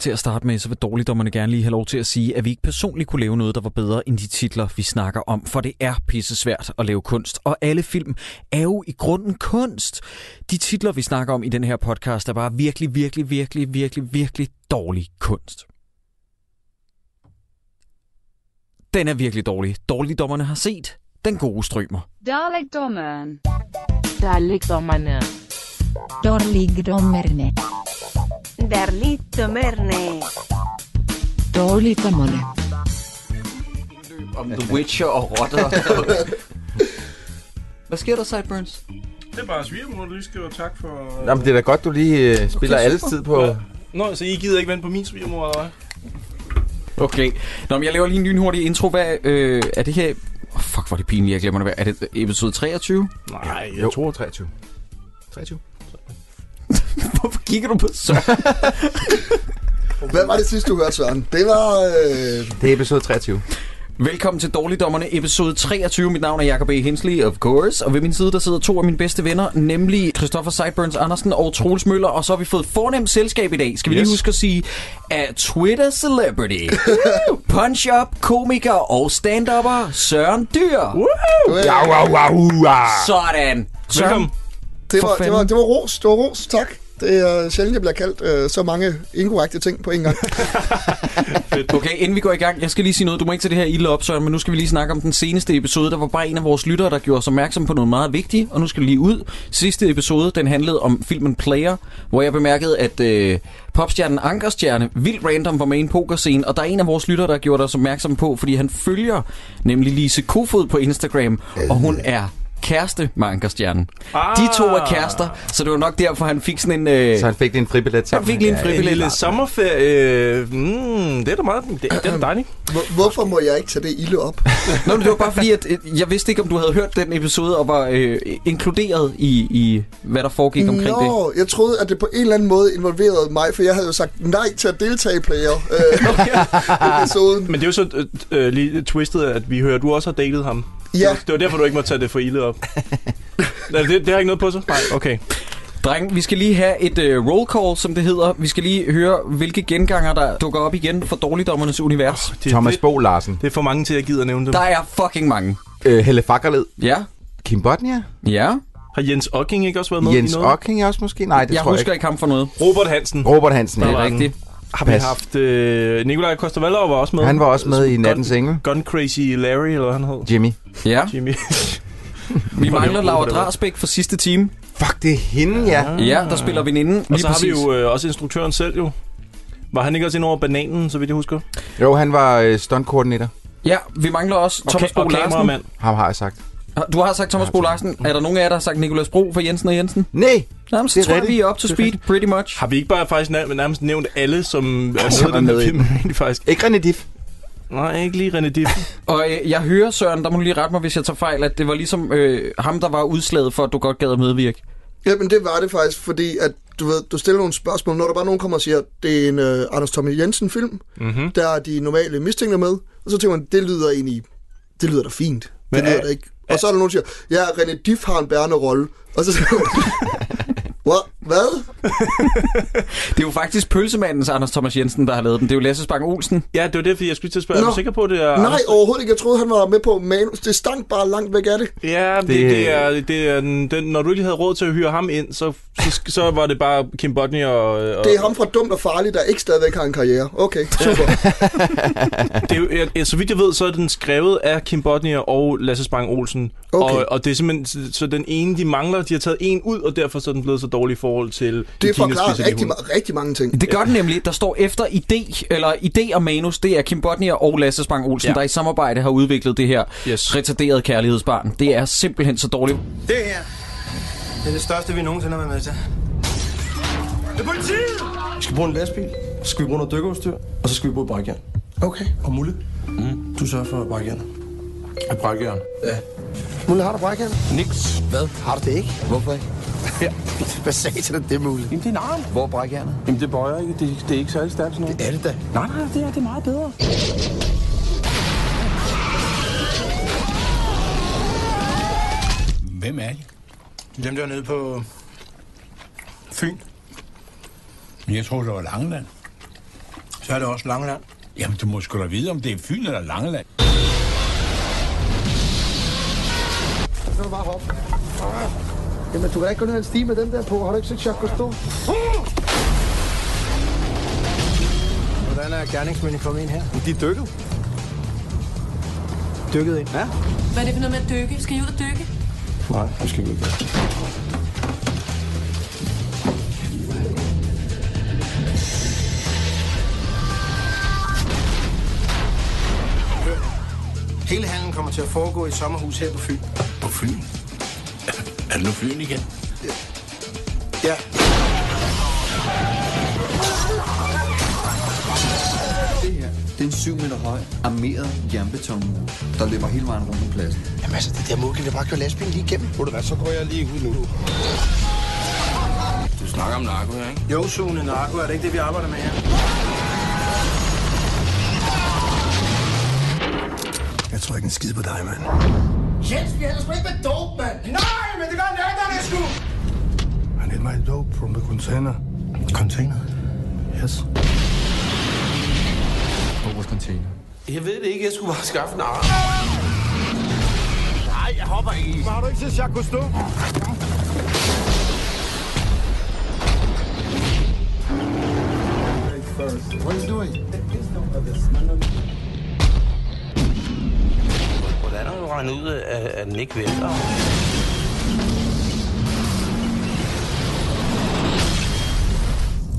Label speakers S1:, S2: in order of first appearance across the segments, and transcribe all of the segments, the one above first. S1: Til at starte med, så vil dårligdommerne gerne lige have lov til at sige, at vi ikke personligt kunne lave noget, der var bedre end de titler, vi snakker om. For det er pissesvært at lave kunst, og alle film er jo i grunden kunst. De titler, vi snakker om i den her podcast, er bare virkelig, virkelig, virkelig, virkelig, virkelig dårlig kunst. Den er virkelig dårlig. Dårligdommerne har set den gode strømmer.
S2: Dalekdommeren.
S3: Der ligger dommerne.
S4: Dårligdommerne.
S5: Darligdommerne.
S3: Dårligdommerne.
S6: Om The Witcher og rotter. Hvad sker der, Sideburns?
S7: Det er bare svigermor, der lige skriver tak for...
S8: Nå, men det er da godt, du lige øh, spiller okay, alles tid på.
S7: Ja. Nå, så I gider ikke vente på min svigermor, eller hvad?
S1: Okay. Nå, men jeg laver lige en lynhurtig intro. Hvad, øh, er det her... Oh, fuck, hvor er det pinligt, jeg glemmer det. Hvad- Er det episode 23?
S7: Nej,
S8: Jo. 23. 23.
S1: Hvorfor kigger du på så?
S9: Hvad var det sidste, du hørte, Søren? Det var... Øh,
S8: Det er episode 23.
S1: Velkommen til Dårligdommerne, episode 23. Mit navn er Jacob A. Hensley, of course. Og ved min side, der sidder to af mine bedste venner, nemlig Christoffer Sideburns Andersen og Troels Møller. Og så har vi fået fornemt selskab i dag. Skal vi yes. lige huske at sige, at Twitter celebrity, punch-up, komiker og stand-upper Søren Dyr.
S9: du, øh,
S8: Au, au, au, au.
S1: Sådan. Søren,
S7: Velkommen.
S9: det,
S1: for
S9: var, det, var,
S1: fanden.
S9: det var ros. Det var ros. Tak. Det er sjældent, jeg bliver kaldt øh, så mange inkorrekte ting på en gang.
S1: Okay, inden vi går i gang, jeg skal lige sige noget. Du må ikke tage det her ilde op, Søren, men nu skal vi lige snakke om den seneste episode. Der var bare en af vores lyttere, der gjorde os opmærksom på noget meget vigtigt, og nu skal det lige ud. Sidste episode, den handlede om filmen Player, hvor jeg bemærkede, at øh, popstjernen Ankerstjerne vildt random var med i en pokerscene, og der er en af vores lyttere, der gjorde os opmærksom på, fordi han følger nemlig Lise Kofod på Instagram, og hun er kæreste med Ankerstjernen. Ah. De to er kærester, så det var nok derfor, han fik sådan en... Øh,
S8: Så han fik lige en fribillet
S1: han
S8: sammen.
S1: fik lige en
S7: En lille
S1: fribillet.
S7: sommerferie. Mm, det er da meget... Det, det er da dejligt.
S9: Hvor- Hvorfor må jeg ikke tage det ilde op?
S1: Nå, men det var bare fordi, at øh, jeg vidste ikke, om du havde hørt den episode og var øh, inkluderet i, i, hvad der foregik omkring det.
S9: Nå, jeg troede, at det på en eller anden måde involverede mig, for jeg havde jo sagt nej til at deltage i player øh, episoden.
S7: Men det er jo så øh, øh, lige twistet, at vi hører, at du også har datet ham.
S9: Ja,
S7: Det var derfor, du ikke må tage det for ilde op. Nej, det, det har ikke noget på sig? Nej, okay.
S1: Dreng, vi skal lige have et øh, roll call, som det hedder. Vi skal lige høre, hvilke genganger, der dukker op igen for dårligdommernes univers.
S7: Det,
S8: Thomas
S7: det,
S8: Bo Larsen.
S7: det er for mange til, at jeg gider nævne dem.
S1: Der er fucking mange.
S8: Øh, Helle Fakkerled.
S1: Ja,
S8: Kim Bodnia.
S1: ja.
S7: Har Jens Ocking ikke også været med
S8: Jens
S7: i noget?
S8: Ocking også måske? Nej, det
S1: jeg
S8: tror jeg
S1: husker ikke ham for noget.
S7: Ocking. Robert Hansen.
S8: ikke. Robert Hansen.
S1: Det
S7: Der
S1: er
S7: var den.
S1: rigtigt.
S7: Har vi
S8: Pas.
S7: haft... Øh, Nikolaj Kostervallov var også med.
S8: Han var også med i
S7: Gun-
S8: Nattens Engel.
S7: Gun Crazy Larry, eller hvad han hed.
S8: Jimmy.
S1: Ja,
S7: Jimmy.
S1: vi mangler
S7: Robert
S1: Laura
S7: Robert.
S1: Drasbæk for sidste time.
S8: Fuck, det er hende, ja.
S1: Ja, der spiller veninden.
S7: Og
S1: Lige
S7: så har vi
S1: præcis.
S7: jo øh, også instruktøren selv jo. Var han ikke også inde over bananen, så vidt jeg husker?
S8: Jo, han var øh, stuntkoordinator.
S1: Ja, vi mangler også Thomas Bo
S7: øh, og
S1: Larsen.
S7: kameramand.
S8: Ham har jeg sagt.
S1: Du har sagt Thomas Bo Larsen. Er der nogen af jer, der har sagt Nikolas Bro for Jensen og Jensen?
S8: Nej!
S1: Jamen, så
S8: Det er
S1: tror jeg,
S8: rigtigt.
S1: vi er up to speed, pretty much.
S7: Har vi ikke bare faktisk nær- nærmest nævnt alle, som er
S8: Som
S7: med i
S8: er
S7: den
S8: med
S7: her
S8: i
S7: film? Egentlig faktisk.
S8: Ikke René Diff.
S7: Nej, ikke lige René Diff.
S1: Og øh, jeg hører, Søren, der må du lige rette mig, hvis jeg tager fejl, at det var ligesom øh, ham, der var udslaget for, at du godt gad at medvirke.
S9: jamen det var det faktisk, fordi at du ved, du stiller nogle spørgsmål, når der bare nogen kommer og siger, det er en øh, Anders Tommy Jensen film, mm-hmm.
S7: Mhm.
S9: der er de normale mistænkte med, og så tænker man, det lyder egentlig, det lyder da fint,
S7: Men
S9: det lyder
S7: er-
S9: da ikke. Og så er der nogen, der siger, ja, René Diff har en bærende rolle, og så tænker man, "Hva- hvad?
S1: Det er jo faktisk pølsemandens Anders Thomas Jensen, der har lavet den. Det er jo Lasse Spang Olsen.
S7: ja, det var det, fordi jeg skulle til at spørge, er du
S9: Nå.
S7: sikker på, det er...
S9: Nej, overhovedet ikke. Jeg troede, han var med på manus. Det stank bare langt væk af det.
S7: Ja, det, det,
S8: Det-
S7: det er, det er den, den, når du ikke lige havde råd til at hyre ham ind, så, så, sk- så var det bare Kim Bodnia og... og
S9: Det er ham fra Dumt og Farligt, der ikke stadigvæk har en karriere. Okay, super.
S7: Det er, jo- jeg- jeg, så vidt jeg ved, så er den skrevet af Kim Bodnia og Lasse Spang Olsen.
S9: Okay.
S7: Og, og det er simpelthen... Så, så den ene, de mangler, de har taget en ud, og derfor så er den blevet så dårlig i forhold til...
S9: Det
S7: en kinaspids
S9: forklarer
S7: af de
S9: rigtig,
S7: hunde.
S9: ma- rigtig mange ting.
S1: Det gør den nemlig. Der står efter idé, eller idé og manus, det er Kim Bodnia og Lasse Spang Olsen,
S7: Ja.
S1: ja. der i samarbejde har udviklet det her
S7: Yes.
S1: retarderede kærlighedsbarn. Det er simpelthen så dårligt.
S10: Det her, det er det største, vi nogensinde har været med til. Det er politiet! Vi skal bruge en lastbil, så skal vi bruge noget dykkerudstyr, og så skal vi bruge brækjern.
S9: Okay.
S10: Og Mulle, mm. du sørger for brækjern.
S6: Jeg brækker jern.
S10: Ja. Mulle, har du brækjern?
S6: Niks. Hvad?
S10: Har du det ikke?
S6: Hvorfor ikke?
S10: Hvad sagde til dig, det er muligt?
S6: Jamen, det er nej.
S10: Hvor er brækjernet?
S6: Jamen, det bøjer ikke. Det, det er ikke særlig stærkt sådan noget.
S10: Er det da?
S6: Nej, nej, det er, det er meget bedre.
S10: Hvem er de? Dem der nede på Fyn. Men jeg tror, det var Langeland. så er det også Langeland.
S2: Jamen, du må sgu da vide, om det er Fyn eller Langeland.
S9: Så kan du bare hoppe. Ah. Jamen, du kan da ikke gå ned ad en stige med den der på. Har du ikke set Jacques Cousteau?
S10: Hvordan er gerningsmændene kommet ind her? De er dykket. Dykket ind? Ja.
S4: Hvad er det for noget med at dykke? Skal I ud og dykke?
S10: Nej, det skal ikke gøre. Hele handlen kommer til at foregå i et sommerhus her på Fyn.
S2: På Fyn? Er det nu Fyn igen?
S10: Ja.
S5: Det her, det er en 7 meter høj, armeret jernbetonmur, der løber hele vejen rundt om pladsen.
S10: Jamen altså, det der mugge, det bare køre lastbilen lige igennem. Ved du hvad, så går jeg lige ud nu. Du snakker om narko her, ikke? Jo, sugende narko, er det ikke det, vi arbejder med her? Jeg tror ikke en skid på dig, mand.
S9: Jens, vi handler sgu ikke med dope, mand.
S10: Nej, men det gør nærmere, det sgu! I need my dope from the container. Container? Yes.
S5: På vores container.
S10: Jeg ved det ikke, jeg skulle bare skaffe en arm. Nej, jeg hopper ikke. Har du ikke set Jacques Cousteau?
S9: What are you doing?
S10: Hvordan har du regnet ud, at, at den ikke vælter?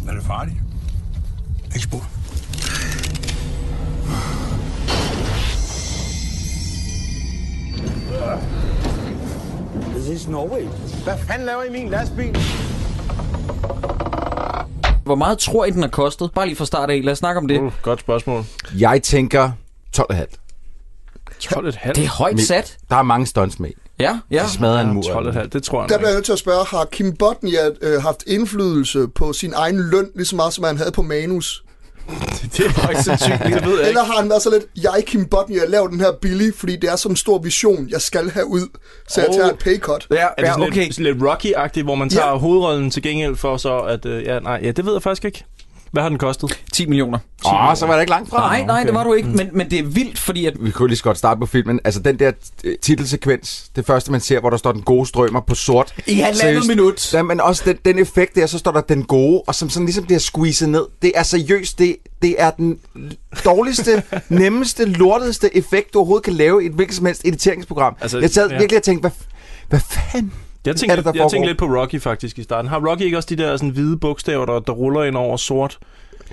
S2: Er det farligt?
S10: Ikke spor. This is Norway. Hvad fanden laver I min lastbil?
S1: Hvor meget tror I, den har kostet? Bare lige fra start af. Lad os snakke om det.
S7: Uh, godt spørgsmål.
S8: Jeg tænker 12,5.
S7: 12,5?
S1: Det er højt
S8: Men-
S1: sat.
S8: Der er mange stunts med.
S1: Ja, ja.
S8: De smadrer en mur.
S7: 12,5, det tror jeg
S9: Der
S7: nok.
S9: bliver jeg nødt til at spørge, har Kim Bodnia øh, haft indflydelse på sin egen løn, lige så meget som han havde på manus?
S7: Det er faktisk sandsynligt, det ved
S9: Eller
S7: jeg ikke.
S9: har han været så lidt, jeg Kim Bodnia, lav den her billig, fordi det er sådan en stor vision, jeg skal have ud, så jeg
S7: Oh.
S9: tager et paycut.
S1: Ja,
S7: Er det
S1: ja
S7: sådan
S1: okay.
S7: lidt, sådan lidt Rocky-agtigt, hvor man tager
S9: Ja.
S7: hovedrollen til gengæld for så at... Øh, ja, nej, ja, det ved jeg faktisk ikke. Hvad har den kostet?
S1: 10 millioner. Ah, Mm.
S8: Åh, oh, så var det ikke langt fra.
S1: Nej, nej, det var du ikke. Men, men det er vildt, fordi at
S8: vi kunne lige så godt starte på filmen. Altså den der øh, titelsekvens, det første man ser, hvor der står den gode strømmer på sort.
S1: I halvandet
S8: Seriøst.
S1: minut.
S8: Ja, men også den, den effekt der, så står der den gode, og som sådan ligesom bliver squeezet ned. Det er seriøst, det, det er den dårligste, nemmeste, lorteste effekt, du overhovedet kan lave i et hvilket som helst editeringsprogram.
S7: Altså,
S8: Altså, jeg sad
S7: ja.
S8: ja. virkelig og tænkte, hvad, f- hvad fanden?
S7: Jeg
S8: Er det,
S7: tænkte,
S8: der
S7: lidt, jeg tænkte
S8: foregår?
S7: lidt på Rocky faktisk i starten. Har Rocky ikke også de der sådan, hvide bogstaver, der, der ruller ind over sort?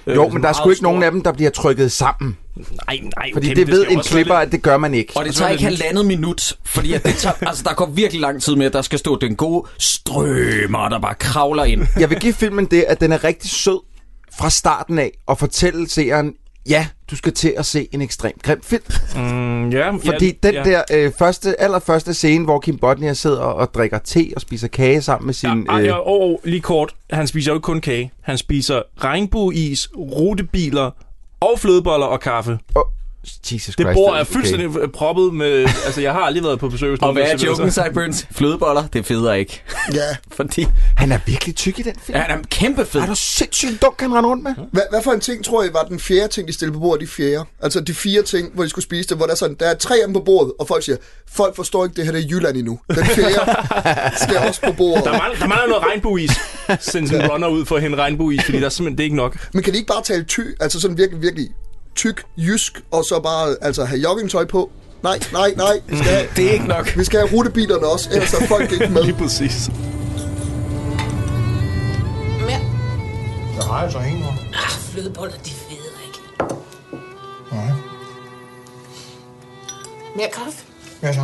S7: Øh,
S8: Jo,
S7: sådan
S8: men der er sgu
S7: meget
S8: ikke nogen af dem, der bliver trykket sammen.
S7: store- Nej, nej.
S8: Fordi
S7: okay,
S8: det
S7: men
S8: ved
S7: skal jo
S8: en
S7: også være
S8: klipper, at det gør man ikke.
S1: Og det
S7: Og så
S1: tager
S7: er det
S1: ikke
S7: nyt.
S1: halvandet minut, fordi at det tager, altså, der går virkelig lang tid med, at der skal stå den gode strømmer, der bare kravler ind.
S8: jeg vil give filmen det, at den er rigtig sød fra starten af, og fortælle seeren, ja, du skal til at se en ekstrem grim film.
S7: lidt- Mm, ja,
S8: Fordi
S7: ja,
S8: den
S7: ja.
S8: der øh, første, allerførste scene, hvor Kim Bodnia sidder og drikker te og spiser kage sammen med sin...
S7: Ja, ej,
S8: øh,
S7: Ah, ja, og, og lige kort, han spiser jo ikke kun kage. Han spiser regnbueis, rutebiler og flødeboller og kaffe.
S8: Jesus
S7: Det
S8: Christ,
S7: bord er
S8: okay.
S7: fuldstændig okay. proppet med... Altså, jeg har aldrig været på besøg hos
S1: Og hvad
S7: der
S1: er
S7: serverer
S1: joken,
S7: sig-
S1: Sideburns? Flødeboller, det feder ikke.
S9: Ja.
S1: Fordi
S8: Han er virkelig tyk i den film.
S1: han er en kæmpe fed.
S8: Er du sindssygt dum, kan han rende rundt med?
S9: Hvad, hvad for en ting, tror I, var den fjerde ting, de stillede på bordet, de fjerde? Altså de fire ting, hvor de skulle spise det, hvor der er sådan, der er tre af dem på bordet, og folk siger, folk forstår ikke, det her det er Jylland endnu. Den fjerde skal også på bordet.
S7: Der mangler, der mangler noget regnbueis. Send sådan en runner ud for at hente regnbueis, fordi der er simpelthen, det er ikke nok.
S9: Men kan de ikke bare tale ty, altså sådan virkelig, virkelig tyk, jysk, og så bare altså have joggingtøj på? Nej, nej, nej. Vi skal have,
S1: Det er ikke nok.
S9: vi skal have rutebilerne også, ellers er folk ikke med.
S7: præcis.
S4: Mere.
S10: Der har jeg så en hvor.
S4: Ah, flødeboller, de fede, ikke?
S10: Nej.
S4: Mere kaffe.
S10: Hvad så?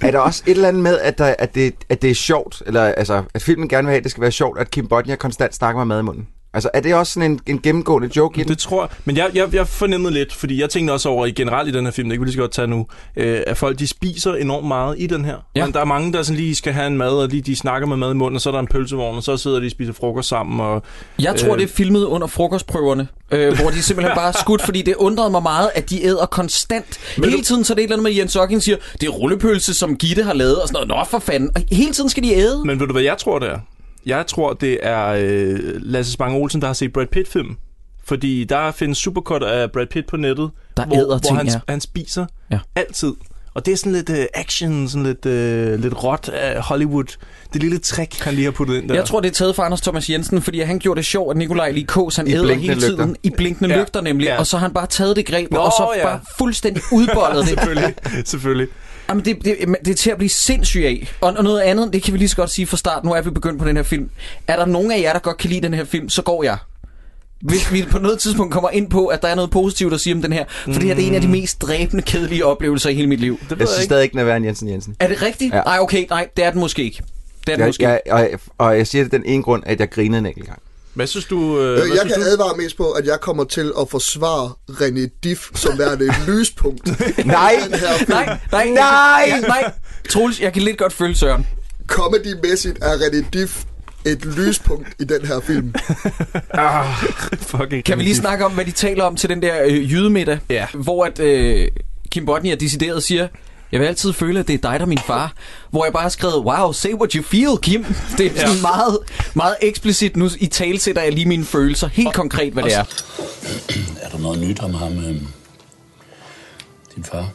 S8: Er der også et eller andet med, at, der, at, det, at det er sjovt, eller altså, at filmen gerne vil have, at det skal være sjovt, at Kim Bodnia konstant snakker med mad i munden? Altså, er det også sådan en, en gennemgående joke i den?
S7: Det tror jeg. Men jeg, jeg, jeg fornemmede lidt, fordi jeg tænkte også over i generelt i den her film, det kan vi lige så godt tage nu, øh, at folk de spiser enormt meget i den her.
S1: Ja.
S7: Ja. Men der er mange, der sådan lige skal have en mad, og lige de snakker med mad i munden, og så er der en pølsevogn, og så sidder de og spiser frokost sammen. Og,
S1: Jeg tror,
S7: Øh.
S1: det er filmet under frokostprøverne, øh, hvor de simpelthen bare er skudt, fordi det undrede mig meget, at de æder konstant. Men hele tiden så er det et eller andet med, at Jens Ocking siger, det er rullepølse, som Gitte har lavet, og sådan noget. Nå, for fanden. Og hele tiden skal de æde.
S7: men ved du, hvad jeg tror, det er? Jeg tror, det er øh, Lasse Spang Olsen, der har set Brad Pitt-film. Fordi der findes supercut af Brad Pitt på nettet,
S1: Der æder
S7: hvor, hvor
S1: ting,
S7: han,
S1: ja.
S7: han spiser
S1: Ja.
S7: altid. Og det er sådan lidt øh, action, sådan lidt, øh, lidt råt af Hollywood. Det lille trick, han lige har puttet ind der.
S1: Jeg tror, det er taget fra Anders Thomas Jensen, fordi han gjorde det sjovt, at Nikolaj Likås, han
S8: I
S1: æder
S8: blinkende
S1: hele tiden
S8: lygter.
S1: i blinkende
S7: Ja.
S1: lygter nemlig,
S7: Ja.
S1: og så har han bare taget det greb,
S7: Nå,
S1: og så
S7: ja.
S1: bare fuldstændig udboldet det.
S7: selvfølgelig, selvfølgelig.
S1: Jamen, det, det, jamen, det er til at blive sindssyg af. Og, og noget andet, det kan vi lige så godt sige fra start, nu er vi begyndt på den her film. Er der nogen af jer, der godt kan lide den her film, så går jeg. Hvis vi på noget tidspunkt kommer ind på, at der er noget positivt at sige om den her. For det her det er en af de mest dræbende, kedelige oplevelser i hele mit liv.
S7: Mm. Det ved
S8: Jeg
S7: jeg,
S8: synes
S7: ikke.
S8: stadig ikke, den er værre end Jensen Jensen.
S1: Er det rigtigt?
S8: Ja.
S1: Nej, okay, nej, det er den måske ikke. Det er den
S8: Jeg,
S1: måske ikke.
S8: jeg, og, jeg, og jeg siger det af den ene grund, at jeg grinede en enkelt gang.
S7: Hvad synes du? Øh,
S9: Øh,
S7: hvad
S9: jeg
S7: synes
S9: kan
S7: du?
S9: advare mest på, at jeg kommer til at forsvare René Diff som værende et lyspunkt.
S8: Nej!
S9: Den her film.
S1: Nej, nej,
S8: Nej!
S1: Ja, nej. Troels, jeg kan lidt godt følge Søren.
S9: Comedy-mæssigt er René Diff et lyspunkt i den her film.
S7: Ah, fucking
S1: Kan vi lige snakke om, hvad de taler om til den der øh, jydemiddag,
S7: Ja.
S1: hvor at, øh, Kim Bodnia decideret siger, jeg vil altid føle, at det er dig, der er min far. Hvor jeg bare har skrevet, wow, say what you feel, Kim. Det er sådan
S7: Ja.
S1: meget, meget eksplicit. Nu i tale sætter jeg lige mine følelser. Helt konkret, hvad det er.
S2: Mm, Er der noget nyt om ham, øh, din far?
S10: Åh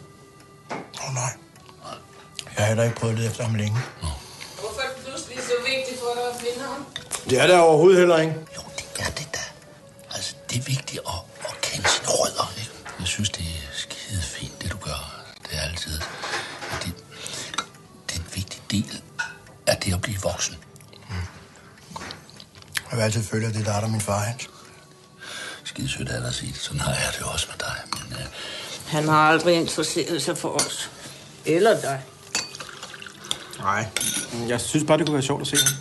S10: oh, nej. Jeg har heller ikke prøvet det efter ham længe.
S4: Hvorfor er det pludselig så vigtigt for dig at finde ham?
S10: Det er der overhovedet heller ikke.
S2: Jo, det er det da. Altså, det er vigtigt at, at kende sine rødder, ikke? Jeg synes, det er skide fint, det du gør. Det er altid. Men Det, det er en vigtig del af det at blive voksen.
S10: Jeg vil altid føle, at det er dig, der er min far, Hans.
S2: Skide sødt af dig at sige. det. Sådan har jeg det også med dig. Men, øh,
S4: Han har aldrig interesseret sig for os. Eller dig.
S10: Nej. Jeg synes bare, det kunne være sjovt at se ham.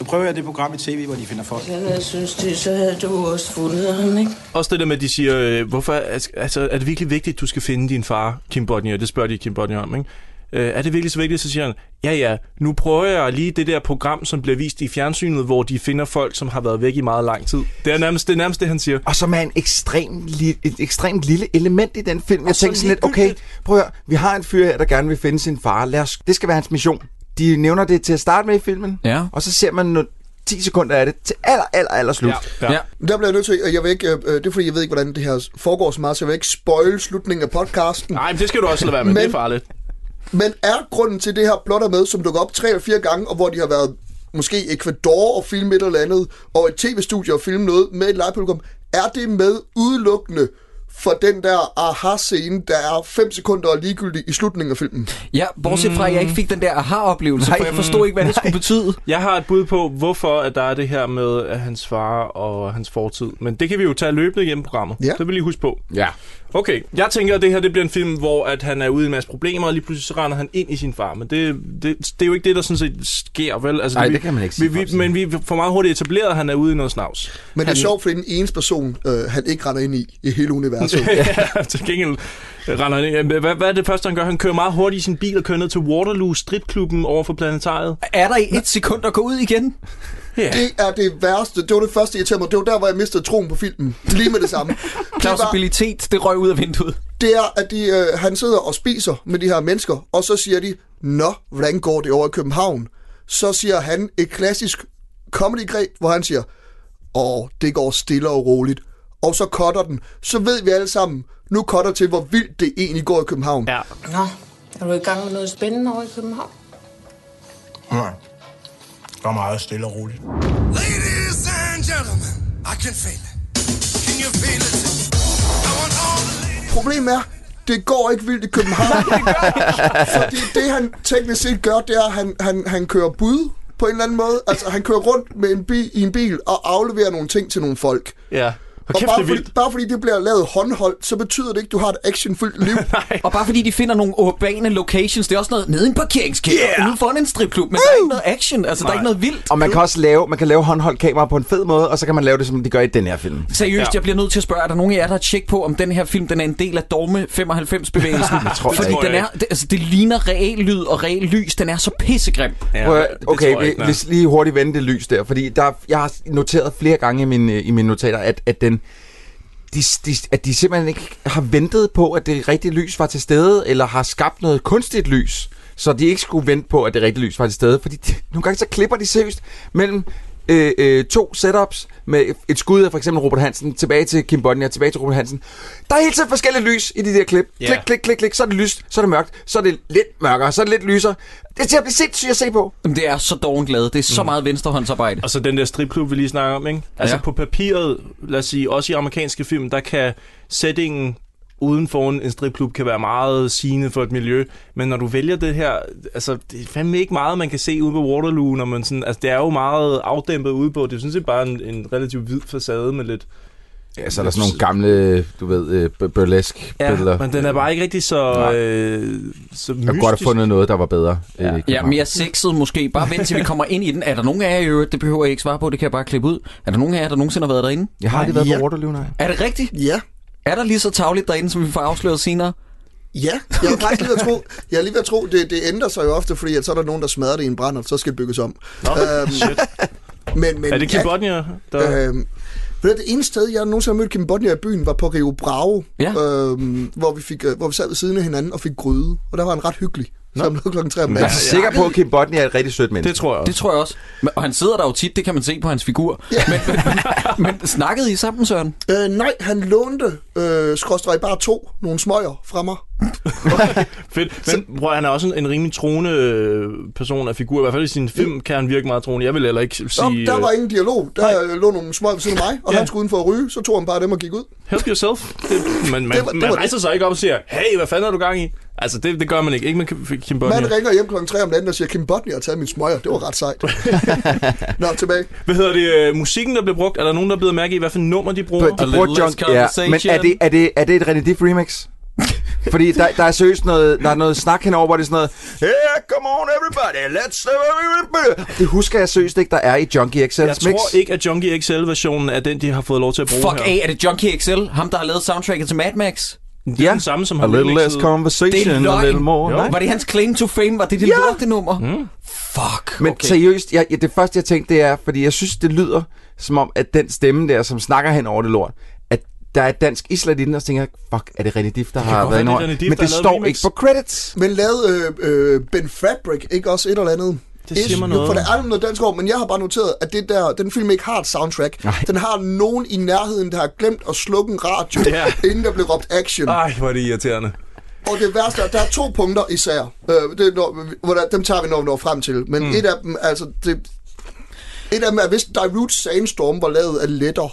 S10: Nu prøver jeg det program i tv, hvor de finder folk.
S4: Ja, jeg synes det, så havde du også fundet ham, ikke?
S7: Også det der med, at de siger, øh, hvorfor er- altså, er det virkelig vigtigt, at du skal finde din far, Kim Bodnia? Det spørger de Kim Bodnia om, ikke? Øh, er det virkelig så vigtigt? Så siger han, ja ja, nu prøver jeg lige det der program, som bliver vist i fjernsynet, hvor de finder folk, som har været væk i meget lang tid. Det er nærmest det, er nærmest det han siger.
S8: Og som er en ekstrem, li- et ekstremt lille element i den film. Jeg
S7: så
S8: tænkte sådan lidt, okay,
S7: ligegyldigt.
S8: prøv at høre, vi har en fyr her, der gerne vil finde sin far. Lad os, det skal være hans mission. De nævner det til at starte med i filmen,
S1: Ja.
S8: og så ser man no- 10 sekunder af det til aller, aller, aller slut.
S7: ja. ja.
S9: Men Der bliver jeg nødt til, og jeg vil ikke, øh, øh, det er fordi, jeg ved ikke, hvordan det her foregår så meget, så jeg vil ikke spoil slutningen af podcasten.
S7: Nej, men det skal du også lade være med. Men... Det er
S9: Men-
S7: farligt.
S9: Men er grunden til det her plot er med, som dukker op tre eller fire gange, og hvor de har været måske i Ecuador og filme et eller andet, og et tv-studie og filme noget med et livepublikum, er det med udelukkende for den der aha-scene, der er 5 sekunder og ligegyldig i slutningen af filmen.
S1: Ja, bortset fra, at jeg ikke fik den der aha-oplevelse, for jeg forstod ikke, hvad det skulle betyde.
S7: Jeg har et bud på, hvorfor at der er det her med at hans far og hans fortid. Men det kan vi jo tage løbende igennem programmet.
S9: Ja.
S7: Det vil vi lige huske på.
S8: Ja.
S7: Okay, jeg tænker, at det her det bliver en film, hvor at han er ude i en masse problemer, og lige pludselig så render han ind i sin far. Men det, det, det er jo ikke det, der sådan set sker, vel? Altså,
S8: Nej,
S7: vi-
S8: det kan man ikke sige,
S7: Vi, vi,
S8: faktisk.
S7: men vi får meget hurtigt etableret, at han er ude i noget snavs.
S9: Men
S7: han,
S9: det er sjovt, for det er den eneste person, øh, han ikke render ind i i hele
S8: Altså,
S9: universet.
S7: ja, til gengæld render han ind. Hvad, hvad er det første, han gør? Han kører meget hurtigt i sin bil og kører ned til Waterloo Stripklubben over for planetariet.
S1: Er der i et sekund at gå ud igen?
S9: Det er det værste. Det var det første, jeg irriterede mig. Det var der, hvor jeg mistede troen på filmen. Lige med det samme. Det, var,
S1: Plausibilitet, det røg ud af vinduet.
S9: det er, at de, øh, han sidder og spiser med de her mennesker, og så siger de, Nå, hvordan går det over i København? Så siger han et klassisk comedy-greb, hvor han siger, Åh, det går stille og roligt. Og så cutter den. Så ved vi alle sammen, nu cutter til, hvor vildt det egentlig går i København.
S7: Ja.
S4: Nå, er du i gang med noget spændende over i København?
S10: Nej. Det var meget stille og roligt.
S11: Ladies and gentlemen, I can feel it. Can you feel it? I want all the ladies.
S9: Problemet er, det går ikke vildt i København. fordi det, han teknisk set gør, det er, at han, han, han kører bud på en eller anden måde. Altså, han kører rundt med en bi, i en bil og afleverer nogle ting til nogle folk.
S7: Ja.
S9: Og
S7: Hold kæft,
S9: bare,
S7: det er vildt.
S9: Fordi, bare fordi det bliver lavet håndholdt, så betyder det ikke, at du har et actionfyldt liv.
S1: Og bare fordi de finder nogle urbane locations, det er også noget nede i en parkeringskælder, yeah! ude foran en stripklub, men der er ikke noget action, altså Nej. der er ikke noget vildt.
S8: Og man kan også lave, man kan lave håndholdt kamera på en fed måde, og så kan man lave det, som de gør i den her film.
S1: Seriøst,
S7: Ja.
S1: ja. jeg bliver nødt til at spørge, er der nogen af jer, der har tjek på, om den her film den er en del af Dogme 95-bevægelsen? jeg
S8: tror
S1: Fordi
S8: jeg
S7: ikke.
S1: den er, det, altså, det ligner real lyd og real lys, den er så pissegrim.
S7: Ja,
S8: Prøv, at-
S7: det tror
S8: okay,
S7: jeg ikke,
S8: vi,
S7: nej.
S8: hvis lige hurtigt vende det lys der, fordi der, jeg har noteret flere gange i mine, i mine notater, at, at den... De, de, at de simpelthen ikke har ventet på, at det rigtige lys var til stede, eller har skabt noget kunstigt lys. så de ikke skulle vente på, at det rigtige lys var til stede. Fordi de, nogle gange så klipper de seriøst mellem øh, øh, to setups med et skud af for eksempel Robert Hansen tilbage til Kim Bodnia, tilbage til Robert Hansen. Der er hele tiden forskellige lys i de der klip.
S7: Ja.
S8: Klik, klik, klik, klik, så er det lyst, så er det mørkt, så er det lidt mørkere, så er det lidt lysere. Det er til at blive sindssygt at se på.
S1: Jamen, det er så dårligt lavet. Det er så meget venstrehåndsarbejde.
S7: Og så Altså, den der stripklub, vi lige snakker om, ikke? Altså
S1: Ja.
S7: på papiret, lad os sige, også i amerikanske film, der kan settingen uden for en en stripklub kan være meget sigende for et miljø. Men når du vælger det her, altså det er fandme ikke meget, man kan se ude på Waterloo, når man sådan, altså det er jo meget afdæmpet ude på. Det er sådan set bare en, en relativt hvid facade med lidt...
S8: Ja, så er der sådan nogle gamle, du ved, øh, bur- burlesque
S7: Ja,
S8: billeder.
S7: men den er bare ikke rigtig så,
S8: Nej.
S7: øh, så mystisk.
S8: Jeg kunne godt have fundet noget, der var bedre. øh, Ja.
S1: Ja, mere sexet måske. Bare vent til vi kommer ind i den. Er der nogen af jer i øvrigt? Det behøver jeg ikke svare på. Det kan jeg bare klippe ud. Er der nogen af jer, der nogensinde har været derinde?
S8: Jeg har aldrig været på Waterloo, nej.
S1: Er det rigtigt?
S9: Ja.
S1: Er der lige så tavligt derinde, som vi får afsløret senere?
S9: Ja, jeg var faktisk lige ved at tro, jeg er lige ved at tro det, det ændrer sig jo ofte, fordi at så er der nogen, der smadrer det i en brand, og så skal det bygges om. Nå,
S7: shit.
S9: Men, men,
S7: Er det Kim
S9: ja.
S7: Bodnia, der-
S9: Øhm, ved du, det eneste sted, jeg nogensinde har mødt Kim Bodnia i byen, var på Rio Bravo,
S1: ja.
S9: øhm, hvor, vi fik, øh, hvor vi sad ved siden af hinanden og fik gryde, og der var han ret hyggelig. Så han klokken 3 om
S8: Men jeg er
S9: natten.
S8: sikker på, at Kim Bodnia er et rigtig sødt menneske.
S7: Det tror jeg
S1: Det tror jeg også. Men- Og han sidder der jo tit, det kan man se på hans figur. Ja. Men, men snakkede I sammen, Søren?
S9: Øh, nej, han lånte øh, skråstrej bare to, nogle smøger fra mig.
S7: Fedt. Men bror, han er også en, en rimelig troende øh, person af figur. I hvert fald i sin film kan han virke meget troende. Jeg vil heller ikke sige...
S9: Nå, der var
S7: øh,
S9: ingen dialog. Der øh, lå nogle smøger ved siden af mig, og
S7: Ja.
S9: han skulle udenfor at ryge, så tog han bare dem og gik ud.
S7: Help yourself. Det, man man,
S9: Det var- det
S7: man
S9: var det.
S7: rejser sig ikke op og siger, hey, hvad fanden er du gang i? Altså, det, det gør man ikke. Ikke med Kim- Kim Bodnia.
S9: Man ringer hjem klokken 3 om natten og siger, Kim Bodnia har taget min smøger. Det var ret sejt. Nå, tilbage.
S7: Hvad hedder det? øh, Musikken, der bliver brugt? Er der nogen, der er blevet mærke i, hvad for nummer de bruger? Altså,
S8: På, de bruger junk, ja. Men er det, er, det, er det et René Diff remix? Fordi der, der er seriøst noget, der er noget snak henover, hvor det er sådan noget, yeah, come on everybody, let's... Det husker jeg seriøst ikke, der er i Junkie XL's
S7: Jeg
S8: mix.
S7: tror ikke, at Junkie XL-versionen er den, de har fået lov til at bruge
S1: Fuck
S7: her.
S1: af, er det Junkie XL? Ham, der har lavet soundtracket til Mad Max?
S7: Det er den samme, som
S8: A little less
S1: Det er
S8: conversation, a little
S1: løgn.
S8: more.
S1: Var det hans claim to fame? Var det det ja. nummer? Mm. Fuck,
S8: Men
S1: okay.
S8: seriøst, jeg, jeg, det første jeg tænkte, det er, fordi jeg synes, det lyder som om, at den stemme der, som snakker hen over det lort, at der er et dansk islet i den, og så tænker jeg, fuck, er det René Diff, der har
S7: godt
S8: været
S7: være,
S8: ind
S7: det er
S8: over?
S7: René Dif,
S8: Men
S7: der
S8: det
S7: har lavet
S8: står
S7: remix.
S8: ikke på credits.
S9: Men lavede øh, øh, Ben Fabric ikke også et eller andet?
S7: Det siger
S9: Is-
S7: mig noget.
S9: For der er nemlig noget dansk over, men jeg har bare noteret, at det der, den film ikke har et soundtrack. Nej. Den har nogen i nærheden, der har glemt at slukke en radio,
S7: Ja.
S9: inden der blev råbt action.
S7: Ej, hvor er det irriterende.
S9: Og det værste er, at der er to punkter især. Øh, det, når, hvor der, dem tager vi, når vi når frem til. Men mm. et af dem, altså... Det, et af dem er, hvis Direct Sandstorm var lavet af letter.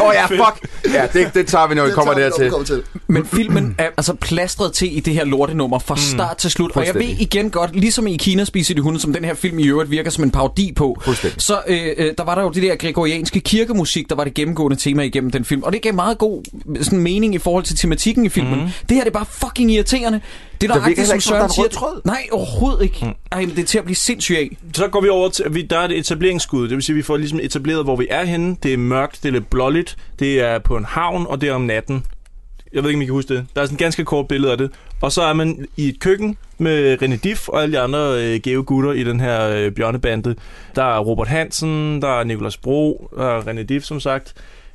S8: Åh oh, ja, fuck! Ja, det, det tager vi, når vi
S9: Det
S8: kommer
S9: tager vi, når vi
S8: dertil.
S9: kommer til.
S1: Men filmen er Mm. altså plastret til i det her lortenummer fra start til slut. Og jeg ved
S8: Fuldstændig.
S1: igen godt, ligesom i Kina spiser de hunde, som den her film i øvrigt virker som en parodi på,
S8: Fuldstændig.
S1: så øh, øh, der var der jo det der gregorianske kirkemusik, der var det gennemgående tema igennem den film. Og det gav meget god sådan, mening i forhold til tematikken i filmen. Mm. Det her det er bare fucking irriterende. Det er
S8: virker
S1: nøjagtigt,
S8: heller
S1: som
S8: ikke, som
S1: Søren
S8: Mhm. der er
S1: siger.
S8: en rød tråd.
S1: Nej, overhovedet ikke. Mm. Ej, men det er til at blive sindssyg af.
S7: Så går vi over til, at vi, der er et etableringsskud. Det vil sige, at vi får ligesom etableret, hvor vi er henne. Det er mørkt, det er lidt blåligt, det er på en havn, og det er om natten. Jeg ved ikke, om I kan huske det. Der er sådan et ganske kort billede af det. Og så er man i et køkken med René Diff og alle de andre øh, gave gutter i den her øh, bjørnebande. Der er Robert Hansen, der er Nikolas Bro, der er René Diff, som sagt.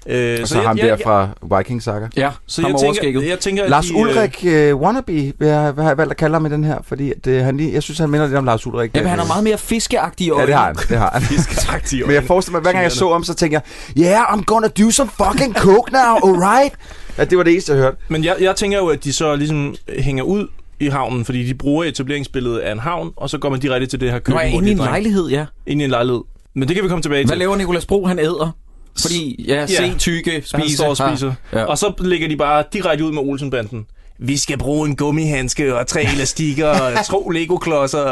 S7: Øh,
S8: Og så ham der fra Viking Saga.
S1: Ja,
S7: Så
S1: ham
S7: jeg
S1: overskægget.
S7: tænker, jeg tænker, at
S8: Lars
S7: Øh, de, øh,
S8: Ulrik øh, wannabe, vil jeg, hvad har jeg valgt at kalde ham i den her, fordi at, øh, han lige, jeg synes, han minder lidt om Lars Ulrik.
S1: Jamen, han er meget mere fiskeagtig i
S8: Ja, det har han.
S1: øjnene.
S8: Det har han.
S7: Fisketaktik.
S8: Men jeg forestiller mig, hver gang jeg så om, så tænker jeg, yeah, I'm gonna do some fucking coke now, alright? Ja, det var det eneste, jeg hørte.
S7: Men jeg, jeg tænker jo, at de så ligesom hænger ud i havnen, fordi de bruger etableringsbilledet af en havn, og så går man direkte til det her køkken.
S1: Nu er jeg
S7: hvor
S1: inde i
S7: de
S1: en
S7: drikker.
S1: lejlighed, ja.
S7: Ind i en lejlighed. Men det kan vi komme tilbage til.
S1: Hvad laver Nikolas Bro? Han æder. Fordi, ja, se, tykke, spise.
S7: Han står og
S1: Ah.
S7: spiser.
S1: Ja.
S7: Ja. Og så lægger de bare direkte ud med Olsenbanden. Vi skal bruge en gummihandske og tre elastikker og to legoklodser.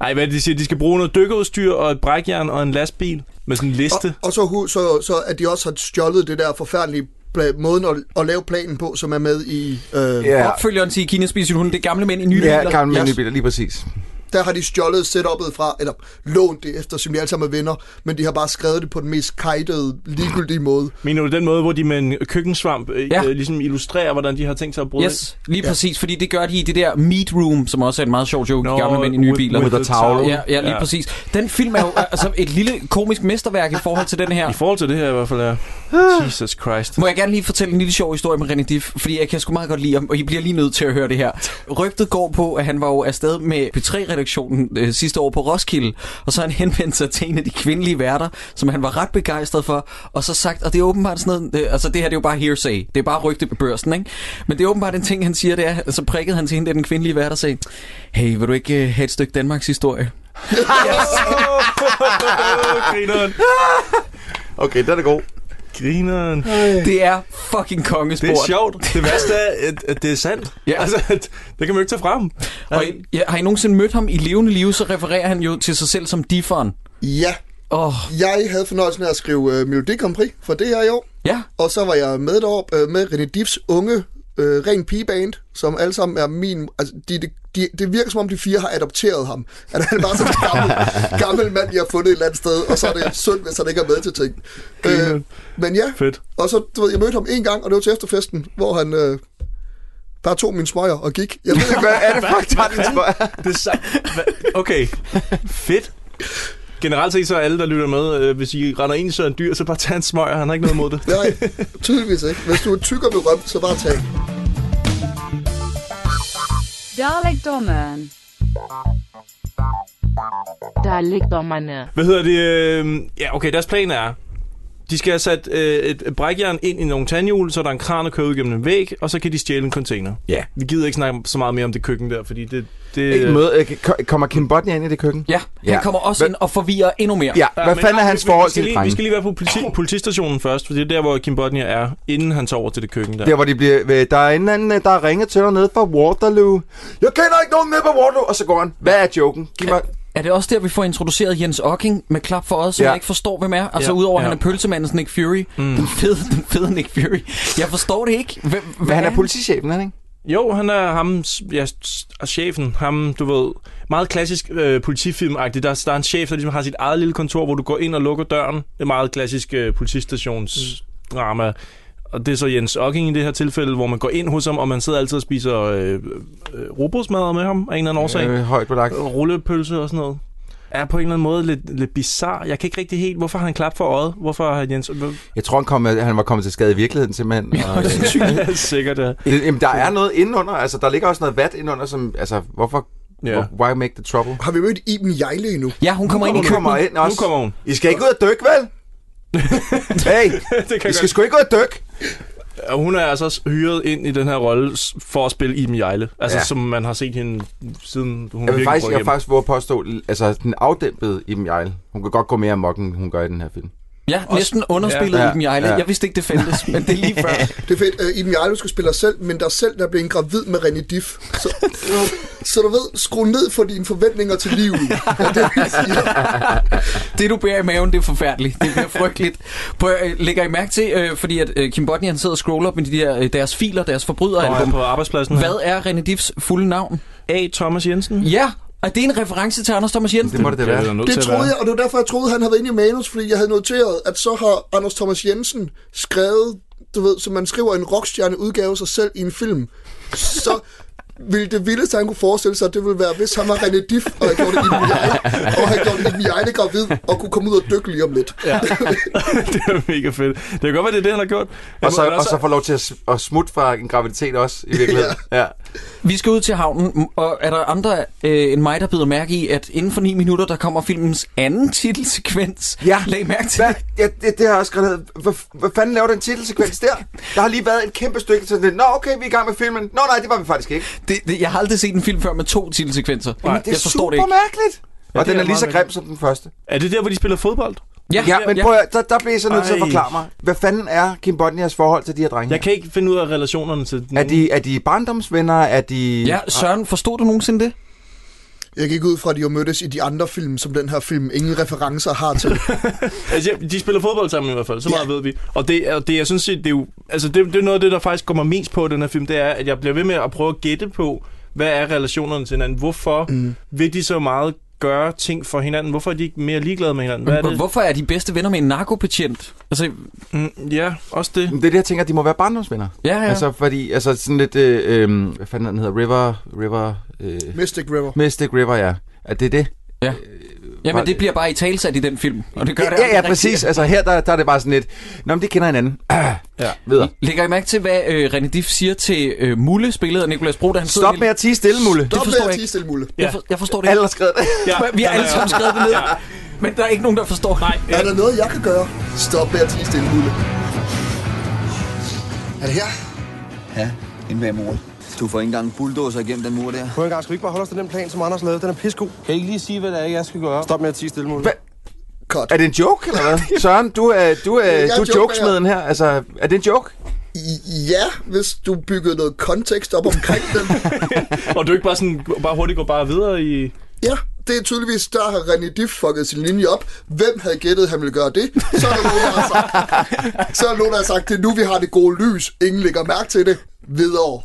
S7: Nej, hvad er det, de siger? De skal bruge noget dykkerudstyr og et brækjern og en lastbil med sådan en liste.
S9: Og, og så, hu- så, så at de også har stjålet det der forfærdelige pla- måden at, at lave planen på, som er med i... Øh,
S8: Ja,
S1: Opfølgeren til I Kina spiser hunde, det er gamle mænd i nye
S8: ja
S1: biler.
S8: Karen
S9: Yes.
S8: yes. Minibiler, lige præcis.
S9: Der har de stjålet setup'et fra, eller lånt det, eftersom de alle sammen er venner, men de har bare skrevet det på den mest kajtede, ligegyldige måde.
S7: Mener du den måde, hvor de med en køkkensvamp øh,
S1: Ja.
S7: ja. øh, ligesom illustrerer, hvordan de har tænkt sig at bruge
S1: Yes, lige præcis, fordi det gør de i det der meat room, som også er en meget sjov joke,
S7: Nå,
S1: no, gamle mænd i nye
S7: with-
S1: biler.
S7: with a towel.
S1: Ja, ja, lige ja.
S7: Ja.
S1: præcis. Den film er jo altså et lille komisk mesterværk i forhold til den her.
S7: I forhold til det her i hvert fald, ja. Jesus Christ.
S1: Må jeg gerne lige fortælle en lille sjov historie med René Diff, fordi jeg kan sgu meget godt lide ham, og I bliver lige nødt til at høre det her. Rygtet går på, at han var jo afsted med P3-redaktionen øh, sidste år på Roskilde, og så har han henvendt sig til en af de kvindelige værter, som han var ret begejstret for, og så sagt, og det er åbenbart sådan noget, øh, altså det her det er jo bare hearsay, det er bare rygte på børsen, ikke? Men det er åbenbart en ting, han siger, det er, så prikkede han til hende, der, den kvindelige vært, og sagde, hey, vil du ikke øh, have et stykke Danmarks historie?
S7: Grineren.
S8: Okay, den er god.
S7: Grineren.
S1: Det er fucking kongesport.
S7: Øh. Det er sjovt. Det værste er, at, at det er sandt.
S1: Ja.
S7: Altså, at, det kan man jo ikke tage frem.
S1: Og I- ja, har I nogensinde mødt ham i levende liv, så refererer han jo til sig selv som differen.
S9: Ja.
S1: Oh.
S9: Jeg havde fornøjelsen af at skrive øh, Melodi Grand Prix for det her i år.
S1: Ja.
S9: Og så var jeg med derop øh, med René Diffs unge øh, ren pigeband, som alle sammen er min... Altså, de, de, de, det virker som om de fire har adopteret ham. At han er bare sådan en gammel, gammel mand, jeg har fundet et eller andet sted, og så er det synd, hvis han ikke er med til ting. Øh, men ja,
S7: Fedt.
S9: og så, du ved, jeg mødte ham en gang, og det var til efterfesten, hvor han øh, bare tog min smøger og gik. Jeg ved ikke, hvad
S8: er det for et
S7: Det er så... hva- Okay. Fedt. Generelt set så er alle, der lytter med, øh, hvis I render ind i Søren Dyr, så bare tag en smøger. Han har ikke noget imod det.
S9: Nej, tydeligvis ikke. Hvis du er tyk og berømt, så bare tag.
S12: Dialekdommeren.
S3: Dialekdommerne.
S7: Hvad hedder det? Øh, ja, okay, deres plan er, de skal have sat øh, et brækjern ind i nogle tandhjul, så der er en kran, der kører ud gennem en væg, og så kan de stjæle en container.
S8: Ja.
S7: Vi gider ikke snakke så meget mere om det køkken der, fordi det... det
S8: Ikke møde, øh, ko- kommer Kim Bodnia ind i det køkken?
S1: Ja, han
S8: Ja.
S1: kommer også ind og forvirrer endnu mere.
S8: Ja, hvad
S7: men-
S8: fanden er
S7: ej,
S8: hans
S7: vi- vi-
S8: forhold
S7: vi skal
S8: til
S7: lige, Vi
S8: drengen?
S7: skal lige være på politi- politistationen først, for det er der, hvor Kim Bodnia er, inden han tager over til det køkken der.
S8: Der, hvor de bliver, øh, der er en eller anden, øh, der har ringet til dig nede fra Waterloo. Jeg kender ikke nogen nede på Waterloo! Og så går han. Hvad er joken? Giv mig...
S1: Er det også der, vi får introduceret Jens Ocking med klap for os, som
S8: Ja.
S1: ja. jeg ikke forstår, hvem er? Altså
S7: Ja.
S1: ja. udover, at
S7: Ja.
S1: han er pølsemandens Nick Fury. Mm. Den, fede, den fede Nick Fury. Jeg forstår det ikke. Hvem, hvad
S8: Men han er politichefen, er han ikke?
S7: Jo, han er ham, s- ja, s- og chefen, ham, du ved, meget klassisk øh, politifilmagtigt. Der, der er en chef, der ligesom har sit eget lille kontor, hvor du går ind og lukker døren. Det er meget klassisk øh, politistationsdrama. Og det er så Jens Ocking i det her tilfælde, hvor man går ind hos ham, og man sidder altid og spiser øh, øh, robotsmadder med ham af en eller anden årsag.
S8: Øh, højt på lagt.
S7: Rullepølse og sådan noget. Er på en eller anden måde lidt, lidt bizarre. Jeg kan ikke rigtig helt... Hvorfor har han klap for øjet? Hvorfor har Jens...
S8: Jeg tror, han, kom, øh, han var kommet til skade i virkeligheden, simpelthen. Og, øh,
S7: Jeg er sikkert, ja.
S8: det, jamen, der er noget indenunder. Altså, der ligger også noget vat indenunder, som... Altså, hvorfor...
S7: Ja.
S8: Yeah. Why make the trouble?
S9: Har vi mødt Iben Jejle endnu?
S1: Ja, hun kommer ind i
S8: Hun kommer
S1: køkkenet.
S8: ind også.
S7: Nu kommer hun.
S8: I skal ikke ud og dykke, vel? hey,
S7: Det kan
S8: I skal sgu ikke ud og dykke.
S7: Og hun er altså også hyret ind i den her rolle s- for at spille Iben Jejle. Altså,
S8: Ja.
S7: ja. som man har set hende siden hun
S8: Jeg vil
S7: virkelig
S8: faktisk,
S7: brød
S8: jeg vil
S7: igennem.
S8: faktisk våge at påstå, altså den afdæmpede Iben Jejle, hun kan godt gå mere amok, end hun gør i den her film.
S1: Ja, næsten underspillet
S8: Ja.
S1: ja. Iben Jejle.
S8: Ja.
S1: Jeg vidste ikke, det fandtes, men det er lige før.
S9: Det er fedt. Øh, Iben Jarløv skal spille dig selv, men dig selv, der bliver en gravid med René Diff. Så, så du ved, skru ned for dine forventninger til livet. Ja, det, er det, jeg siger.
S1: det du bærer i maven, det er forfærdeligt. Det bliver frygteligt. På, øh, lægger I mærke til, øh, fordi at øh, Kim Bodnia han sidder og scroller op med de der, øh, deres filer, deres
S7: Og er
S1: forbryderalbum.
S7: på arbejdspladsen
S1: Hvad er René Diffs fulde navn?
S7: her. A. Thomas Jensen?
S1: Ja, og det er en reference til Anders Thomas Jensen.
S8: Det må det da være.
S7: er nødt til
S9: det
S7: at
S9: troede
S7: være.
S9: jeg, og det var derfor, jeg troede, han havde været inde i manus, fordi jeg havde noteret, at så har Anders Thomas Jensen skrevet, du ved, som man skriver en rockstjerne udgave sig selv i en film. Så ville det vildeste, han kunne forestille sig, det ville være, hvis han var René Diff, og han gjorde det Iben Jejle, og han gjorde Iben Jejle gravid, og kunne komme ud og dykke lige om lidt.
S7: Ja. det er mega fedt. Det kan godt være, det er det, han har gjort. altså,
S8: Og så,
S7: Men
S8: og så får lov til at, s- at smutte fra en graviditet også, i virkeligheden. ja.
S1: Vi skal ud til havnen, og er der andre øh, end mig, der bider mærke i, at inden for 9 minutter, der kommer filmens anden titelsekvens?
S8: Ja.
S1: Læg mærke til.
S8: Hvad? Ja, det, det har jeg også skrevet ned. Hvad, hvad fanden laver den titelsekvens der? Der har lige været et kæmpe stykke til den. Nå, okay, vi er i gang med filmen. Nå, nej, det var vi faktisk ikke.
S1: Det, det, jeg har aldrig set en film før med to titelsekvenser.
S8: Jamen, det er
S1: jeg forstår
S8: super
S1: det ikke.
S8: mærkeligt.
S7: Ja,
S8: og
S7: det
S8: den
S7: er
S8: er lige
S7: meget
S8: så grim
S7: mærkeligt.
S8: som den første.
S7: Er det der, hvor de spiller fodbold?
S8: Ja, ja men prøv at, høre, der, der bliver I så nødt til at
S7: Ej.
S8: forklare mig. Hvad fanden er Kim Bodnias forhold til de her drenge?
S7: Jeg kan ikke finde ud af relationerne til den.
S8: Er de, er de barndomsvenner? Er de...
S1: Ja, Søren, forstod du nogensinde det?
S9: Jeg gik ud fra, at de jo mødtes i de andre film, som den her film ingen referencer har til.
S7: Altså, ja, de spiller fodbold sammen i hvert fald, så meget
S9: Ja.
S7: ved vi. Og det, er- det jeg synes, det er jo... Altså, det, det er noget af det, der faktisk kommer mest på i den her film, det er, at jeg bliver ved med at prøve at gætte på, hvad er relationerne til hinanden? Hvorfor mm. vil de så meget gøre ting for hinanden? Hvorfor er de ikke mere ligeglade med hinanden? Hvad er det?
S1: Hvorfor er de bedste venner med en narkopatient? Altså,
S7: Mm, ja, også det.
S8: Det er det, jeg tænker, at de må være barndomsvenner.
S1: ja, ja. Altså,
S8: Altså, fordi, altså sådan lidt, øh, øh, hvad fanden er den hedder, River, River, øh,
S9: Mystic River.
S8: Mystic River, ja. At det er det.
S1: Ja.
S8: Øh,
S1: Jamen, det bliver bare i talsat i den film, og det gør det
S8: Ja, ja,
S1: aldrig
S8: præcis.
S1: rigtigt.
S8: Altså her, der, der er det bare sådan lidt, Nå, men det kender hinanden. Ah, ja. Videre.
S1: Lægger I mærke til, hvad øh, René Diff siger til øh, Mulle, spillet af Nicolas Bro, da han
S8: Stop med at tige stille, Mulle.
S1: Stop med at tige
S9: stille, Mulle.
S1: Jeg, for, jeg forstår det
S8: Alle har skrevet det.
S1: Ja. Vi har alle sammen skrevet det ned. Men der er ikke nogen, der forstår. Nej.
S9: Er der noget, jeg kan gøre? Stop med at tige stille, Mulle.
S5: Er det her? Ja, inde bag muren. Du får ikke engang en bulldozer igennem den mur der.
S10: Prøv en gang, skal vi ikke bare holde os til den plan, som Anders lavede? Den er pissegod. Kan I ikke lige sige, hvad det er, jeg skal gøre? Stop med at tige stille, Mulle.
S9: Cut.
S8: Er det en joke, eller hvad? Søren, du er, du
S9: Jeg
S8: er,
S9: er
S8: du er
S9: joker,
S8: jokesmeden her. Altså, er det en joke?
S9: Ja, hvis du byggede noget kontekst op omkring den.
S7: Og du ikke bare, sådan, bare hurtigt går bare videre i...
S9: Ja, det er tydeligvis, der har René Diff fucket sin linje op. Hvem havde gættet, han ville gøre det? Så er der nogen, der har sagt, så er der nogen, der har sagt det er nu, vi har det gode lys. Ingen lægger mærke til det. Videre.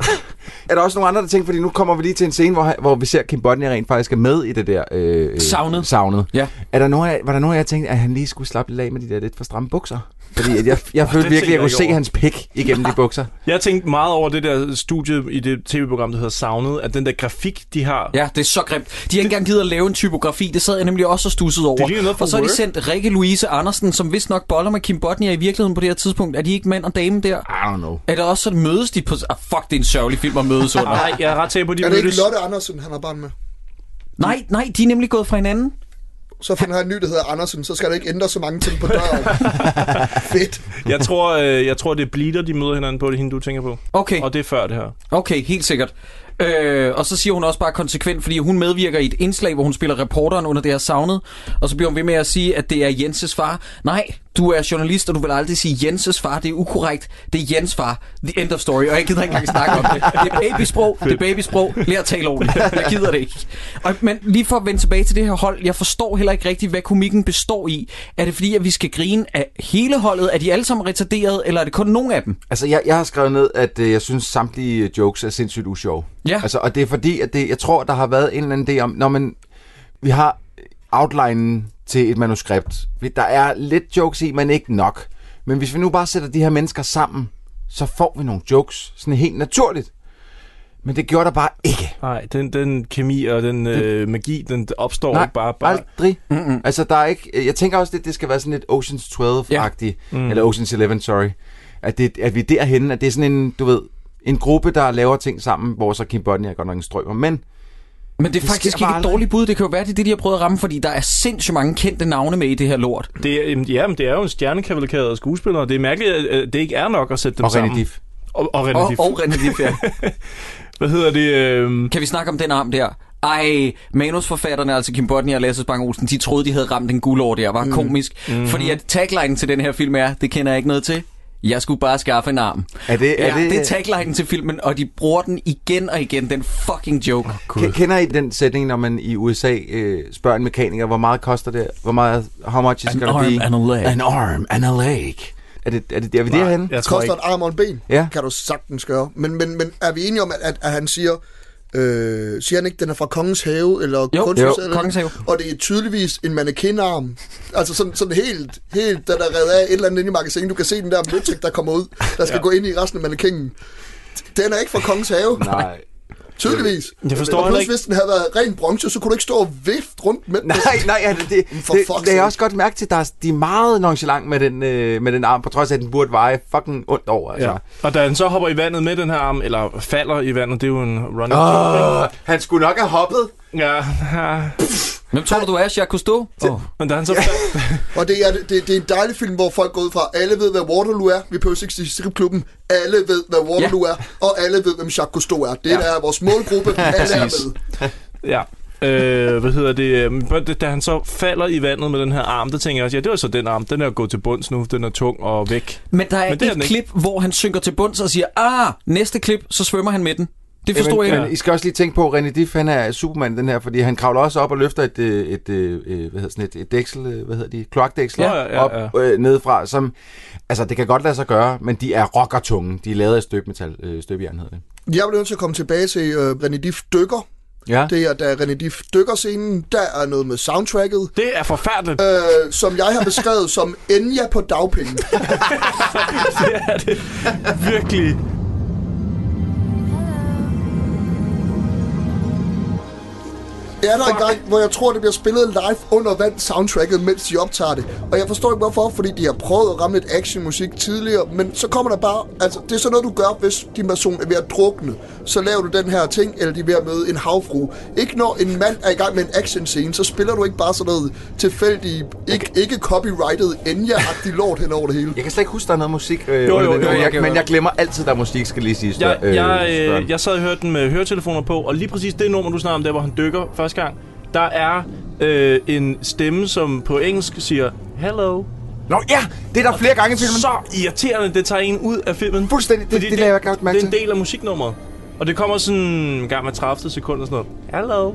S8: Er der også nogle andre, der tænker, fordi nu kommer vi lige til en scene, hvor, hvor vi ser, at Kim Bodnia rent faktisk er med i det der... Øh, savnet. savnet.
S1: Ja.
S8: Er der nogen af, var der nogen af jer, der tænkte, at han lige skulle slappe lidt af med de der lidt for stramme bukser? Fordi at jeg, jeg
S7: Åh,
S8: følte
S7: det
S8: virkelig, at
S7: tænker
S8: jeg kunne
S7: jeg
S8: se
S7: ikke
S8: hans pik igennem de bukser.
S7: Jeg tænkte meget over det der studie i det tv-program, der hedder Savnet, at den der grafik, de har...
S1: Ja, det er så grimt. De har ikke engang givet at lave en typografi. Det sad jeg nemlig også og stussede over.
S7: ligner noget fra
S1: og så har de
S7: Word.
S1: sendt Rikke Louise Andersen, som vist nok boller med Kim Bodnia i virkeligheden på det her tidspunkt. Er de ikke mand og dame der?
S8: I don't know.
S1: Er det også sådan, mødes de på... Ah, fuck, det er en sørgelig film at mødes under.
S7: Nej, jeg er ret sikker på, de
S9: er det ikke
S7: mødtes.
S9: Lotte Andersen, han har barn med?
S1: Nej, nej, de er nemlig gået fra hinanden.
S9: Så finder han en ny, der hedder Andersen, så skal der ikke ændre så mange ting på døren. Fedt.
S7: Jeg tror, øh, jeg tror, det er Bleeder, de møder hinanden på, det er hende, du tænker på.
S1: Okay.
S7: Og det er før det her.
S1: Okay, helt sikkert. Øh, og så siger hun også bare konsekvent, fordi hun medvirker i et indslag, hvor hun spiller reporteren under det her savnet. Og så bliver hun ved med at sige, at det er Jenses far. Nej, du er journalist, og du vil aldrig sige Jenses far. Det er ukorrekt. Det er Jens far. The end of story. Og jeg gider ikke engang snakke om det. Det er babysprog. Det er babysprog. Lær at tale ordentligt. Jeg gider det ikke. Og, men lige for at vende tilbage til det her hold, jeg forstår heller ikke rigtigt, hvad komikken består i. Er det fordi, at vi skal grine af hele holdet? Er de alle sammen retarderet, eller er det kun nogen af dem?
S8: Altså, jeg, jeg har skrevet ned, at øh, jeg synes, samtlige øh, jokes er sindssygt usjove.
S1: Ja.
S8: Altså, og det er fordi, at det, jeg tror, der har været en eller anden idé om, når man, vi har outlinen til et manuskript. Vi- Der er lidt jokes i, men ikke nok. Men hvis vi nu bare sætter de her mennesker sammen, så får vi nogle jokes. Sådan helt naturligt. Men det gjorde der bare ikke.
S7: Nej, den, den kemi og den øh, magi, den opstår
S8: Nej,
S7: ikke bare... bare.
S8: aldrig. Mm-mm. Altså, der er ikke... Jeg tænker også lidt, det skal være sådan lidt Ocean's 12-agtig.
S7: Ja.
S8: Ja.
S7: Mm.
S8: Mm. Eller Ocean's 11, sorry. At, det, at vi er derhenne, at det er sådan en, du ved, en gruppe, der laver ting sammen, hvor så Kim Bodnia er godt nok en strømmer. Men
S1: Men det er
S8: sker
S1: faktisk
S8: bare
S1: ikke et
S8: aldrig.
S1: dårligt bud. Det kan jo være, det er det, de har prøvet at ramme, fordi der er sindssygt mange kendte navne med i det her lort.
S7: Det, er- jamen, ja, men det er jo en stjernekavalkade af skuespillere. Det er mærkeligt, at at det ikke er nok at sætte dem
S1: Og René
S7: sammen.
S1: Dif.
S7: Og, og René
S1: Og-
S7: Dif.
S1: og René Dif, ja.
S7: Hvad hedder det? Øh...
S1: Kan vi snakke om den arm der? Ej, manusforfatterne, altså Kim Bodnia og Lasse Spang Olsen, de troede, de havde ramt en guldår der, var mm. komisk. Mm.
S8: Mm-hmm.
S7: Mhm.
S1: Fordi at taglinen til den her film er, det kender jeg ikke noget til. Jeg skulle bare skaffe en arm.
S8: Er det- er
S1: ja,
S8: det-
S1: det er taglinen til filmen, og de bruger den igen og igen, den fucking joke.
S8: K- kender I den sætning, når man i USA øh, spørger en mekaniker, hvor meget koster det? Hvor meget, how much is
S1: An
S8: it gonna
S1: arm
S8: be?
S1: and a leg.
S8: An arm and a leg. Er det, er det, er vi derhenne?
S9: Det koster et arm og en ben,
S8: Ja.
S9: kan du sagtens gøre. Men, men, men er vi enige om, at, at, at han siger, øh, siger han ikke, den er fra Kongens Have, eller
S1: Jo,
S9: Kunstmuseet?
S1: jo, Kongens Have.
S9: Og det er tydeligvis en mannequinarm. Altså sådan, sådan helt, helt, den er reddet af et eller andet inde i magasinet. Du kan se den der møtrik, der kommer ud, der skal ja. gå ind i resten af mannekingen. Den er ikke fra Kongens Have.
S8: Nej.
S9: Tydeligvis.
S8: Jeg forstår
S9: og
S8: heller
S9: plus,
S8: ikke-
S9: hvis den havde været ren bronze, så kunne du ikke stå og vifte rundt med den.
S8: Nej, nej, ja, det, det,
S9: For
S8: det,
S9: fuck's
S8: det er
S9: sake.
S8: jeg også godt mærke til, der er, de er meget nonchalant med den, øh, med den arm, på trods af, at den burde veje fucking ondt over. Altså.
S7: Ja. Og da han så hopper i vandet med den her arm, eller falder i vandet, det er jo en running
S8: Åh, han skulle nok have hoppet.
S7: Ja.
S1: Hvem tror du, du er, jeg kunne stå? Oh.
S7: Men da han så
S9: Og det er, det, det er en dejlig film, hvor folk går ud fra, alle ved, hvad Waterloo er. Vi behøver ikke sige stripklubben. Alle ved, hvad Waterloo ja. er. Og alle ved, hvem Jacques Cousteau er. Det ja. er vores målgruppe. Alle er
S7: Præcis.
S9: med.
S7: Ja. øh, hvad hedder det? øh, men Da han så falder i vandet med den her arm, der tænker jeg også, ja, det var så den arm, den er gået til bunds nu, den er tung og væk.
S1: Men der er,
S7: Men det er
S1: et
S7: den ikke.
S1: klip, hvor han synker til bunds og siger, ah, næste klip, så svømmer han med den. Det forstår
S8: men,
S1: jeg
S8: Men
S1: ikke.
S8: I skal også lige tænke på, at René Diff, han er Superman den her, fordi han kravler også op og løfter et, øh, et, øh, øh, hvad hedder sådan et, et dæksel, øh, hvad hedder de, kloakdæksel
S7: Ja, ja, ja,
S8: op øh, nedefra, som, altså det kan godt lade sig gøre, men de er rockertunge, de er lavet af støbmetal, øh, støbjern hedder det.
S9: Jeg bliver nødt til at komme tilbage til øh, René Diff dykker.
S8: Ja.
S9: Det er, da René Diff dykker scenen, der er noget med soundtracket.
S7: Det er forfærdeligt.
S9: Øh, som jeg har beskrevet som Enya på dagpenge.
S7: Virkelig.
S9: Ja, der er en gang, hvor jeg tror, det bliver spillet live under vand soundtracket, mens de optager det. Og jeg forstår ikke hvorfor, fordi de har prøvet at ramme lidt actionmusik tidligere, men så kommer der bare... Altså, det er sådan noget, du gør, hvis din person er ved at drukne. Så laver du den her ting, eller de er ved at møde en havfru. Ikke når en mand er i gang med en actionscene, så spiller du ikke bare sådan noget tilfældig, ikke, ikke copyrightet Enya-agtig lort hen over det hele.
S8: Jeg kan slet ikke huske, der er noget musik. Øh,
S7: jo,
S8: under
S7: jo,
S8: det.
S7: jo,
S8: Men jeg,
S7: jo.
S8: men jeg glemmer altid, der er musik, skal lige sige.
S7: Jeg,
S8: øh,
S7: jeg,
S8: Søren.
S7: øh, jeg sad og hørte den med høretelefoner på, og lige præcis det nummer, du snakker om, der hvor han dykker første gang, der er øh, en stemme, som på engelsk siger, hello.
S8: Nå ja, det er der flere gange i filmen.
S7: Så irriterende, det tager en ud af filmen.
S8: Fuldstændig, det, det, det, lader jeg godt mærke
S7: Det er en del af musiknummeret. Og det kommer sådan en gang med 30 sekunder og sådan noget. Hello.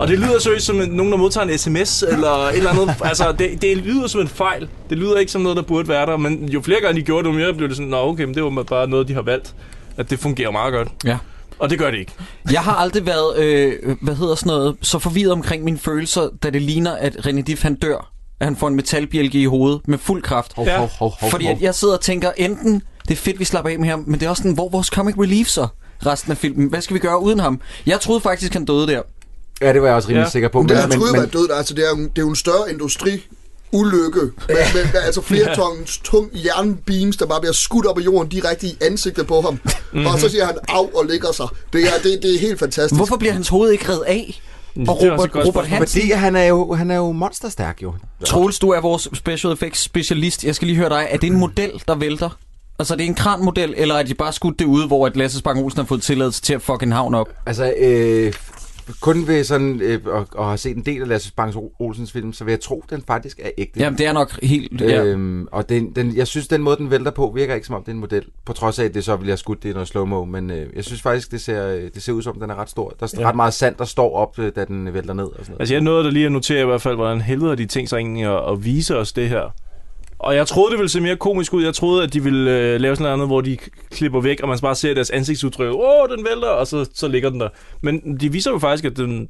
S7: Og det lyder seriøst som en, nogen, der modtager en sms eller et eller andet. Altså, det, det lyder som en fejl. Det lyder ikke som noget, der burde være der. Men jo flere gange de gjorde det, jo mere blev det sådan, nå okay, men det var bare noget, de har valgt. At det fungerer meget godt.
S1: Ja.
S7: Og det gør det ikke.
S1: Jeg har aldrig været, øh, hvad hedder sådan noget, så forvirret omkring mine følelser, da det ligner, at René Diff han dør, at han får en metalbjælke i hovedet med fuld kraft.
S8: Hov, hov, hov, hov,
S1: Fordi
S8: hov.
S1: at jeg sidder og tænker, enten det er fedt, vi slapper af med ham, men det er også sådan, hvor er vores comic relief så resten af filmen? Hvad skal vi gøre uden ham? Jeg troede faktisk, han døde der.
S8: Ja, det var jeg også rimelig Ja. sikker på,
S9: Men,
S8: men-
S9: det er
S8: men-
S9: troede
S8: men-
S9: at være død, altså det er, jo, en- det er jo en større industri ulykke med, med, med altså flere
S8: Ja.
S9: tons tung jernbeams, der bare bliver skudt op af jorden direkte i ansigtet på ham.
S1: Mhm.
S9: Mm-hmm. Og så siger han af og ligger sig. Det er, det, det er helt fantastisk.
S1: Hvorfor bliver hans hoved ikke reddet af?
S8: Mm. Det er
S1: Og
S8: også et
S1: Robert,
S8: godt
S1: Robert
S8: spørgsmål.
S1: Hansen?
S8: Fordi han er jo, han er jo monsterstærk, jo.
S1: Troels, du er vores special effects specialist. Jeg skal lige høre dig. Er det en model, der vælter? Altså, er det en kranmodel, eller er de bare skudt det ude, hvor at Lasse Spang Olsen har fået tilladelse til at fucking havn op?
S8: Altså, øh, kun ved sådan, øh, og, og har set en del af Lasse Spang Olsens film, så vil jeg tro, den faktisk er ægte.
S1: Jamen, det er nok helt- øh, ja.
S8: Øhm, og den, den, jeg synes, den måde, den vælter på, virker ikke som om, det er en model. På trods af, at det så ville jeg skudt det i noget slow-mo, men øh, jeg synes faktisk, det ser, øh, det ser ud som, den er ret stor. Der er
S7: Ja.
S8: ja. ret meget sand, der står op, øh, da den vælter ned og sådan noget.
S7: Altså, jeg nåede da lige at notere i hvert fald, hvordan helvede har de tænkt sig egentlig at, at vise os det her. Og jeg troede, det ville se mere komisk ud. Jeg troede, at de ville øh, lave sådan noget andet, hvor de k- klipper væk, og man bare ser deres ansigtsudtryk. Åh, oh, den vælter, og så, så ligger den der. Men de viser jo faktisk, at den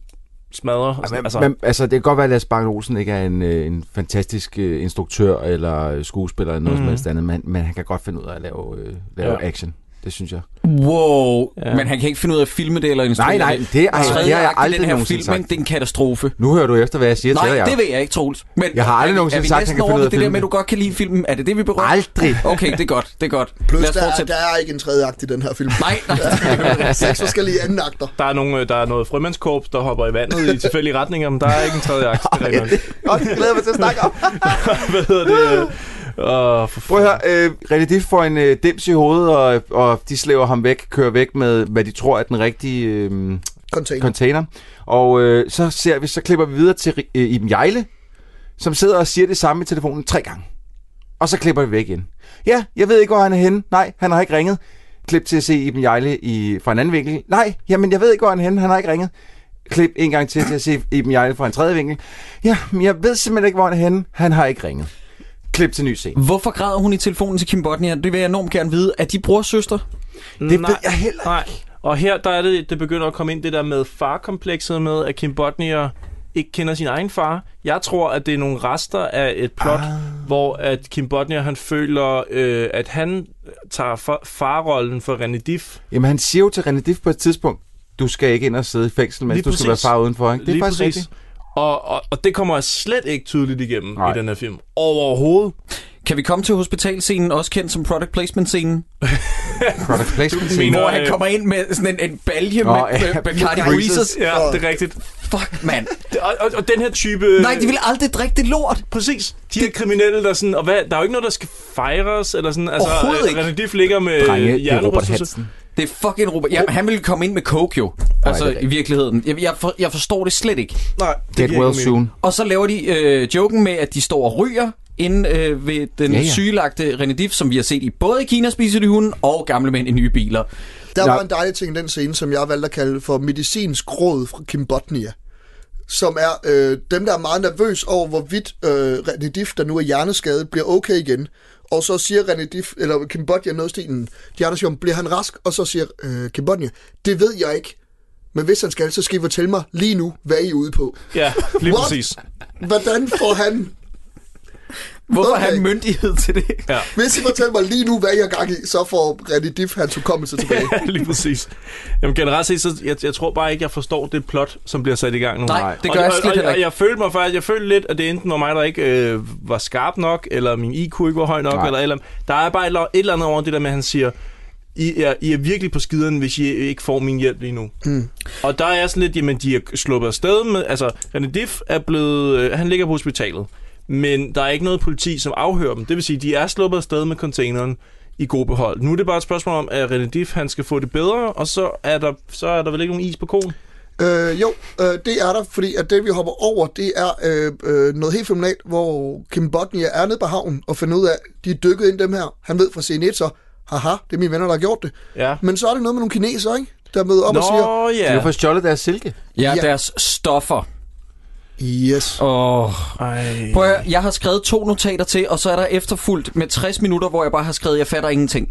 S7: smadrer. Altså,
S8: Altså, men, altså, det kan godt være, at Lasse Bang Olsen ikke er en, øh, en fantastisk øh, instruktør eller skuespiller eller noget mm-hmm.
S7: Mhm.
S8: som helst andet, men, men han kan godt finde ud af at lave, øh, lave
S1: Ja.
S8: ja. action. Det synes jeg.
S1: Wow, ja.
S8: Ja.
S1: men han kan ikke finde ud af at filme det eller instruere
S8: Nej, nej,
S1: det.
S8: det er- ej,
S1: Tredje
S8: det har jeg
S1: akt i
S8: aldrig
S1: den her
S8: nogensinde
S1: film,
S8: sagt.
S1: ikke? Det er en katastrofe.
S8: Nu hører du efter, hvad jeg siger til
S1: Nej,
S8: dig.
S1: det ved jeg ikke, Troels. Men
S8: Jeg har aldrig
S1: er vi-
S8: nogensinde
S1: er vi
S8: sagt,
S1: næsten
S8: han kan
S1: over
S8: finde ud af
S1: ved
S8: at
S1: det der
S8: filme?
S1: med, at du godt kan lide filmen. Er det det, vi berører?
S8: Aldrig.
S1: Okay, det er godt, det er godt.
S9: Plus,
S1: Lad os
S9: der, er-
S1: fortsætte.
S9: der er ikke en tredje akt i den her film.
S1: Nej, nej.
S9: Seks forskellige anden akter.
S7: Der er, nogle, øh, der er noget frømandskorps, der hopper i vandet i tilfældige retninger, men der er ikke en tredje akt. Det er rigtigt nok.
S8: Og det glæder jeg mig til at snakke om.
S7: Hvad hedder det? Oh,
S8: Prøv at høre, øh, René Diff får en øh, dims i hovedet, og, og de slæver ham væk, kører væk med, hvad de tror er den rigtige øh,
S9: container.
S8: container. Og øh, så ser vi, så klipper vi videre til øh, Iben Jejle, som sidder og siger det samme i telefonen tre gange. Og så klipper vi væk igen. Ja, jeg ved ikke, hvor han er henne. Nej, han har ikke ringet. Klip til at se Iben Jejle i, fra en anden vinkel. Nej, jamen jeg ved ikke, hvor han er henne. Han har ikke ringet. Klip en gang til til at se Iben Jejle fra en tredje vinkel. Ja, men jeg ved simpelthen ikke, hvor han er henne. Han har ikke ringet. Klip til ny scene.
S1: Hvorfor græder hun i telefonen til Kim Bodnia? Det vil jeg enormt gerne vide. Er de brorsøster?
S7: Det nej, ved jeg heller ikke. Nej. Og her der er det, det begynder at komme ind det der med farkomplekset med, at Kim Bodnia ikke kender sin egen far. Jeg tror, at det er nogle rester af et plot, ah. hvor at Kim Bodnia han føler, øh, at han tager for, farrollen for René Diff.
S8: Jamen han siger jo til René Diff på et tidspunkt, du skal ikke ind og sidde i fængsel, men
S7: Lige
S8: du skal være
S7: præcis.
S8: far udenfor. Ikke? Det er
S7: Lige
S8: faktisk
S7: præcis.
S8: rigtigt.
S7: Og, og, og det kommer slet ikke tydeligt igennem
S1: Nej.
S7: Nej. i den her film. Overhovedet.
S1: Kan vi komme til hospitalscenen, også kendt som product placement-scenen?
S8: Product placement scene.
S1: Hvor
S9: øh.
S1: han kommer ind med sådan en, en balje
S8: Nå,
S1: med,
S8: ja,
S1: med Bacardi
S8: Breezes.
S1: Breezes.
S7: Ja, det er rigtigt.
S1: Fuck, mand.
S7: Og, og, og den her type...
S1: Nej, de vil aldrig drikke det lort.
S7: Præcis. De her kriminelle, der sådan... Og hvad, der er jo ikke noget, der skal fejres, eller sådan... Altså,
S1: Overhovedet
S7: øh,
S1: ikke.
S7: René Diff ligger med hjernerystelse.
S1: Det er fucking Robert. Jamen, han ville komme ind med coke jo. Altså,
S7: det er
S1: i virkeligheden. Jeg, jeg, for, jeg forstår det slet ikke.
S7: Nej,
S8: Get well soon.
S1: Og så laver de øh, joken med, at de står og ryger inde øh, ved den
S8: Ja,
S1: ja,
S8: ja.
S1: ja. sygelagte René Diff, som vi har set i både i Kina spiser de hunden og gamle mænd i nye biler.
S9: Der var en dejlig ting i den scene, som jeg valgte at kalde for medicinsk råd fra Kim Botnia. Som er øh, dem, der er meget nervøs over, hvorvidt øh, René Diff, der nu er hjerneskadet, bliver okay igen. Og så siger René Diff, eller Kim Botnia noget i stilen, de andre siger, bliver han rask? Og så siger øh, Kim Botnia, det ved jeg ikke. Men hvis han skal, så skal I fortælle mig lige nu, hvad I er ude på.
S7: Ja, lige
S9: What?
S7: præcis.
S9: Hvordan får han
S1: Hvorfor har han myndighed til det?
S7: Ja.
S9: Hvis I fortæller mig lige nu, hvad jeg har gang i, så får René Diff hans hukommelse tilbage.
S7: lige præcis. Jamen generelt set, så jeg, jeg tror bare ikke, jeg forstår det plot, som bliver sat i gang nu.
S1: Nej, det gør
S7: og,
S1: jeg
S7: og,
S1: slet
S7: og,
S1: heller
S7: og,
S1: ikke.
S7: jeg følte mig faktisk, jeg følte lidt, at det enten var mig, der ikke øh, var skarp nok, eller min IQ ikke var høj nok,
S8: Nej.
S7: eller, et eller andet. Der er bare et, eller- et eller andet over det der med, at han siger, I er, I er virkelig på skideren, hvis I ikke får min hjælp lige nu.
S9: Mm.
S7: Og der er sådan lidt, jamen de er sluppet afsted med, altså René Diff er blevet, øh, han ligger på hospitalet, men der er ikke noget politi, som afhører dem. Det vil sige, de er sluppet afsted med containeren i god behold. Nu er det bare et spørgsmål om, at René Diff, han skal få det bedre, og så er der, så er der vel ikke nogen is på konen?
S9: Øh, jo, øh, det er der, fordi at det, vi hopper over, det er øh, øh, noget helt fenomenalt, hvor Kim Bodnia er nede på havnen og finder ud af, de er dykket ind dem her. Han ved fra scene 1 så, haha, det er mine venner, der har gjort det.
S7: Ja.
S9: Men så er det noget med nogle kinesere, ikke? Der møder op
S1: Nå,
S9: og siger...
S1: ja. De har fået
S8: stjålet deres silke.
S1: Ja,
S9: Ja.
S1: ja. deres stoffer.
S9: Yes.
S1: Oh.
S7: Ej.
S1: Prøv at, høre, jeg har skrevet to notater til, og så er der efterfuldt med 60 minutter, hvor jeg bare har skrevet, jeg fatter ingenting.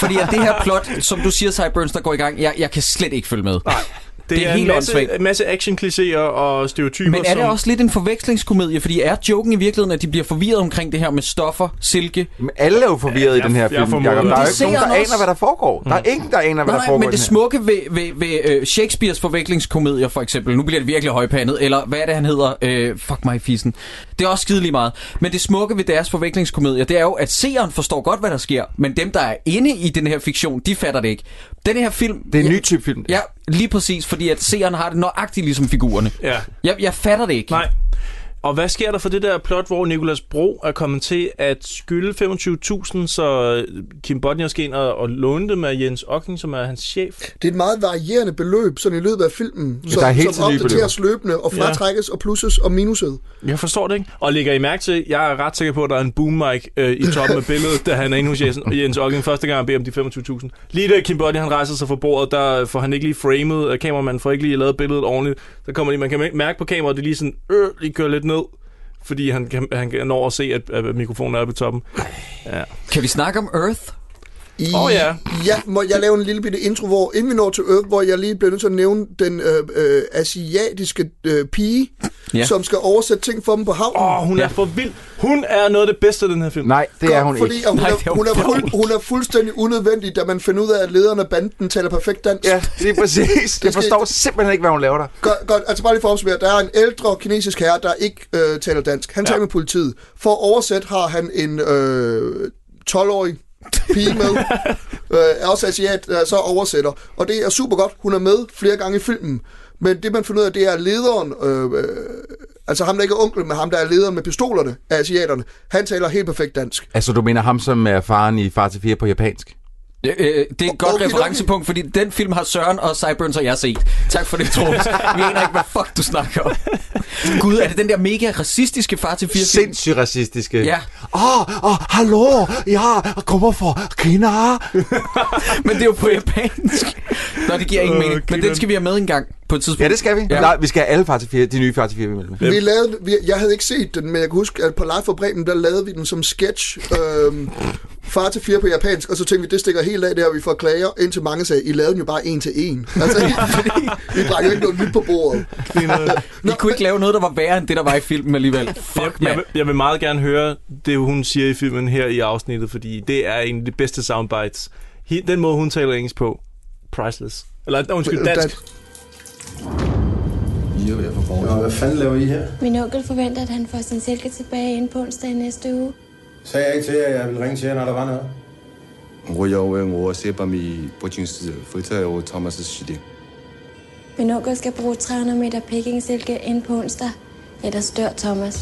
S1: Fordi at det her plot, som du siger, Cyburns, der går i gang, jeg, jeg kan slet ikke følge med.
S7: Nej,
S1: det, det er, er
S7: en
S1: helt åndssvagt.
S7: masse, masse action-klichéer og stereotyper.
S1: Men er det
S7: som-
S1: også lidt en forvekslingskomedie? Fordi er joken i virkeligheden, at de bliver forvirret omkring det her med stoffer, silke?
S8: Men alle er jo forvirret i den her
S7: jeg
S8: film,
S7: formoder
S8: Jacob. Der
S7: det.
S8: er jo
S7: Det
S8: ikke nogen,
S1: ser
S8: der
S1: han også.
S8: aner, hvad der foregår. Der er ingen, der aner,
S1: Nej,
S8: hvad der
S1: nej,
S8: foregår
S1: men det smukke ved, ved, ved øh, Shakespeares forviklingskomedier, for eksempel, nu bliver det virkelig højpandet, eller hvad er det, han hedder? Øh, fuck mig, i fissen. Det er også skide lige meget. Men det smukke ved deres forviklingskomedier, det er jo, at seeren forstår godt, hvad der sker, men dem, der er inde i den her fiktion, de fatter det ikke. Den her film...
S8: Det er en ny type film.
S1: Ja, lige præcis, fordi at seeren har det nøjagtigt ligesom figurerne.
S7: Ja.
S1: Jeg, jeg fatter det ikke.
S7: Nej. Og hvad sker der for det der plot, hvor Nikolas Bro er kommet til at skylde 25.000, så Kim Bodnia skal ind og, og låne det med Jens Ocking, som er hans chef?
S9: Det er et meget varierende beløb, sådan i løbet af filmen,
S7: Ja,
S9: som,
S7: der er
S9: som
S7: hele tiden nye
S9: opdateres
S7: beløb.
S9: løbende og
S7: Ja.
S9: fratrækkes og plusses og minuset.
S7: Jeg forstår det ikke. Og lægger I mærke til, jeg er ret sikker på, at der er en boom mic øh, i toppen af billedet, da han er inde hos Jens, Jens Ocking første gang og beder om de 25.000. Lige da Kim Bodnia han rejser sig fra bordet, der får han ikke lige framet, og kameramanden får ikke lige lavet billedet ordentligt. Der kommer lige, man kan mærke på kameraet, at det lige sådan, øh, lige kører lidt ned. Fordi han, kan, han kan- når at se, at, at mikrofonen er oppe i toppen. Ja.
S1: Kan vi snakke om Earth?
S9: I,
S7: Åh, ja.
S9: ja. Må jeg lave en lille bitte intro, hvor inden vi når til Earth, hvor jeg lige bliver nødt til at nævne den øh, øh, asiatiske øh, pige,
S7: Ja.
S9: ja. som skal oversætte ting for dem på havnen.
S7: Åh, hun er for vild. Hun er noget af det bedste i den her film.
S8: Nej,
S9: Godt, fordi at Hun, Nej, er, hun, er fuld, hun er fuldstændig unødvendig, da man finder ud af, at lederen af banden taler perfekt dansk.
S8: Ja, det er præcis. Jeg forstår simpelthen ikke, hvad hun laver der.
S9: Godt, godt, altså bare lige for at opsummere. Der er en ældre kinesisk herre, der ikke øh, taler dansk. Han taler med politiet. For at oversætte har han en øh, 12-årig pige med. øh, er også asiat, der så oversætter. Og det er super godt. Hun er med flere gange i filmen. Men det, man finder ud af, det er at lederen... Øh, øh, altså ham, der ikke er onklen, men ham, der er lederen med pistolerne af asiaterne. Han taler helt perfekt dansk.
S8: Altså, du mener ham, som er faren i Far til 4 på japansk?
S1: Ja, øh, det er et godt referencepunkt, fordi den film har Søren og Cyburns og jeg set. Tak for det, Troels. Vi aner ikke, hvad fuck du snakker om. Gud, er det den der mega racistiske far til fire film?
S8: Sindssygt racistiske.
S1: Ja.
S8: Åh, oh, oh, hallo, jeg kommer fra Kina.
S1: Men det er jo på japansk. Nå, det giver ingen mening. Men den skal vi have med en gang på et tidspunkt.
S8: Ja, det skal vi. Ja. Nej, vi skal have alle Far til 4, de nye Far til 4, vi melder med.
S9: Vi lavede, vi, jeg havde ikke set den, men jeg kan huske, at på Live for Bremen, der lavede vi den som sketch. Øhm, far til fire på japansk, og så tænkte vi, det stikker helt af, det her, vi får klager, indtil mange sagde, I lavede den jo bare en til en. Altså, vi brækker ikke noget nyt på bordet.
S1: Vi kunne ikke lave noget, der var værre end det, der var i filmen alligevel. Fuck,
S7: Jeg
S1: mand.
S7: vil, jeg vil meget gerne høre det, hun siger i filmen her i afsnittet, fordi det er en af de bedste soundbites. He, den måde, hun taler engelsk på, priceless. Eller
S9: Øh,
S7: undskyld, dansk.
S10: I er ved at få borgerne. Og hvad fanden laver I her?
S13: Min onkel forventer, at han får sin silke tilbage inden på onsdag i næste uge.
S10: Sagde jeg ikke til jer, at jeg ville ringe til jer, når der var noget?
S14: 我要为我写把米不仅是非在我他妈是西的。
S13: Min onkel skal bruge 300 meter peking-silke inden på onsdag. Ellers dør Thomas.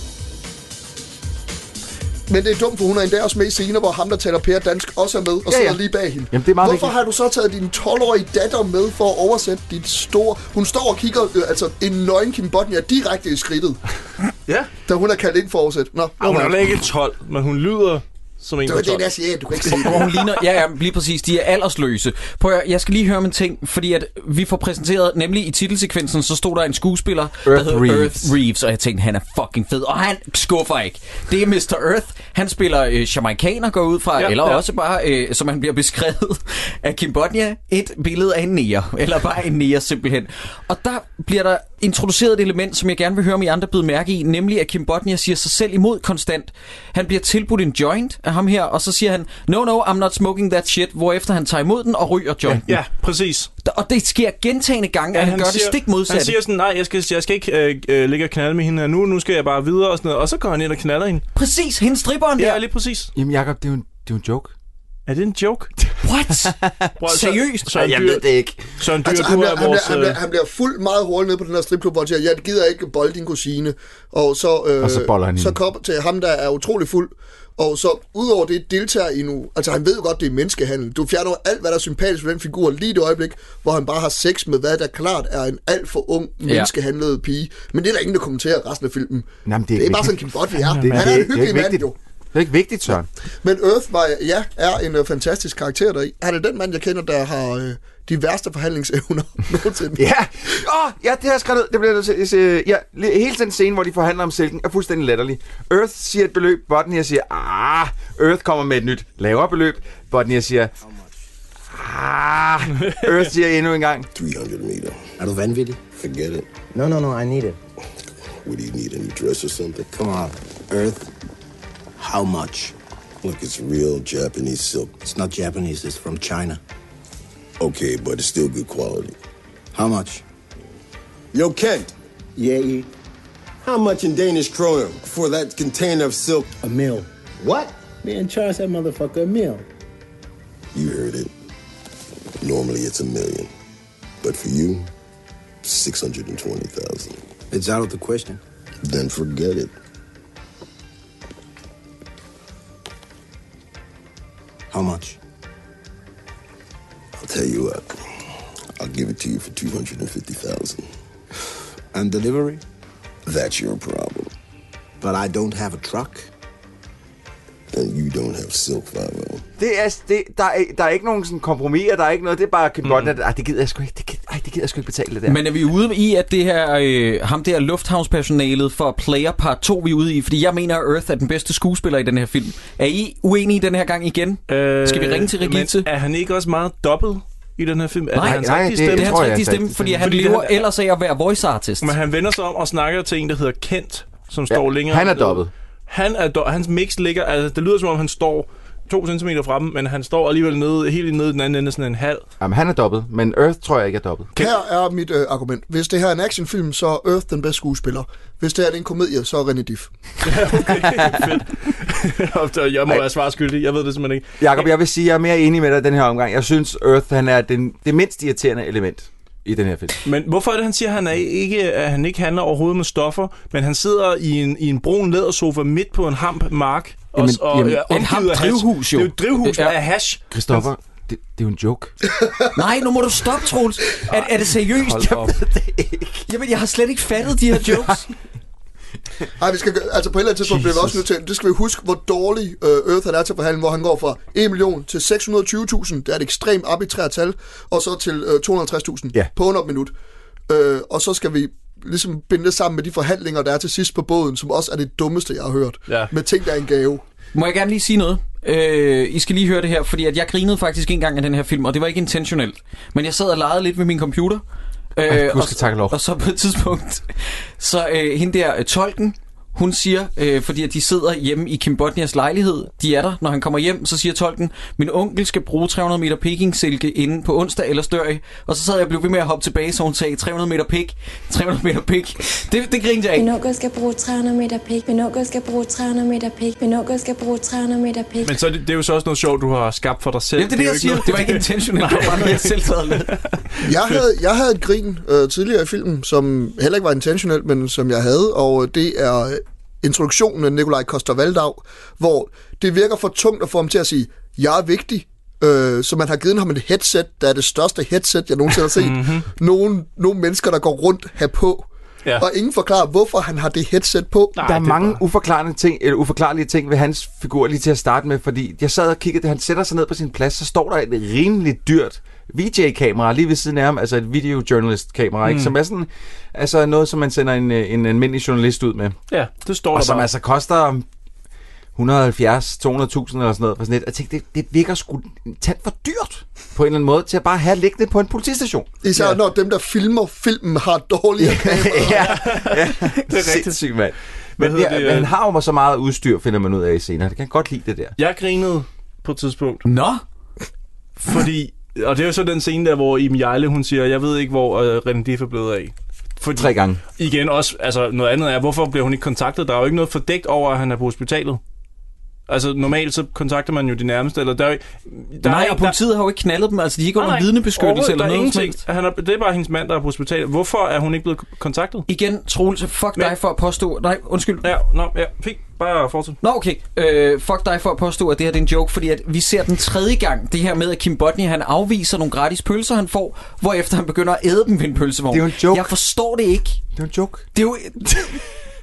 S9: Men det er dumt, for hun er endda også med i scener, hvor ham, der taler pære dansk, også er med og sidder
S8: ja.
S9: lige bag hende.
S8: Jamen, det er meget
S9: Hvorfor
S8: vigtigt.
S9: har du så taget din 12-årige datter med for at oversætte dit store... Hun står og kigger, øh, altså en nøgen Kim Bodnia direkte i skridtet,
S7: Ja.
S9: da hun er kaldt ind for at oversætte. Nå,
S7: Ah, hun er jo ikke 12, men hun lyder som en
S9: Det
S7: på
S9: var det,
S7: 12.
S9: der siger, du kan ikke se
S1: Hvor hun ligner, ja, ja, lige præcis, de er aldersløse. Prøv at, høre, jeg skal lige høre om en ting, fordi at vi får præsenteret, nemlig i titelsekvensen, så stod der en skuespiller, der
S8: Earth
S1: hed
S8: Reeves.
S1: Earth Reeves, og jeg tænkte, han er fucking fed, og han skuffer ikke. Det er Mr. Earth, han spiller øh, jamaikaner, går jeg ud fra,
S7: Ja,
S1: ja, eller
S7: ja.
S1: ja. også bare, øh, som han bliver beskrevet af Kim Bodnia, et billede af en nære, eller bare en nære simpelthen. Og der bliver der introduceret et element, som jeg gerne vil høre, om I andre byder mærke i, nemlig at Kim Bodnia siger sig selv imod konstant. Han bliver tilbudt en joint af ham her, og så siger han, no, no, I'm not smoking that shit, hvorefter han tager imod den og ryger jointen.
S7: Ja, præcis.
S1: Og det sker gentagende gange, ja, at han, han gør siger, det stik modsatte.
S7: Han siger sådan, nej, jeg skal, jeg skal ikke øh, øh, ligge og knalde med hende her nu, nu skal jeg bare videre og sådan noget. Og så går han ind og knaller hende.
S1: Præcis, hende stripperen
S7: Ja,
S1: der.
S7: lige præcis.
S8: Jamen Jacob, det er jo en, det er jo en joke.
S7: Er det en joke?
S1: What?
S7: Bro, så-
S9: Seriøst?
S7: Søren
S9: Jeg
S7: Dyr-
S9: ved det ikke.
S7: Søren Dyr,
S9: Altså,
S7: altså,
S9: han,
S7: du
S9: bliver,
S7: er
S9: han,
S7: vores...
S9: bliver, han,
S8: øh,
S9: bliver, han bliver fuld meget hurtigt nede på den her stripklub, hvor han siger, jeg gider ikke bolde din kusine. Og så, øh,
S8: Og så boller han
S9: så
S8: hende.
S9: kom til ham, der er utrolig fuld. Og så udover det deltager i nu, altså han ved jo godt, det er menneskehandel. Du fjerner jo alt, hvad der er sympatisk ved den figur lige det øjeblik, hvor han bare har sex med, hvad der klart er en alt for ung,
S8: Ja.
S9: menneskehandlede pige. Men det er der ingen, der kommenterer resten af filmen.
S8: Nej, men det er,
S9: det er
S8: ikke
S9: bare sådan,
S8: vigtigt.
S9: Kim Bodby er.
S8: Det,
S9: Han
S8: det
S9: er en
S8: ikke- det er
S9: hyggelig
S8: ikke
S9: mand,
S8: vigtigt.
S9: jo.
S8: Det er ikke vigtigt, Søren.
S9: Men Earth var, ja, er en øh, fantastisk karakter deri. Han er den mand, jeg kender, der har øh, de værste forhandlingsevner nogensinde.
S8: Ja, Åh, oh, ja, det har jeg skrevet ned. Det bliver jeg nødt til. Øh, Ja, li- hele den scene, hvor de forhandler om silken, er fuldstændig latterlig. Earth siger et beløb, Botnia siger, ah, Earth kommer med et nyt lavere beløb. Botnia siger, ah, Earth siger endnu en gang.
S14: 300 meter. Er du vanvittig? Forget it. No, no, no, I need it. What do you need, a new dress or something? Come on, Earth. How much? Look, it's real Japanese silk. It's not Japanese, it's from China. Okay, but it's still good quality. How much? Yo, Kent. Yeah, How much in Danish kroner for that container of silk? A mill. What?
S15: Man, charge that motherfucker a meal.
S14: You heard it. Normally it's a million, but for you, 620,000. It's out of Oh, the question. Then forget it.
S15: How much?
S14: I'll tell you what. I'll give it to you for 250,000. And delivery? That's your problem. But I don't have a truck. And you don't have silk, 50.
S8: Det er, det, der, er, der er ikke nogen sådan kompromiser, der er ikke noget. Det er bare Kim
S9: Mm.
S8: Botnia, der, "Ej, det gider jeg sgu ikke, det gider, ej, det gider jeg sgu ikke betale det der.
S1: Men er vi ude i, at det her, øh, ham der lufthavnspersonalet for Player Part 2, vi er ude i? Fordi jeg mener, at Earth er den bedste skuespiller i den her film. Er I uenige den her gang igen? Øh, Skal vi ringe til Regitze?
S7: Men er han ikke også meget dobbelt i den her film? er
S1: Nej,
S7: hans
S1: nej,
S7: rigtige
S1: det-
S7: stemme?
S1: det er hans rigtige stemme, fordi han lever ellers af at være voice artist.
S7: Men han vender sig om og snakker til en, der hedder Kent, som står længere.
S8: han er
S7: nede.
S8: dobbelt.
S7: Han er do- hans mix ligger, altså det lyder som om han står to centimeter fra dem, men han står alligevel nede, helt nede i den anden ende, sådan en halv.
S8: Jamen, han er dobbelt, men Earth tror jeg ikke er dobbelt.
S9: Her er mit øh, argument. Hvis det her er en actionfilm, så er Earth den bedste skuespiller. Hvis det her er en komedie, så er René Diff.
S7: Fedt. jeg må være svar skyldig, jeg ved det simpelthen ikke.
S8: Jakob, jeg vil sige, at jeg er mere enig med dig i den her omgang. Jeg synes, Earth han er den, det mindst irriterende element i den her film.
S7: Men hvorfor er det, han siger, at han, er ikke, at han ikke handler overhovedet med stoffer, men han sidder i en, i en brun lædersofa midt på en hamp mark, og,
S8: Jamen,
S7: jamen, og
S8: jamen,
S7: jamen,
S8: et
S7: er
S8: hamp
S7: omgivet af hash.
S8: drivhus, jo.
S7: Det er jo et drivhus
S8: Ja.
S7: ja. af hash.
S8: Christoffer, det, det er jo en joke.
S1: Nej, nu må du stoppe, Troels. Er, er det seriøst?
S8: Hold op.
S1: Jamen, jeg har slet ikke fattet de her jokes.
S9: Ej, vi skal, gøre- altså på et eller andet tidspunkt bliver vi også nødt til, det skal vi huske, hvor dårlig øh, Earth han er til forhandling, hvor han går fra 1 million til 620.000, det er et ekstremt arbitrært tal, og så til øh, 250.000
S8: Ja.
S9: på under et minut. Øh, og så skal vi ligesom binde det sammen med de forhandlinger, der er til sidst på båden, som også er det dummeste, jeg har hørt.
S1: Ja.
S9: Med ting, der er en gave.
S1: Må jeg gerne lige sige noget? Øh, I skal lige høre det her, fordi at jeg grinede faktisk en gang af den her film, og det var ikke intentionelt. Men jeg sad og legede lidt ved min computer. Øh,
S8: Ej, gud
S1: og,
S8: skal takke lov.
S1: og så på et tidspunkt, så øh, hende der øh, tolken, hun siger, øh, fordi at de sidder hjemme i Kim Bodnias lejlighed, de er der, når han kommer hjem, så siger tolken, min onkel skal bruge 300 meter pekingsilke inden på onsdag, ellers dør jeg. Og så sad jeg og blev ved med at hoppe tilbage, så hun sagde, 300 meter pik, 300 meter pik. Det, det grinede jeg
S13: Min
S1: ikke.
S13: onkel skal bruge 300 meter pik. Min onkel skal bruge 300 meter pik. Min onkel skal bruge 300 meter pik.
S7: Men så er det, det er jo så også noget sjovt, du har skabt for dig selv.
S1: Jamen, det er det, jeg siger. Det var ikke intentionelt. Det var bare noget, jeg selv sad med.
S9: Jeg havde, jeg havde et grin øh, tidligere i filmen, som heller ikke var intentionelt, men som jeg havde, og det er øh, introduktionen af Nikolaj Koster-Valdau, hvor det virker for tungt at få ham til at sige, jeg er vigtig, øh, så man har givet ham et headset, der er det største headset, jeg nogensinde har set.
S7: Mhm.
S9: nogle, nogle mennesker, der går rundt, har på.
S7: Ja.
S9: Ja. Og ingen forklarer, hvorfor han har det headset på.
S8: der er mange uforklarende ting, eller uforklarlige ting ved hans figur lige til at starte med, fordi jeg sad og kiggede, da han sætter sig ned på sin plads, så står der et rimeligt dyrt VJ-kamera lige ved siden af ham, altså et videojournalist-kamera, mm. ikke,
S7: Mm.
S8: som er sådan, altså noget, som man sender en, øh, en almindelig journalist ud med.
S7: Ja, det står
S8: og
S7: der
S8: som
S7: bare.
S8: altså koster 170-200.000 eller sådan noget. For sådan lidt. Og jeg tænkte, det, det virker sgu tæt for dyrt på en eller anden måde til at bare have liggende på en politistation.
S9: Især ja. når dem, der filmer filmen, har dårligere kameraer.
S8: ja, det er rigtigt. mand.
S7: Hvad
S8: Men,
S7: hedder
S8: det,
S7: det,
S8: men
S7: øh?
S8: han har jo så meget udstyr, finder man ud af i senere. Det kan jeg godt lide det der.
S7: Jeg grinede på et tidspunkt.
S1: Nå?
S7: Fordi, og det er jo så den scene der, hvor Iben Jejle, hun siger, jeg ved ikke, hvor øh, René Diff er blevet af. Fordi,
S8: Tre gange.
S7: Igen også, altså noget andet er, hvorfor bliver hun ikke kontaktet? Der er jo ikke noget fordækt over, at han er på hospitalet. Altså normalt, så kontakter man jo de nærmeste, eller der er jo ikke... Der
S1: Nej,
S7: er,
S1: og politiet har jo ikke knaldet dem. Altså, de er ikke
S7: Nej,
S1: under
S7: nej,
S1: vidnebeskyttelse
S7: overhovedet,
S1: eller
S7: der er
S1: noget. som
S7: ingenting.
S1: helst.
S7: Han er, det er bare hendes mand, der er på hospitalet. Hvorfor er hun ikke blevet k- kontaktet?
S1: Igen, Troels, fuck dig for at påstå... Nej, undskyld.
S7: Ja, nå, ja, fik bare fortsæt.
S1: Nå, okay. Øh, fuck dig for at påstå, at det her det er en joke, fordi at vi ser den tredje gang, det her med, at Kim Bodnia, han afviser nogle gratis pølser, han får, hvorefter han begynder at æde dem ved en pølsevogn. Det er jo en joke. Jeg forstår det ikke. Det
S8: er en joke.
S1: Det er jo...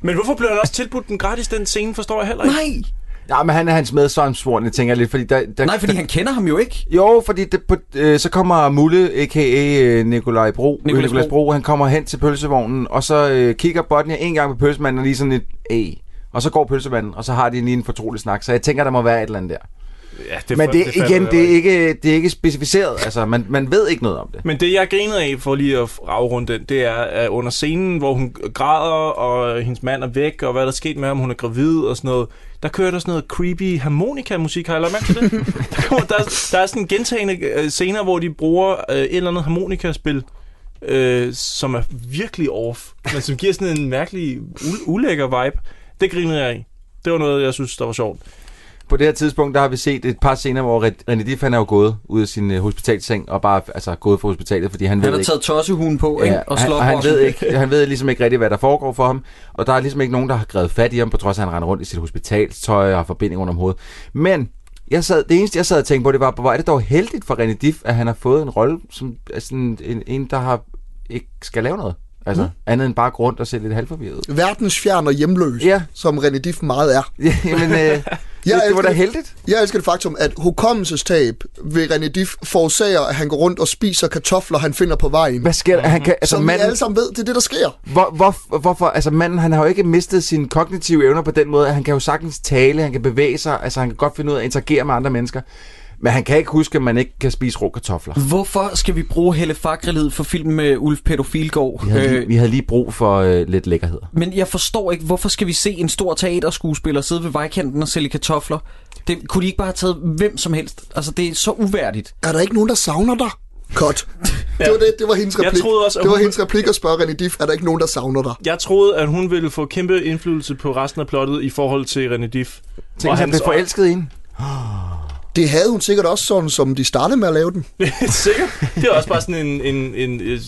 S7: Men hvorfor blev han også tilbudt den gratis, den scene, forstår jeg heller ikke.
S1: Nej!
S8: Ja, men han er hans medsvarmsvorene, tænker jeg lidt, fordi der, der,
S1: Nej, fordi
S8: der,
S1: han kender ham jo ikke.
S8: Jo, fordi det, på, øh, så kommer Mulle, a.k.a. øh, Nikolaj Bro,
S1: Nikolaj
S8: Nikolaj, Nikolaj
S1: Bro.
S8: Bro. Bro, han kommer hen til pølsevognen, og så øh, kigger Botnia en gang på pølsemanden og lige sådan et, æh. Og så går pølsemanden, og så har de lige en fortrolig snak, så jeg tænker, der må være et eller andet der.
S7: Ja,
S8: Det men det, det igen, det er, ikke, det er ikke specificeret, altså man, man ved ikke noget om det.
S7: Men det, jeg grinede af for lige at afrunde den, det er at under scenen, hvor hun græder, og hendes mand er væk, og hvad der er sket med ham, hun er gravid og sådan noget. Der kører der sådan noget creepy harmonika-musik, har jeg lagt mærke til det? der, kommer, der, er, der er sådan gentagende øh, scener, hvor de bruger øh, et eller andet harmonikaspil, øh, som er virkelig off, men som giver sådan en mærkelig, u- ulækker vibe. Det grinede jeg af. Det var noget, jeg synes, der var sjovt.
S8: På det her tidspunkt, der har vi set et par scener, hvor Ren- René Diff, han er jo gået ud af sin øh, hospitalseng, og bare altså, gået fra hospitalet, fordi han, ved
S1: Han har
S8: ikke.
S1: taget tossehugen på, ikke?
S8: Ja, og, han, og han, ved ikke, han ved ligesom ikke rigtigt, hvad der foregår for ham. Og der er ligesom ikke nogen, der har grebet fat i ham, på trods af, at han render rundt i sit hospitalstøj og har forbinding rundt om hovedet. Men jeg sad, det eneste, jeg sad og tænkte på, det var, hvor er det dog heldigt for René Diff, at han har fået en rolle som er sådan en, en, der har, ikke skal lave noget. Altså,
S9: Mm.
S8: mm. andet end bare gå rundt og se lidt halvforvirret ud.
S9: Verdensfjern og hjemløs, ja. som René Diff meget er.
S8: Jamen, øh, det, det var da heldigt.
S9: Jeg elsker det faktum, at hukommelsestab ved René Diff forårsager, at han går rundt og spiser kartofler, han finder på vejen. Hvad
S8: sker der? Han kan- altså,
S9: Som manden... vi
S8: manden-
S9: alle sammen ved, det er det, der sker.
S8: Hvor, hvor, hvorfor? Altså manden, han har jo ikke mistet sine kognitive evner på den måde, at han kan jo sagtens tale, han kan bevæge sig, altså han kan godt finde ud af at interagere med andre mennesker. Men han kan ikke huske, at man ikke kan spise rå kartofler.
S1: Hvorfor skal vi bruge Helle Fagrelid for filmen med Ulf Øh, Pedofilgaard?
S8: Vi havde, lige, vi havde lige brug for øh, lidt lækkerhed.
S1: Men jeg forstår ikke, hvorfor skal vi se en stor teaterskuespiller sidde ved vejkanten og sælge kartofler? Det kunne de ikke bare have taget hvem som helst. Altså, det er så uværdigt.
S9: Er der ikke nogen, der savner dig? Godt. Ja. Det var det, det var hendes
S7: Jeg
S9: replik.
S7: troede også, at
S9: det var
S7: hun-
S9: hendes replik at spørge René Diff, er der ikke nogen, der savner dig?
S7: Jeg troede, at hun ville få kæmpe indflydelse på resten af plottet i forhold til René Diff.
S9: hvis han blev forelsket
S8: i hende.
S9: Det havde hun sikkert også sådan, som de startede med at lave den.
S7: Sikkert. Det er også bare sådan en, en, en, øh,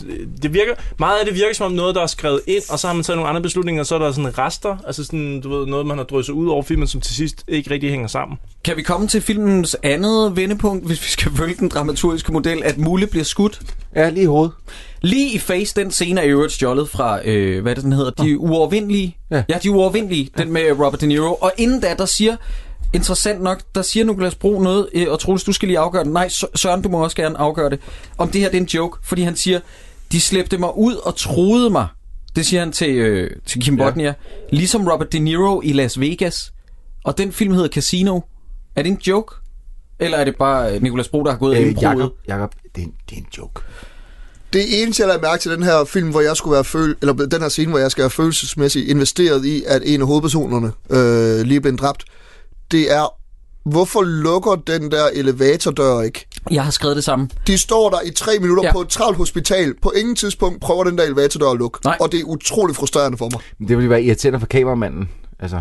S7: det virker, meget af det virker som om noget, der er skrevet ind, og så har man taget nogle andre beslutninger, og så er der sådan rester, altså sådan, du ved, noget, man har drysset ud over filmen, som til sidst ikke rigtig hænger sammen.
S1: Kan vi komme til filmens andet vendepunkt, hvis vi skal følge den dramaturgiske model, at Mulle bliver skudt?
S8: Ja, lige i hovedet.
S1: Lige i face, den scene er i øvrigt stjålet fra, øh, hvad er det den hedder, De Uovervindelige. Ja, ja De Uovervindelige, den med Robert De Niro. Og inden da, der siger, interessant nok, der siger Niklas Bro noget, øh, og Troels, du skal lige afgøre det. Nej, Sø- Søren, du må også gerne afgøre det. Om det her, det er en joke, fordi han siger, de slæbte mig ud og troede mig. Det siger han til, øh, til Kim Bodnia. Ligesom Robert De Niro i Las Vegas. Og den film hedder Casino. Er det en joke? Eller er det bare øh, Nicolas Bro, der har gået øh,
S8: Øh,
S1: og improvet?
S8: Jakob, Jakob det, er en- det er en joke.
S9: Det eneste, jeg lader mærke til den her film, hvor jeg skulle være føl eller den her scene, hvor jeg skal være følelsesmæssigt investeret i, at en af hovedpersonerne øh, lige er blevet dræbt, det er, hvorfor lukker den der elevatordør ikke?
S1: Jeg har skrevet det samme.
S9: De står der i tre minutter ja. på et travlt hospital. På ingen tidspunkt prøver den der elevatordør at lukke. Nej. Og det er utrolig frustrerende for mig.
S8: Men det ville være irriterende for kameramanden. Altså,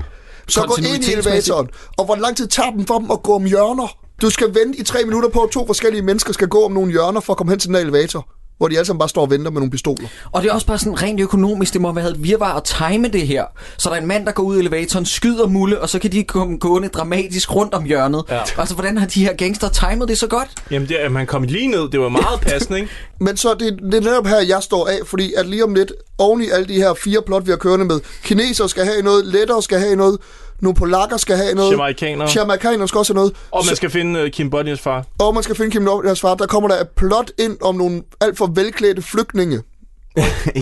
S9: Så gå ind i
S8: Kontinuitetsmæssigt.
S9: elevatoren, og hvor lang tid tager den for dem at gå om hjørner? Du skal vente i tre minutter på, at to forskellige mennesker skal gå om nogle hjørner for at komme hen til den der elevator, hvor de alle sammen bare står og venter med nogle pistoler.
S1: Og det er også bare sådan rent økonomisk, det må have været et virvar at time det her. Så der er en mand, der går ud i elevatoren, skyder Mulle, og så kan de komme gående dramatisk rundt om hjørnet. Ja. Altså, hvordan har de her gangster timet det så godt?
S7: Jamen, det, er- man kom lige ned, det var meget passende, ikke?
S9: Men så er det, det er netop her, jeg står af, fordi at lige om lidt, oven i alle de her fire plot, vi har kørende med, kineser skal have noget, lettere skal have noget, nogle polakker skal have noget,
S7: Jamaikanere.
S9: jamaikanere skal også have noget,
S7: Og
S9: så-
S7: man skal finde øh, Kim Bodnias far.
S9: og man skal finde Kim Novas far, der kommer der et plot ind om nogle alt for velklædte flygtninge.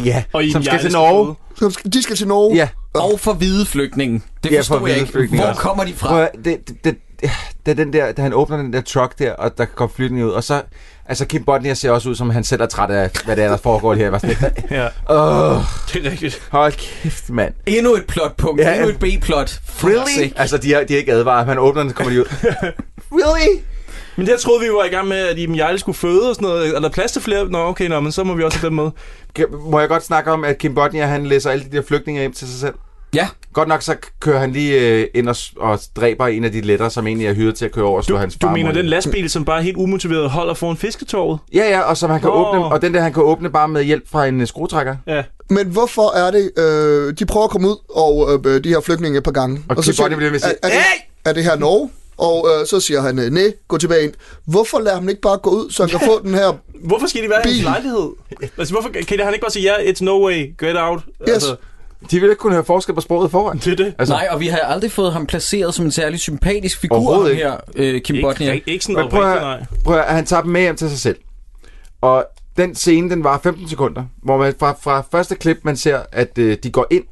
S8: ja,
S7: Og Iben
S8: som skal
S7: Hjejle
S8: til Norge.
S9: Som skal- De skal til Norge.
S8: Ja,
S1: Og for hvide flygtninge. Det
S8: Ja,
S1: forstår
S8: for
S1: jeg
S8: hvide
S1: ikke.
S8: flygtninge
S1: Hvor
S8: også.
S1: kommer de
S8: Prøv
S1: fra?
S8: at- det, det, det, da, den der, da han åbner den der truck der, og der kom flytning ud, og så... Altså, Kim Bodnia ser også ud, som han selv er træt af, hvad det er, der foregår her. Bare sådan,
S7: ja.
S8: Åh,
S7: det er rigtigt.
S8: Hold kæft, mand.
S1: Endnu et plotpunkt.
S8: Ja.
S1: Endnu et B-plot. For
S8: Really? Altså, de har, de har ikke advaret. Han åbner den, så kommer de ud. Really?
S7: Men der troede vi jo var i gang med, at Iben Jarle skulle føde og sådan noget. Er der plads til flere? Nå, okay, nå, men så må vi også have dem med.
S8: Må jeg godt snakke om, at Kim Bodnia, han læser alle de der flygtninge hjem til sig selv?
S1: Ja.
S8: Godt nok, så kører han lige øh, ind og, s- og dræber en af de letter, som egentlig er hyret til at køre over og slå hans
S7: Du
S8: farmor
S7: mener
S8: ihjel.
S7: den lastbil, som bare helt umotiveret holder foran fisketorvet?
S8: Ja, ja, og som han kan
S7: Nå.
S8: åbne, og den der, han kan åbne bare med hjælp fra en øh, skruetrækker.
S7: Ja.
S9: Men hvorfor er det, øh, de prøver at komme ud, og øh, de her flygtninge et par gange.
S8: Og Kid Buddy bliver ved at sige,
S9: er, er, det, er det her Norge? Og øh, så siger han, øh, nej, gå tilbage ind. Hvorfor lader han ikke bare gå ud, så han kan få den her...
S7: Hvorfor skal de være i hans lejlighed? Altså, hvorfor kan han ikke bare sige, ja, yeah, it's no way, get out? Yes. Altså,
S8: De ville ikke kunne høre forskel på sproget foran.
S7: Det er det.
S1: Altså, Nej, og vi havde aldrig fået ham placeret som en særlig sympatisk figur ham
S8: Overhovedet ikke.
S1: her, øh, Kim Bodnia.
S8: Men prøv at- Prøv at, høre, han tager dem med hjem til sig selv. Og den scene, den var 15 sekunder, hvor man fra, fra første klip, man ser, at øh, de går ind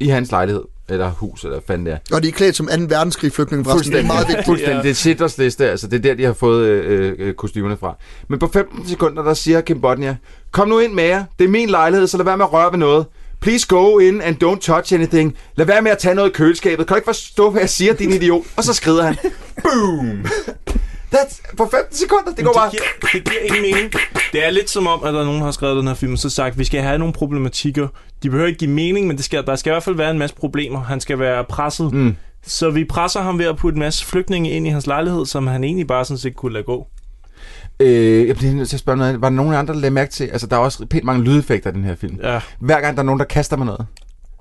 S8: i hans lejlighed, eller hus, eller hvad fanden det er.
S9: Og de er klædt som 2. verdenskrig flygtninge, forresten. Det er
S8: Fuldstændig.
S9: meget vigtigt.
S8: Fuldstændig. Det er Sitters liste, altså det er der, de har fået øh, øh, kostymerne fra. Men på 15 sekunder, der siger Kim Bodnia, kom nu ind med jer, det er min lejlighed, så lad være med at røre ved noget. Please go in and don't touch anything. Lad være med at tage noget i køleskabet. Kan du ikke forstå, hvad jeg siger, din idiot? Og så skrider han. Boom! That's, på 15 sekunder, det går bare...
S7: Det giver ingen mening. Det er lidt som om, at der er nogen, der har skrevet den her film, og så sagt, vi skal have nogle problematikker. De behøver ikke give mening, men det skal, der skal i hvert fald være en masse problemer. Han skal være presset.
S8: Mm.
S7: Så vi presser ham ved at putte en masse flygtninge ind i hans lejlighed, som han egentlig bare sådan set kunne lade gå.
S8: Øh, jeg bliver nødt til at spørge om noget. andet. Var der nogen andre, der lagde mærke til? Altså, der er også pænt mange lydeffekter i den her film.
S7: Ja.
S8: Hver gang der er nogen, der kaster med noget,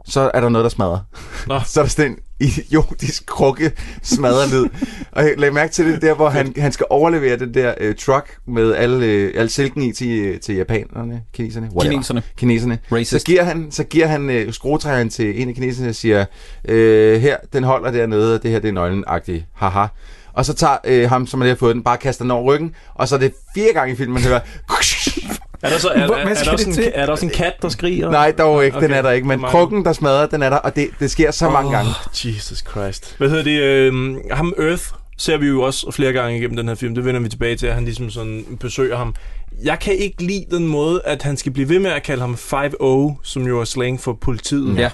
S8: så er der noget, der smadrer.
S7: Nå.
S8: så er der sådan en idiotisk krukke smadrelyd. og jeg lagde mærke til det der, hvor han, han skal overlevere den der øh, truck med alle, øh, alle silken i til, øh, til japanerne, kineserne, whatever.
S1: Kineserne.
S8: kineserne.
S1: Racist.
S8: Så giver han, så giver han øh, skruetrækkeren til en af kineserne og siger, øh, her, den holder dernede, og det her, det er nøglen-agtigt. Haha. Og så tager øh, ham, som lige har fået den, bare kaster den over ryggen, og så er det fire gange i filmen, man hører...
S7: Er der, så, er, er, er, der, også en, er der også en kat, der skriger?
S8: Nej, dog ikke, okay. den
S7: Okay.
S8: er der ikke, men
S7: Mange.
S8: krukken, der smadrer, den er der, og det, det sker så oh. mange
S7: Åh,
S8: gange.
S7: Jesus Christ. Hvad hedder det? Øh, ham Earth ser vi jo også flere gange igennem den her film. Det vender vi tilbage til, at han ligesom sådan besøger ham. Jeg kan ikke lide den måde, at han skal blive ved med at kalde ham 5-0, som jo er slang for politiet.
S1: Ja.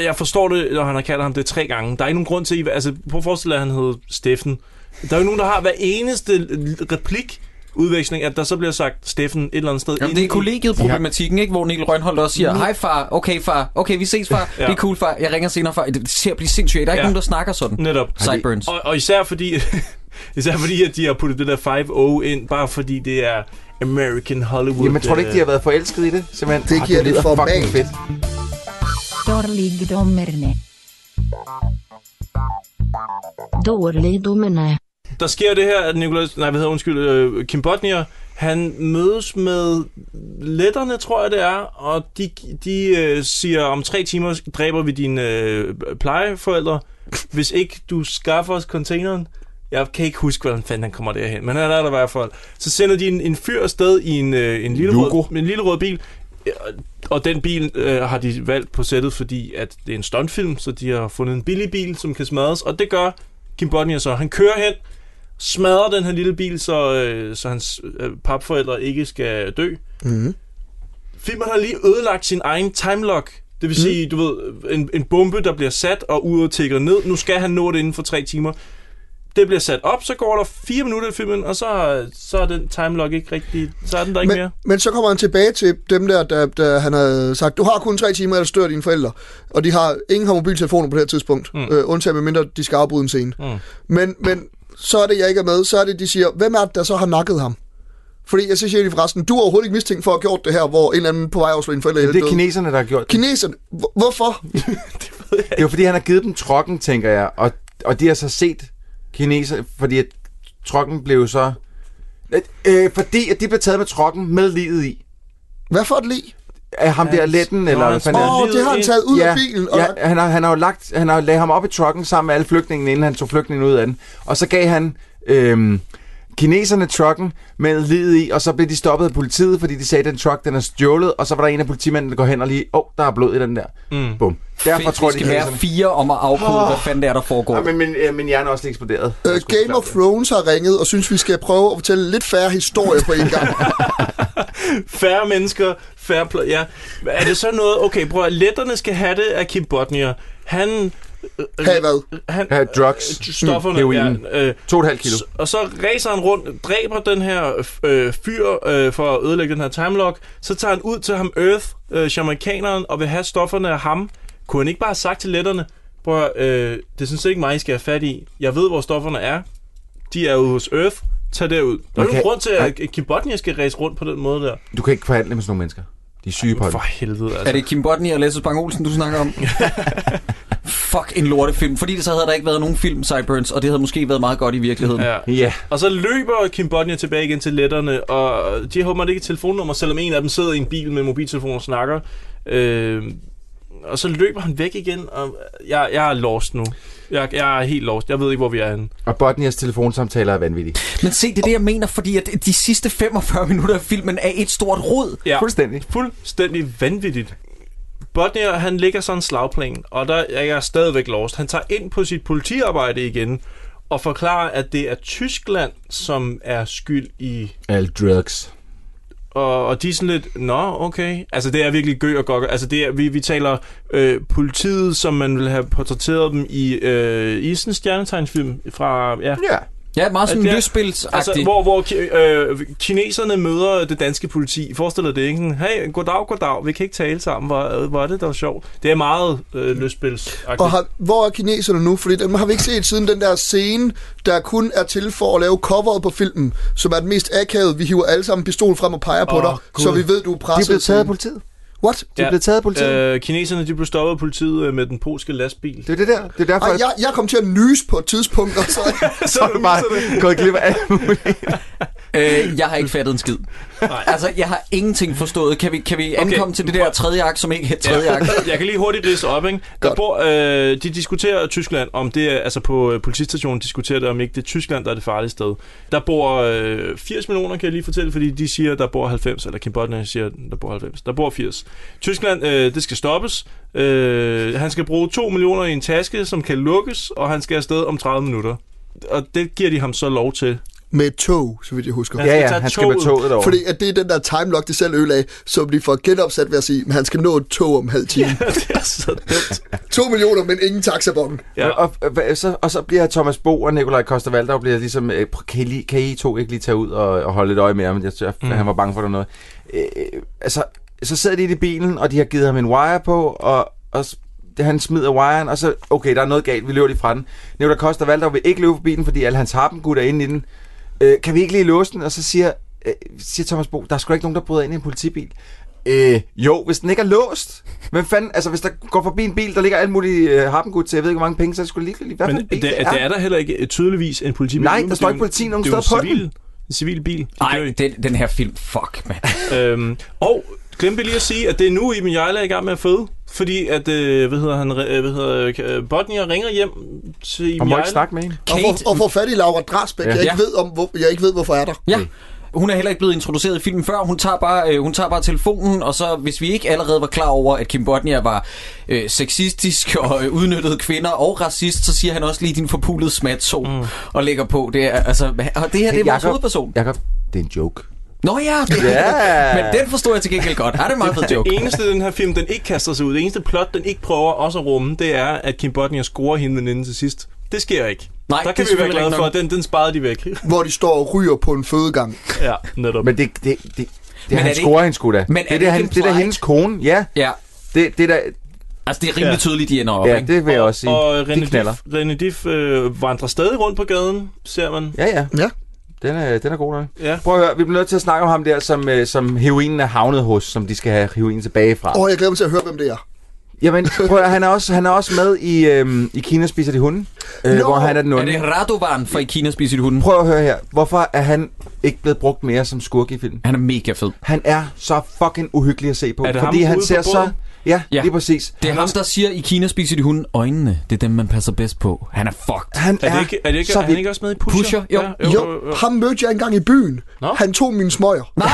S7: Jeg forstår det, når han har kaldt ham det tre gange. Der er ikke nogen grund til, altså prøv at forestille dig, at han hedder Steffen. Der er jo nogen, der har hver eneste replik udveksling, at der så bliver sagt Steffen et eller andet sted.
S1: Jamen, det er
S7: inden i-
S1: kollegiet-problematikken, ikke? hvor Niel Rønholdt også
S8: Mm.
S1: siger, hej far, okay far, okay vi ses far,
S7: Ja.
S1: det er cool far, jeg ringer senere far. Det ser at blive sindssygt, der er ikke
S7: Ja.
S1: nogen, der snakker sådan.
S7: Netop.
S1: Sideburns.
S7: Og, og især fordi, især fordi, at de har puttet det der 5-0 ind, bare fordi det er American Hollywood. øh,
S8: Jamen, tror du ikke, de har været forelsket i det? Simpelthen.
S9: Det
S8: Ah,
S9: giver det
S8: lyder
S9: format.
S8: fucking fedt.
S16: Dårligdommerne. Dårligdommerne.
S7: Der sker det her, at Nicolas, nej, hvad hedder, undskyld, øh, Kim Bodnia, han mødes med letterne, tror jeg det er, og de, de øh, siger, om tre timer dræber vi dine øh, plejeforældre, hvis ikke du skaffer os containeren. Jeg kan ikke huske, hvordan fanden han kommer derhen, men han er der i hvert fald. Så sender de en, en fyr afsted i en, øh, en, lille rød, en lille rød bil, øh, og den bil øh, har de valgt på sættet, fordi at det er en stuntfilm, så de har fundet en billig bil, som kan smadres, og det gør Kim Bodnia så. Han kører hen, smadrer den her lille bil, så, øh, så hans øh, papforældre ikke skal dø.
S9: Mm.
S7: Filmen har lige ødelagt sin egen timelock. Det vil sige, du ved, en, en bombe, der bliver sat, og uret tækker ned. Nu skal han nå det inden for tre timer. Det bliver sat op, så går der fire minutter i filmen, og så, så er den timelock ikke rigtig... Så er den der ikke
S9: Men,
S7: mere.
S9: men så kommer han tilbage til dem der, der, der han havde sagt, du har kun tre timer, ellers dør dine forældre. Og de har ingen har mobiltelefoner på det her tidspunkt, mm. øh, undtagen med mindre de skal afbryde en scene.
S7: Mm.
S9: Men, men så er det, jeg ikke er med, så er det, de siger, hvem er det, der så har nakket ham? Fordi jeg siger de forresten, du er overhovedet ikke mistænkt for at have gjort det her, hvor en eller anden på vej afslår en forælder.
S8: Jamen, det er
S9: døde.
S8: kineserne, der har gjort det.
S9: Kineserne? Hvor- Hvorfor?
S8: Det er jo fordi, han har givet dem trokken, tænker jeg. Og, og de har så set kineser, fordi at trokken blev så... Øh, Øh, fordi at de blev taget med trokken med livet i.
S9: Hvad for et lig?
S8: Af ham der letten, eller hvad fanden
S9: Åh,
S8: er
S9: det har han taget ud
S8: ja,
S9: af bilen. Og øh,
S8: ja, han har, han har jo lagt, han har lagt ham op i trucken sammen med alle flygtningene, inden han tog flygtningene ud af den. Og så gav han øhm, kineserne trucken med livet i, og så blev de stoppet af politiet, fordi de sagde, at den truck den er stjålet, og så var der en af politimændene, der går hen og lige, åh, oh, der er blod i den der.
S1: Mm.
S8: Bum. Derfor
S1: Fedt,
S8: tror
S1: vi
S8: de,
S1: skal være fire om at afkode,
S8: Åh.
S1: hvad fanden det er, der foregår.
S8: Ja, men min, ja, min hjerne er også lige eksploderet.
S9: Øh, Game of Thrones har ringet og synes, vi skal prøve at fortælle lidt færre historier på en gang.
S7: Færre mennesker, færre pl- ja. Er det så noget... Okay, prøv at letterne skal have det af Kim Bodnia. Han...
S9: Have hvad?
S7: Han,
S8: Have drugs.
S7: øh, Stofferne,
S8: Mm, heroin.
S7: ja, øh,
S8: To og et halvt kilo.
S7: s- Og så racer han rundt, dræber den her øh, fyr øh, for at ødelægge den her timelock. Så tager han ud til ham Earth, øh, jamaikaneren, og vil have stofferne af ham. Kunne han ikke bare have sagt til letterne, prøv at, øh, det er sådan set ikke mig, I skal have fat i. Jeg ved, hvor stofferne er. De er ude hos Earth. Tag derud. Der er
S8: Man
S7: okay.
S8: kan-
S7: nogen grund til,
S8: man-
S7: at Kim Bodnia skal race rundt på den måde der.
S8: Du kan ikke forhandle med sådan nogle mennesker. De er syge på det.
S7: For helvede, altså.
S1: Er det Kim Bodnia og Lasse Spang Olsen, du snakker om? Fuck en lortefilm. Fordi så havde der ikke været nogen film, Cyburns, og det havde måske været meget godt i virkeligheden.
S7: Ja. Og så løber Kim Bodnia tilbage igen til letterne, og de har åbenbart ikke et telefonnummer, selvom en af dem sidder i en bil med en mobiltelefon og snakker. Øh, og så løber han væk igen, og jeg, jeg er lost nu. Jeg, jeg er helt lost. Jeg ved ikke, hvor vi er henne.
S8: Og Botnias telefonsamtaler er vanvittige.
S1: Men se, det er det, jeg mener, fordi at de sidste 45 minutter af filmen er et stort rod.
S7: Ja.
S8: Fuldstændig.
S7: Fuldstændig vanvittigt. Bodnia, han ligger sådan en slagplan, og der er jeg stadigvæk lost. Han tager ind på sit politiarbejde igen, og forklarer, at det er Tyskland, som er skyld i
S8: All drugs.
S7: og, og de er sådan lidt, nå, okay. Altså, det er virkelig gø og gokker. Altså, det er, vi, vi taler øh, politiet, som man ville have portrætteret dem i, øh, i sådan en stjernetegnsfilm fra... Ja,
S8: ja.
S1: Ja, meget sådan
S7: Det er-
S1: lystspilsagtigt.
S7: Altså, hvor, hvor ki- øh, kineserne møder det danske politi. Forestil dig det, ikke? Sådan, Hey, goddag, goddag, vi kan ikke tale sammen. Hvor, øh, hvor er det dog sjovt. Det er meget øh, lystspilsagtigt.
S9: Og har, hvor er kineserne nu? Fordi dem har vi ikke set siden den der scene, der kun er til for at lave coveret på filmen, som er den mest akavede. Vi hiver alle sammen pistol frem og peger på
S7: Åh,
S9: dig,
S7: Gud.
S9: så vi ved, du er presset.
S7: De er blevet taget af
S9: til-
S8: politiet.
S9: What?
S7: Øh, kineserne, de blev stoppet af politiet øh, med den polske lastbil.
S8: Det er det der. Det er derfor,
S9: Ej, jeg, jeg kom til at nyse på et tidspunkt, og så...
S7: så er du
S8: bare gået glip af alt muligt.
S1: Øh, jeg har ikke fattet en skid. altså, jeg har ingenting forstået. Kan vi, kan vi ankomme okay. til det der tredje akt, som ikke er tredje akt?
S7: Jeg kan lige hurtigt ridse op, ikke? Der bor, øh, de diskuterer Tyskland, om det er, altså på øh, politistationen diskuterer det, om ikke det er Tyskland, der er det farlige sted. Der bor øh, 80 millioner, kan jeg lige fortælle, fordi de siger, der bor 90, eller Kim Bodner siger, der bor 90. Der bor 80. Tyskland, øh, det skal stoppes. Øh, han skal bruge 2 millioner i en taske, som kan lukkes, og han skal afsted om 30 minutter. Og det giver de ham så lov til.
S9: Med et tog, så vidt jeg husker.
S7: Han skal Ja, ja, tage han skal med toget. toget derover.
S9: Fordi at det er den der time lock, de selv ødelagde, som de får genopsat ved at sige, at han skal nå et tog om halv time. Ja,
S7: det er så dumt.
S9: to millioner, men ingen taxabon.
S7: Ja.
S8: Og, og, og, så, og så bliver Thomas Bo og Nikolaj Koster Valdau bliver ligesom, øh, pr- kan I, lige- kan I to ikke lige tage ud og, og holde lidt øje med ham? Jeg, jeg, mm.
S7: Mm.
S8: Han var bange for der noget. Øh, øh, altså, så sidder de inde i bilen, og de har givet ham en wire på, og, og s- det- han smider wiren, og så, okay, der er noget galt, vi løber lige fra den. Nikolaj Koster Valdau vil ikke løbe forbi den, fordi alle hans harpengutter er inde i den. Øh, kan vi ikke lige låse den? Og så siger, øh, siger Thomas Bo, der er sgu da ikke nogen, der bryder ind i en politibil. Øh, jo, hvis den ikke er låst. Hvem fanden, altså hvis der går forbi en bil, der ligger alt muligt øh, harpengud til, jeg ved ikke, hvor mange penge, så er det sgu ligegyldigt. Hvad for
S7: Men
S8: en bil
S7: det, det,
S8: det
S7: er der heller ikke øh, tydeligvis en politibil.
S8: Nej,
S7: uden,
S8: der
S7: for
S8: står
S7: det er
S8: ikke
S7: jo en-
S8: politi nogen
S7: det er jo
S8: steder
S7: en
S8: på
S7: civil, En civil bil.
S1: Nej, den, den her film, fuck, mand.
S7: øhm, og glemte lige at sige, at det er nu, Iben Jejle er i gang med at føde. Fordi at, øh, hvad hedder han, øh, hvad hedder, øh, Botnia ringer hjem til Iben
S8: Og må ikke
S7: Hjejle.
S8: snakke med hende.
S9: Og
S1: Kate-
S9: for, og for fat i Laura Drasbæk.
S1: Ja.
S9: Ja. Jeg, ikke
S1: Ja.
S9: ved om, hvor, jeg ikke ved, hvorfor er der.
S1: Ja. Øh. Hun er heller ikke blevet introduceret i filmen før. Hun tager bare, øh, hun tager bare telefonen, og så hvis vi ikke allerede var klar over, at Kim Bodnia var øh, sexistisk og øh, udnyttede kvinder og racist, så siger han også lige din forpulede smatso mm. og lægger på. Det er, altså, og det her det er vores hovedperson.
S8: Jakob, det er en joke.
S1: Nå ja, det,
S8: Ja.
S1: men den forstod jeg til gengæld godt. Har det er meget fed joke?
S7: Det eneste, den her film, den ikke kaster sig ud, det eneste plot, den ikke prøver også at rumme, det er, at Kim Botnia scorer hende inden til sidst. Det sker ikke.
S1: Nej,
S7: der
S1: det
S7: kan
S1: er
S7: vi være
S1: selvfølgelig
S7: glade
S1: ikke
S7: for,
S1: nok.
S7: at den, den sparede de væk.
S9: Hvor de står og ryger på en fødegang.
S7: ja, netop.
S8: Men det, det, det, det,
S1: Men
S8: det
S1: er
S8: han
S1: det
S8: scorer
S1: ikke-
S8: hende sgu da.
S1: Men er
S8: det, er
S1: det
S8: det,
S1: ikke
S8: han,
S1: en
S8: det er da
S1: pride?
S8: hendes kone, ja.
S1: Ja.
S8: Det, det er da,
S1: Altså, det er rimelig
S7: Ja.
S1: tydeligt, de ender op,
S8: ja,
S1: ikke?
S8: det vil jeg også sige.
S7: Og René
S8: de knaller.
S7: Diff, René Diff øh, vandrer stadig rundt på gaden, ser man.
S8: Ja, ja.
S9: ja.
S8: Den er, den er god nok.
S7: Ja.
S8: Prøv at høre, vi bliver nødt til at snakke om ham der, som, øh, som heroinen er havnet hos, som de skal have heroinen tilbage fra.
S9: Åh, oh, jeg glæder mig til at høre, hvem det er.
S8: Jamen, prøv at, høre, han, er også, han er også med i, øhm, i Kina spiser de hunden, øh,
S1: Nå!
S8: hvor han er den
S1: Er
S8: onde.
S1: det Radovan fra I Kina spiser de hunden?
S8: Prøv at høre her. Hvorfor er han ikke blevet brugt mere som skurk i filmen?
S1: Han er mega fed.
S8: Han er så fucking uhyggelig at se på,
S7: Er det ham
S8: fordi han
S7: ude på
S8: ser så...
S7: båden?
S8: Ja, ja, lige præcis.
S1: Det er ham, der siger, i Kina spiser de hunde øjnene. Det er dem, man passer bedst på. Han er fucked.
S8: Han
S7: Er det ikke, er det ikke, er han ikke også med i Pusher?
S1: Pusher, jo.
S7: Ja,
S9: Jo, jo, jo, ham mødte jeg engang i byen. No? Han tog mine smøger.
S1: Nej!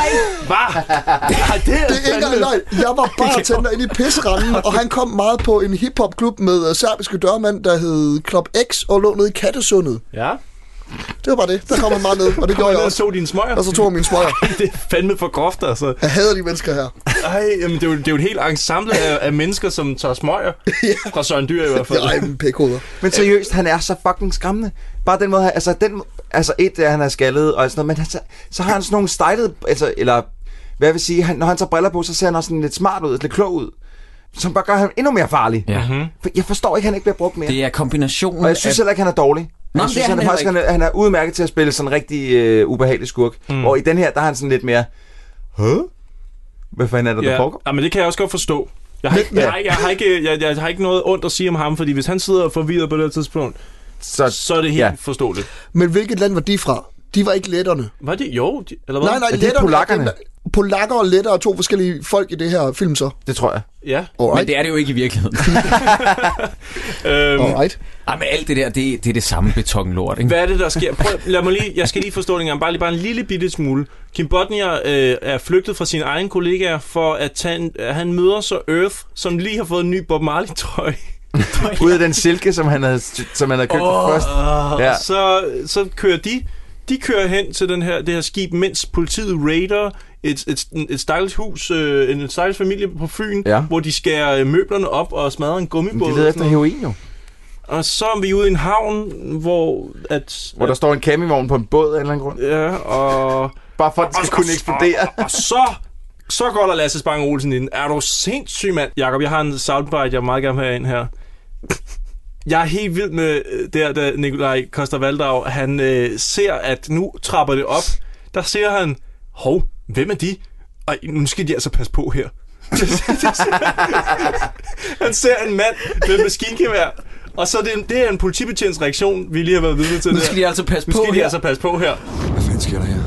S7: Hvad?
S9: det er
S7: fandme-
S9: ikke engang løgn. Jeg var bare tænder inde i pisseranden, og han kom meget på en hiphopklub med uh, serbiske dørmand, der hed Club X, og lå nede i Kattesundet.
S7: Ja.
S9: Det var bare det. Der kom han meget ned, og det gjorde jeg også.
S7: tog dine smøger.
S9: Og så tog jeg mine smøger.
S7: det er fandme for groft, altså.
S9: Jeg hader de mennesker her.
S7: Ej, jamen, det, er jo, det er jo et helt ensemble af, af mennesker, som tager smøger. Fra Søren Dyr i hvert fald.
S9: Nej, men pikhoveder.
S8: Men seriøst, han er så fucking skræmmende. Bare den måde, han- altså, den, altså et er, han er skaldet og sådan noget, men han, så, så har han sådan nogle stylede, altså, eller hvad jeg vil sige, han, når han tager briller på, så ser han også sådan lidt smart ud, lidt klog ud. Som bare gør ham endnu mere farlig.
S1: Ja.
S8: For jeg forstår ikke, at han ikke bliver brugt mere.
S1: Mhm. Det er kombinationen
S8: Og jeg synes
S1: af...
S8: heller ikke, han er dårlig.
S1: men
S8: jeg
S1: det er
S8: synes, han,
S1: han
S8: er faktisk, han,
S1: heller
S8: er, han er udmærket til at spille sådan en rigtig øh, ubehagelig skurk. Mm. Og i den her, der er han sådan lidt mere... Huh? Hvad fanden er det, der
S7: ja.
S8: foregår?
S7: Ja, men det kan jeg også godt forstå. Jeg har, ikke, jeg, har, ikke- jeg, har ikke, jeg, jeg har ikke noget ondt at sige om ham, fordi hvis han sidder forvirret på det her tidspunkt,
S8: så,
S7: så er det helt ja. forståeligt.
S9: Men hvilket land var de fra? De var ikke letterne.
S7: Var det? Jo, de, eller hvad?
S9: Nej, nej, letterne. dem, der- Polakker og lettere er to forskellige folk i det her film så.
S8: Det tror jeg.
S7: Ja.
S9: Alright.
S1: Men det er det jo ikke i virkeligheden.
S7: øhm,
S9: Alright.
S1: Ej, men alt det der, det, det er det samme betonlort, ikke?
S7: Hvad er det, der sker? Prøv, lad mig lige, jeg skal lige forstå det engang. Bare, lige, bare en lille bitte smule. Kim Bodnia øh, er flygtet fra sine egne kollegaer for at tage en, han møder så Earth, som lige har fået en ny Bob Marley-trøj.
S8: Ud af den silke, som han havde, som han havde købt oh, først.
S7: Ja. Så, så kører de de kører hen til den her, det her skib, mens politiet raider et, et, et stakkels hus, øh, en stakkels familie på Fyn,
S8: Ja.
S7: hvor de skærer øh, møblerne op og smadrer en gummibåd.
S8: Men de
S7: og
S8: leder
S7: sådan
S8: efter
S7: noget.
S8: heroin jo.
S7: Og så er vi ude i en havn, hvor at...
S8: Hvor der står en campingvogn på en båd af en eller anden grund.
S7: Ja, og...
S8: Bare for at den skal kunne eksplodere.
S7: Og, og så, så går der Lasse Spang Olsen ind. Er du sindssyg, mand? Jakob, jeg har en soundbite, jeg meget gerne vil have ind her. Jeg er helt vild med øh, der, da Nikolaj Koster Valdrag, han øh, ser, at nu trapper det op. Der ser han, hov, hvem er de? Og nu skal de altså passe på her. han ser en mand med maskingevær, og så er det, en, det er en politibetjents reaktion, vi lige har været vidne til.
S1: Nu
S7: der.
S1: skal de altså passe
S7: nu
S1: på
S7: skal de
S1: her.
S7: altså passe på her.
S16: Hvad fanden sker der her?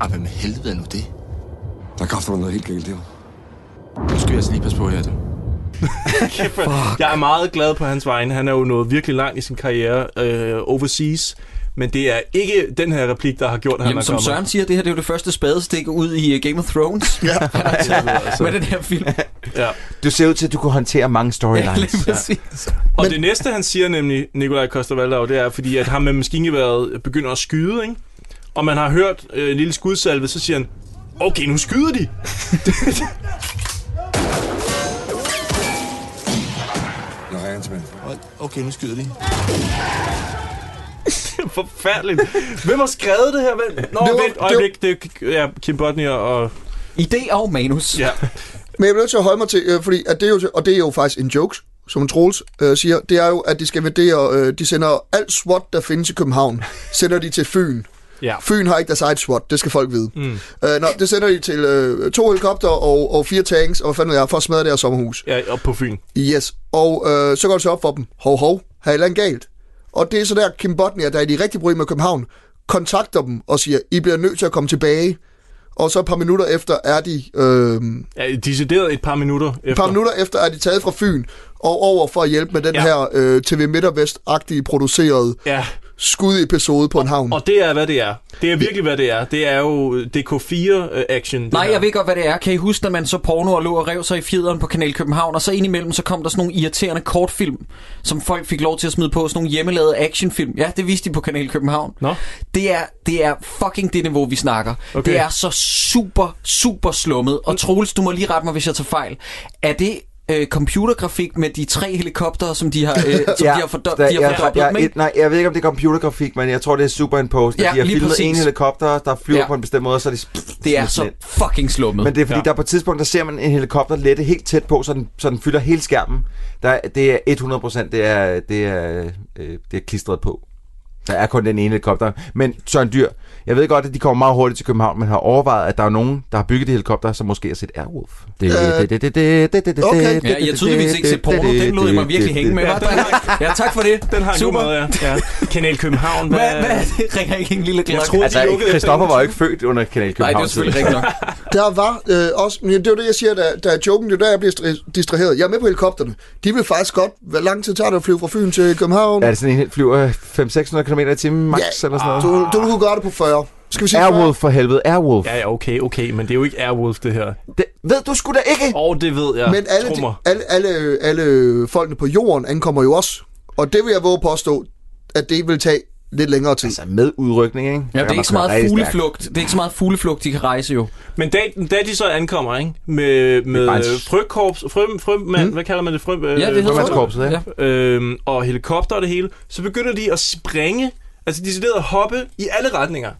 S16: Ej, hvad med helvede er nu det? Der er kraftigt noget helt galt derovre. Nu skal vi altså lige passe på her, du.
S7: Fuck. Jeg er meget glad på hans vegne. Han er jo nået virkelig langt i sin karriere øh, overseas. Men det er ikke den her replik, der har gjort, at han
S1: Jamen,
S7: er
S1: som
S7: kommet.
S1: Søren siger, det her det er jo det første spadestik ud i uh, Game of Thrones. ja. Med den her film.
S7: altså. Ja.
S8: Du ser ud til, at du kunne håndtere mange storylines.
S1: lige præcis.
S7: Og det næste, han siger nemlig, Nikolaj Koster det er, fordi at ham med maskingeværet begynder at skyde, ikke? og man har hørt øh, en lille skudsalve, så siger han, okay, nu skyder de.
S16: Jeg ringer til mig. Okay, nu skyder de.
S7: Det er forfærdeligt. Hvem har skrevet det her? Hvem? Nå,
S9: Det var-
S7: vent, øjeblik, det er ja, Kim Bodnia og...
S1: Idé og manus.
S7: Ja.
S9: Men jeg bliver nødt til at holde mig til, øh, fordi at det er jo, til- og det er jo faktisk en jokes, som Troels øh, siger, det er jo, at de skal vurdere, øh, de sender alt SWAT, der findes i København, sender de til Fyn.
S7: Ja.
S9: Fyn har ikke deres eget SWAT, det skal folk vide.
S7: Mm.
S9: Øh, nå, det sender de til øh, to helikopter og, og fire tanks, og hvad fanden ved jeg, for at smadre deres sommerhus.
S7: Ja, op på Fyn.
S9: Yes, og øh, så går det så op for dem. Hov, hov, har et eller andet galt? Og det er så der, Kim Bodnia, der er i de rigtige problemer med København, kontakter dem og siger, I bliver nødt til at komme tilbage. Og så et par minutter efter er de... Øh,
S7: Ja, decideret et par minutter efter.
S9: et par minutter efter er de taget fra Fyn og over for at hjælpe med den ja. her øh, TV Midt og Vest-agtige produceret
S7: Ja.
S9: skudepisode på en
S1: Mm.
S9: havn.
S7: Og det er, hvad det er. Det er virkelig, hvad det er. Det er øh, jo DK4-action.
S1: Nej, jeg ved godt, hvad det er. Kan I huske, at man så porno og lå og rev sig i fjederen på Kanal København, og så indimellem så kom der sådan nogle irriterende kortfilm, som folk fik lov til at smide på, sådan nogle hjemmelavede actionfilm. Ja, det viste de på Kanal København.
S7: Nå.
S1: Det er, det er fucking det niveau, vi snakker.
S7: Okay.
S1: Okay. Det er så super, super slummet. Og Troels, du må lige rette mig, hvis jeg tager fejl. Er det øh, computergrafik med de tre helikoptere, som de har, øh, som de har, fordo-
S8: der-
S1: de har
S8: jeg-
S1: fordoblet
S8: jeg-
S1: dem, ikke?
S8: et- Nej, jeg ved ikke, om det er computergrafik, men jeg tror, det er superimposed.
S1: Ja,
S8: Ja, de har
S1: lige
S8: filmet
S1: præcis.
S8: en helikopter, der flyver
S1: Ja.
S8: ja. på en bestemt måde, og så er de...
S1: Det er så fucking slummet.
S8: Men det er fordi, ja. der på et tidspunkt, der ser man en helikopter lette helt tæt på, så den, så den fylder hele skærmen. Der, er- det er 100 procent, det er, det, er, øh, det er klistret på. Der er kun den ene helikopter. Men Søren Dyr, jeg ved godt, at de kommer meget hurtigt til København, men har overvejet, at der er nogen, der har bygget de helikopter, som måske har set Airwolf. Det, det, det, det, det, det, det,
S1: Okay.
S8: det,
S1: Ja, jeg har
S8: det,
S1: tydeligvis
S8: det,
S1: ikke set
S8: det,
S1: porno.
S8: det,
S1: Den lod jeg
S8: det,
S1: mig virkelig
S8: det,
S1: hænge med.
S8: det.
S1: Hva, dreng? Ja, tak for det.
S7: Den har en god
S1: Super.
S7: måde, ja. ja. Kanal København. Hvad,
S1: Hvad, hvad er det? Ringer ikke en lille klokke?
S8: altså, Christoffer var jo ikke født under Kanal København.
S1: Nej, det er selvfølgelig
S8: tidligere.
S1: rigtigt nok.
S9: Der var øh, også, men det er jo det, jeg siger, der, der er joken, det er der, jeg bliver stri- distraheret. Jeg er med på helikopterne. De vil faktisk godt, hvor lang tid tager det at flyve fra Fyn til København?
S8: Er det sådan en, der flyver 500-600 km i timen max, ja. eller sådan
S9: Ah, Du,
S8: noget?
S9: du kunne gøre det på 40. Skal vi sige
S8: Airwolf for helvede, Airwolf.
S7: Ja, ja, okay, okay, men det er jo ikke Airwolf, det her.
S8: Det, ved du sgu da ikke?
S7: Åh, oh, det ved jeg.
S9: Men alle, de,
S7: Trummer.
S9: alle, alle, alle folkene på jorden ankommer jo også. Og det vil jeg våge at påstå, at det vil tage lidt længere tid. Altså
S8: med udrykning, ikke?
S1: Ja, det er ikke så meget fugleflugt. Det er ikke så meget fugleflugt, de kan rejse jo.
S7: Men da, da de så ankommer, ikke? Med, med
S1: bare en-
S7: øh, frøkorps, frø, frømand, hvad kalder man det? Frø, øh,
S1: Hmm? Ja, det hedder Frømandskorpset,
S7: frømand. Øhm, og helikopter og det hele. Så begynder de at springe, altså de sidder at hoppe i alle retninger.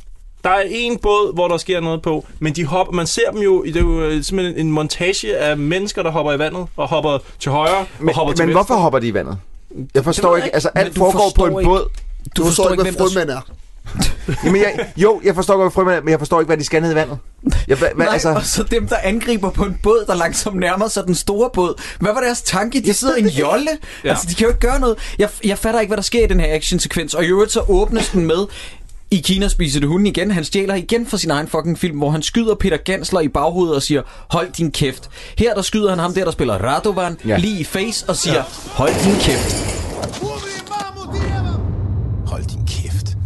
S7: Der er en båd, hvor der sker noget på, men de hopper, man ser dem jo, det er jo øh, simpelthen en montage af mennesker, der hopper i vandet, og hopper til højre,
S8: Men,
S7: og hopper til
S8: men
S7: venstre.
S8: hvorfor hopper de i vandet? Jeg forstår
S7: ved
S8: ikke,
S7: jeg
S8: altså
S7: ikke,
S8: alt
S7: men du
S8: foregår på
S7: forstår
S8: en
S7: ikke-
S8: båd.
S9: Du forstår ikke, hvad frømænd er.
S8: Jamen, jeg, jo, jeg forstår godt, hvad frømænd er, men jeg forstår ikke, hvad de skal ned i vandet. Jeg, hvad,
S1: Nej,
S8: Nej, altså,
S1: og så dem, der angriber på en båd, der langsomt nærmer sig den store båd. Hvad var deres tanke? De sidder i en jolle.
S8: Ja.
S1: ja. Altså, de kan jo ikke gøre noget. Jeg, jeg fatter ikke, hvad der sker i den her actionsekvens. Og i øvrigt så åbnes den med... I Kina spiser det hunden igen. Han stjæler igen fra sin egen fucking film, hvor han skyder Peter Gansler i baghovedet og siger, hold din kæft. Her der skyder han ham der, der spiller Radovan,
S11: Ja.
S1: ja. lige i face og siger, hold din kæft.
S11: Hold din kæft.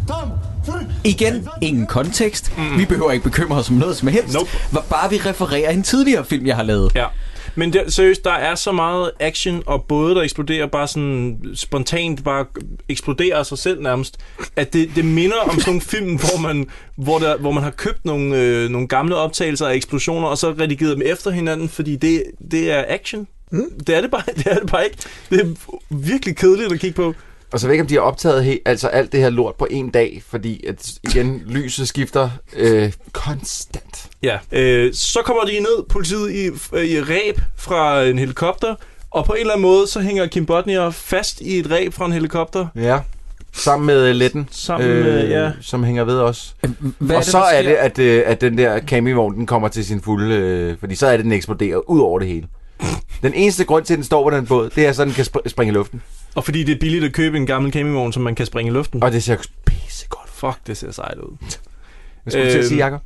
S1: Igen, ingen kontekst. Mm. Vi behøver ikke bekymre os om noget som helst. Nope. Bare vi refererer en tidligere film, jeg har lavet.
S7: Ja. Men der, seriøst, der er så meget action, og både der eksploderer bare sådan spontant, bare eksploderer af sig selv nærmest, at det, det minder om sådan nogle film, hvor man, hvor, der, hvor man har købt nogle, øh, nogle gamle optagelser af eksplosioner, og så redigeret dem efter hinanden, fordi det, det er action. Mm. Det er det, bare, det er det bare ikke. Det er virkelig kedeligt at kigge på.
S8: og så ved altså, jeg ikke, om de har optaget he, altså alt det her lort på en dag, fordi at, igen, lyset skifter øh, konstant.
S7: Ja. Øh, så kommer de ned, politiet i, øh, i ræb fra en helikopter, og på en eller anden måde, så hænger Kim Bodnia fast i et ræb fra en helikopter.
S8: Ja. Sammen med øh, Letten,
S7: Sammen med- ja.
S8: som hænger ved os.
S7: hvad
S8: og
S7: er det,
S8: så
S7: der
S8: er
S7: sker?
S8: det, at, øh, at den der campingvogn, den kommer til sin fulde... Øh, fordi så er det, den eksploderer ud over det hele. Den eneste grund til, at den står på den båd, det er, så den kan spr- springe i luften.
S7: Og fordi det er billigt at købe en gammel campingvogn, som man kan springe i luften.
S8: Og det ser pisse
S7: godt. Fuck, det ser sejt ud.
S8: Hvad skulle du til at sige, Jacob?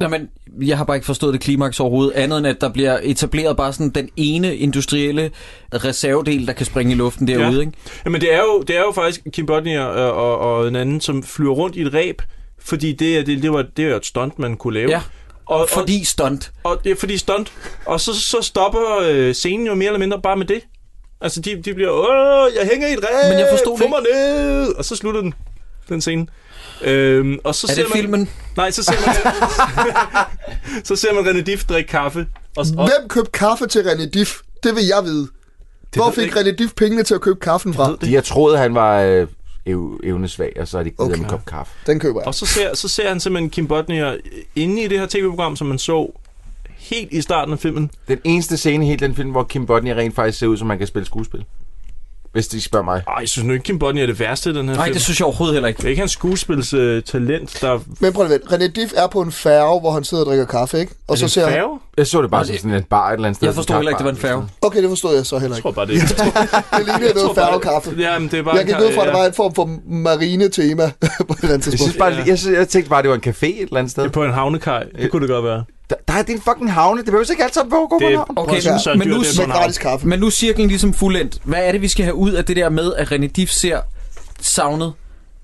S1: Nå, men jeg har bare ikke forstået det klimaks overhovedet, andet end at der bliver etableret bare sådan den ene industrielle reservedel, der kan springe i luften derude, ja. ikke?
S7: Jamen det er jo, det er jo faktisk Kim Bodnia og, og, og en anden, som flyver rundt i et ræb, fordi det, er- det, det, var, det er et stunt, man kunne lave.
S1: Ja.
S7: Og,
S1: Fordi stunt.
S7: Og, ja, fordi stunt. Og så, så stopper øh, scenen jo mere eller mindre bare med det. Altså, de, de bliver, åh, jeg hænger i et ræb,
S1: Men jeg forstod
S7: få
S1: det
S7: mig ned, og så slutter den, den scene. Øhm, og så
S1: Er
S7: ser
S1: det
S7: man,
S1: filmen?
S7: Nej, så ser man, så ser man René Diff drikke kaffe. Og, og,
S9: Hvem købte kaffe til René Diff? Det vil jeg vide. Hvor
S7: ved jeg
S9: fik René Diff pengene til at købe kaffen fra?
S8: De har troet, han var øh, ev- evnesvag, og så har de givet okay. ham en kop kaffe.
S9: Den køber jeg.
S7: Og så ser, så ser han simpelthen Kim Bodnia inde i det her tv-program, som man så helt i starten af filmen.
S8: Den eneste scene i hele den film, hvor Kim Bodnia rent faktisk ser ud, som man kan spille skuespil. Hvis de spørger mig.
S7: Ej, jeg synes nu ikke, Kim Bodnia er det værste i den her
S8: Nej,
S7: film.
S8: det synes
S1: jeg overhovedet heller ikke.
S7: Det er ikke hans skuespilstalent, der...
S9: Men prøv lige at vente. René Diff er på en færge, hvor han sidder og drikker kaffe, ikke? Og så ser han...
S8: Jeg så det bare som sådan en bar et eller andet sted.
S9: Jeg forstod heller ikke, det var en
S8: færge.
S9: Okay, det forstod jeg så heller ikke.
S7: Jeg tror bare, det er...
S9: det ligner noget færgekaffe.
S7: Jamen, det er bare
S9: Jeg gik
S7: en-
S9: ud fra, at der
S7: ja.
S9: var en form for marine tema på et eller andet
S8: Jeg, synes
S9: tidspunkt.
S8: bare, jeg, synes, jeg tænkte bare, det var en café et eller andet sted. Det er
S7: på en havnekaj. Det kunne det godt være.
S8: Der, der er din fucking havne. Det behøver ikke alt sammen foregå på havn.
S1: Okay, men, men, nu, men nu er cirklen ligesom fuldendt. Hvad er det, vi skal have ud af det der med, at René Diff ser savnet?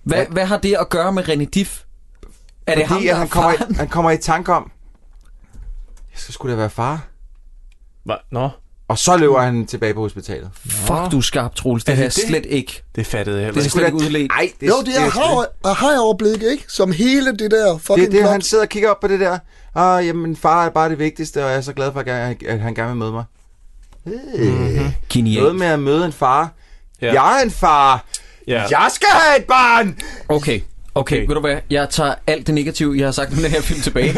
S1: Hvad, ja. hvad har det at gøre med René Diff? Er det ham,
S8: Fordi,
S1: der
S8: at han
S1: er
S8: kommer,
S1: faren?
S8: i, han kommer i tanke om, jeg skal sgu da være far.
S7: Hva? Nå.
S8: Og så løber han tilbage på hospitalet.
S1: Fuck, du er skarp, Troels. Det
S8: Er
S1: har jeg
S8: det det?
S1: slet ikke.
S7: Det fattede jeg
S1: Det er slet ikke udledt.
S8: Nej,
S9: jo, det er har, har overblik, ikke? Som hele det der
S8: Det
S9: fucking
S8: er det,
S9: plot.
S8: han sidder og kigger op på det der. Ah, jamen, far er bare det vigtigste, og jeg er så glad for, at jeg- at han gerne vil møde mig. Mm-hmm.
S11: Mhm.
S1: Genialt.
S8: Noget med at møde en far.
S1: Ja.
S8: Jeg er en far.
S1: Ja.
S8: Jeg skal have et barn!
S1: Okay, okay. okay. Ved du hvad? Jeg tager alt det negative, jeg har sagt om den her film tilbage.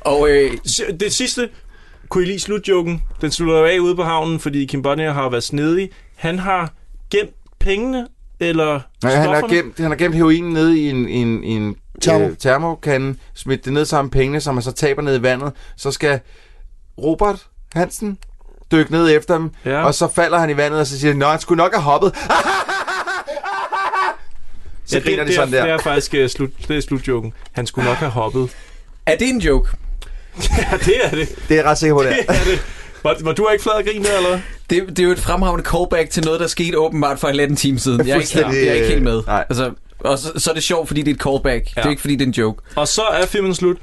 S1: og øh,
S7: Det sidste, kunne I lige slutjoken? Den slutter jo af ude på havnen, fordi Kim Bodnia har været snedig. Han har gemt pengene, eller
S8: Nej, han har,
S7: stofferne.
S8: gemt, han har gemt heroinen nede i en, en, en
S7: Termo.
S8: øh, termokande, smidt det ned sammen med pengene, som han så taber ned i vandet. Så skal Robert Hansen dykke ned efter dem, ja. og så falder han i vandet, og så siger han, at han skulle nok have hoppet. Så
S7: det,
S8: griner de
S7: det,
S8: sådan
S7: er,
S8: der.
S7: det er faktisk uh, slut, det er slutjoken. Han skulle nok have hoppet.
S1: Er det en joke?
S7: Ja, det er det.
S8: Det er jeg ret sikker på, det
S7: er. det. Var, var du ikke flad og grine, eller?
S1: Det, det er jo et fremragende callback til noget, der skete åbenbart for 11 timer siden. Jeg er ikke,
S7: Fuldstændig,
S1: jeg er ikke helt med.
S7: nej.
S1: Altså, og så, så er det sjovt, fordi det er et callback. Ja. Det er ikke, fordi det er en joke.
S7: Og så er filmen slut.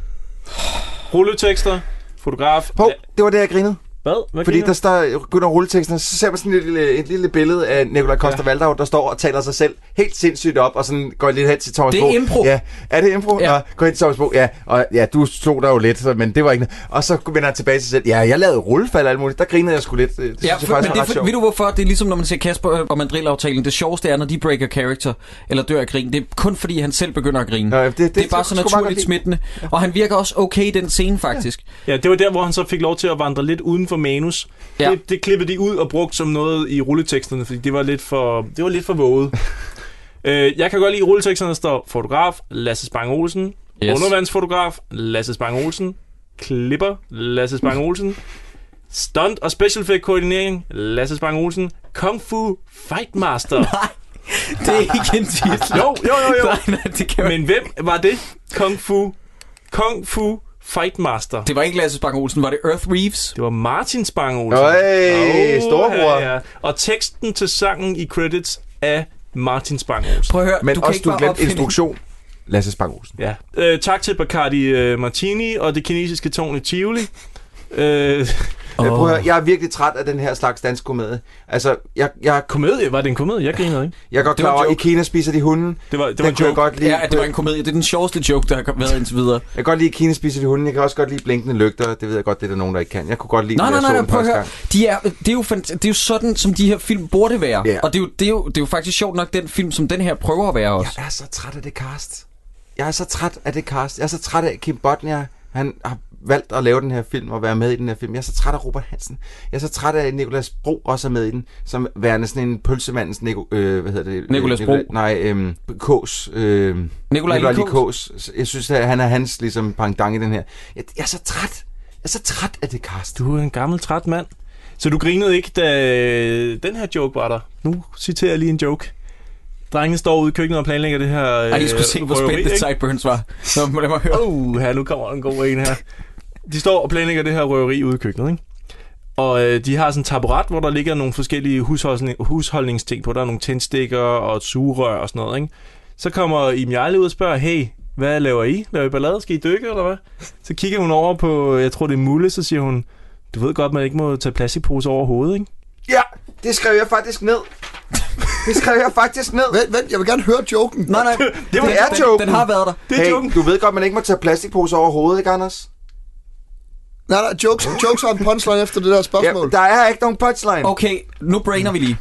S7: Rulletekster, fotograf.
S8: På, det var det, jeg grinede.
S7: Hvad? Hvad
S8: Fordi
S7: griner
S8: der står, begynder rulleteksten, så ser man sådan et lille, et lille billede af Nikolaj Koster Valdau, der står og taler sig selv helt sindssygt op, og sådan går lidt hen til Thomas
S1: Det er
S8: Bo.
S1: impro.
S8: Ja, er det impro? Ja. Nå, går hen til Thomas Bo, ja, og ja, du stod der jo lidt, så, men det var ikke noget. Og så vender han tilbage til sig selv, ja, jeg lavede rullefald og alt muligt, der grinede jeg sgu lidt. Det synes
S1: Ja,
S8: jeg
S1: for, men
S8: faktisk
S1: det,
S8: var
S1: er
S8: ret
S1: for-
S8: sjovt.
S1: ved du hvorfor? Det er ligesom, når man ser Kasper øh, og mandrilaftalen. Det sjoveste er, når de breaker character eller dør af grin. Det er kun fordi, han selv begynder at grine.
S8: Ja, det, det,
S1: det er bare
S7: jeg
S1: så
S7: sgu meget godt
S1: naturligt
S7: lide.
S1: smittende. Og han virker også okay i den scene, faktisk.
S7: Ja, det var der, hvor han så fik lov til at vandre lidt uden for manus. Ja. Det, det klippede de ud og brugte som noget i rulleteksterne, fordi det var lidt for, det var lidt for våget. øh, jeg kan godt lide, at i rulleteksterne står fotograf Lasse Spang Olsen,
S1: Yes.
S7: yes. undervandsfotograf Lasse Spang Olsen, klipper Lasse Spang Olsen, stunt og special effect koordinering Lasse Spang Olsen, kung fu fightmaster. Nej.
S1: Det er ikke en titel.
S7: Jo, jo, jo, jo.
S1: Nej, nej, det kan
S7: Men hvem var det? Kung Fu. Kung Fu Fightmaster.
S1: Det var ikke Lasse Spang Olsen, var det Earth Reeves?
S7: Det var Martin Spang Olsen.
S8: Øj, storebror.
S7: Ja, ja. Og teksten til sangen i credits af Martin Spang Olsen.
S1: Prøv at høre,
S8: Men også, du glemte instruktion. Lasse Spang Olsen.
S7: Ja. Øh, tak til Bacardi øh, Martini og det kinesiske tårn i Tivoli. Øh,
S8: Oh. Prøv at høre, jeg er virkelig træt af den her slags dansk komedie. Altså, jeg, jeg...
S7: Komedie? Var det en komedie? Jeg grinede ikke.
S8: Jeg er godt
S1: Det var
S8: klar
S1: en
S8: over, i Kina spiser de hunden.
S7: Det var, det
S1: var en joke.
S8: godt lide.
S1: Ja, det var en komedie. Det er den sjoveste joke, der har kom- været indtil videre.
S8: Jeg kan godt lide Kina spiser de hunden. Jeg kan også godt lide blinkende lygter. Det ved jeg godt, det er der nogen, der ikke kan. Jeg kunne godt lide
S1: Nej,
S8: den,
S1: nej,
S8: jeg
S1: nej,
S8: så
S1: nej
S8: den
S1: prøv at
S8: første
S1: høre.
S8: gang.
S1: De er, det, er jo, fant- det er jo sådan, som de her film burde være.
S8: Ja.
S1: Og det er, jo, det, er jo, det er jo faktisk sjovt nok den film, som den her prøver at være også.
S8: Jeg er så træt af det cast. Jeg er så træt af det cast. Jeg er så træt af at Kim Bodnia. Han har valgt at lave den her film og være med i den her film. Jeg er så træt af Robert Hansen. Jeg er så træt af, at Nicolas Bro også er med i den, som værende sådan en pølsemandens Nico, øh, hvad hedder det?
S1: Nicolas Bro.
S8: Nicola- Nej, øhm, Kås. Øh,
S1: Nicolai Lie
S8: Kås. Jeg synes, at han er hans ligesom pangdang i den her. Jeg, jeg er så træt. Jeg er så træt af det cast.
S7: Du er en gammel, træt mand. Så du grinede ikke, da øh, den her joke var der? Nu citerer jeg lige en joke. Drengene står ude i køkkenet og planlægger det her... øh,
S1: Ej, de
S8: Øh,
S1: skulle se, hvor spændende Sideburns var. Nå, lad mig høre.
S7: Uh, her, nu kommer en god en her. De står og planlægger det her røveri ude i køkkenet, ikke? Og øh, de har sådan en taburet, hvor der ligger nogle forskellige husholdning, husholdningsting på. Der er nogle tændstikker og et sugerør og sådan noget, ikke? Så kommer Iben Jarle ud og spørger, hey, hvad laver I? Laver I ballade? Skal I dykke, eller hvad? Så kigger hun over på, jeg tror det er Mulle, så siger hun, du ved godt, man ikke må tage plastikpose over hovedet, ikke?
S8: Ja, det skrev jeg faktisk ned. Det skrev jeg faktisk ned.
S9: Vent, vent, jeg vil gerne høre joken.
S1: Nej, nej.
S8: Det, var, det er joken.
S9: er
S8: hey,
S9: joken.
S8: Du ved godt, man ikke må tage plastikposer over hovedet, ikke Anders?
S9: Nej, nej, jokes, jokes har en punchline efter det der spørgsmål.
S8: Ja, der er ikke nogen punchline.
S1: Okay, nu brainer vi lige.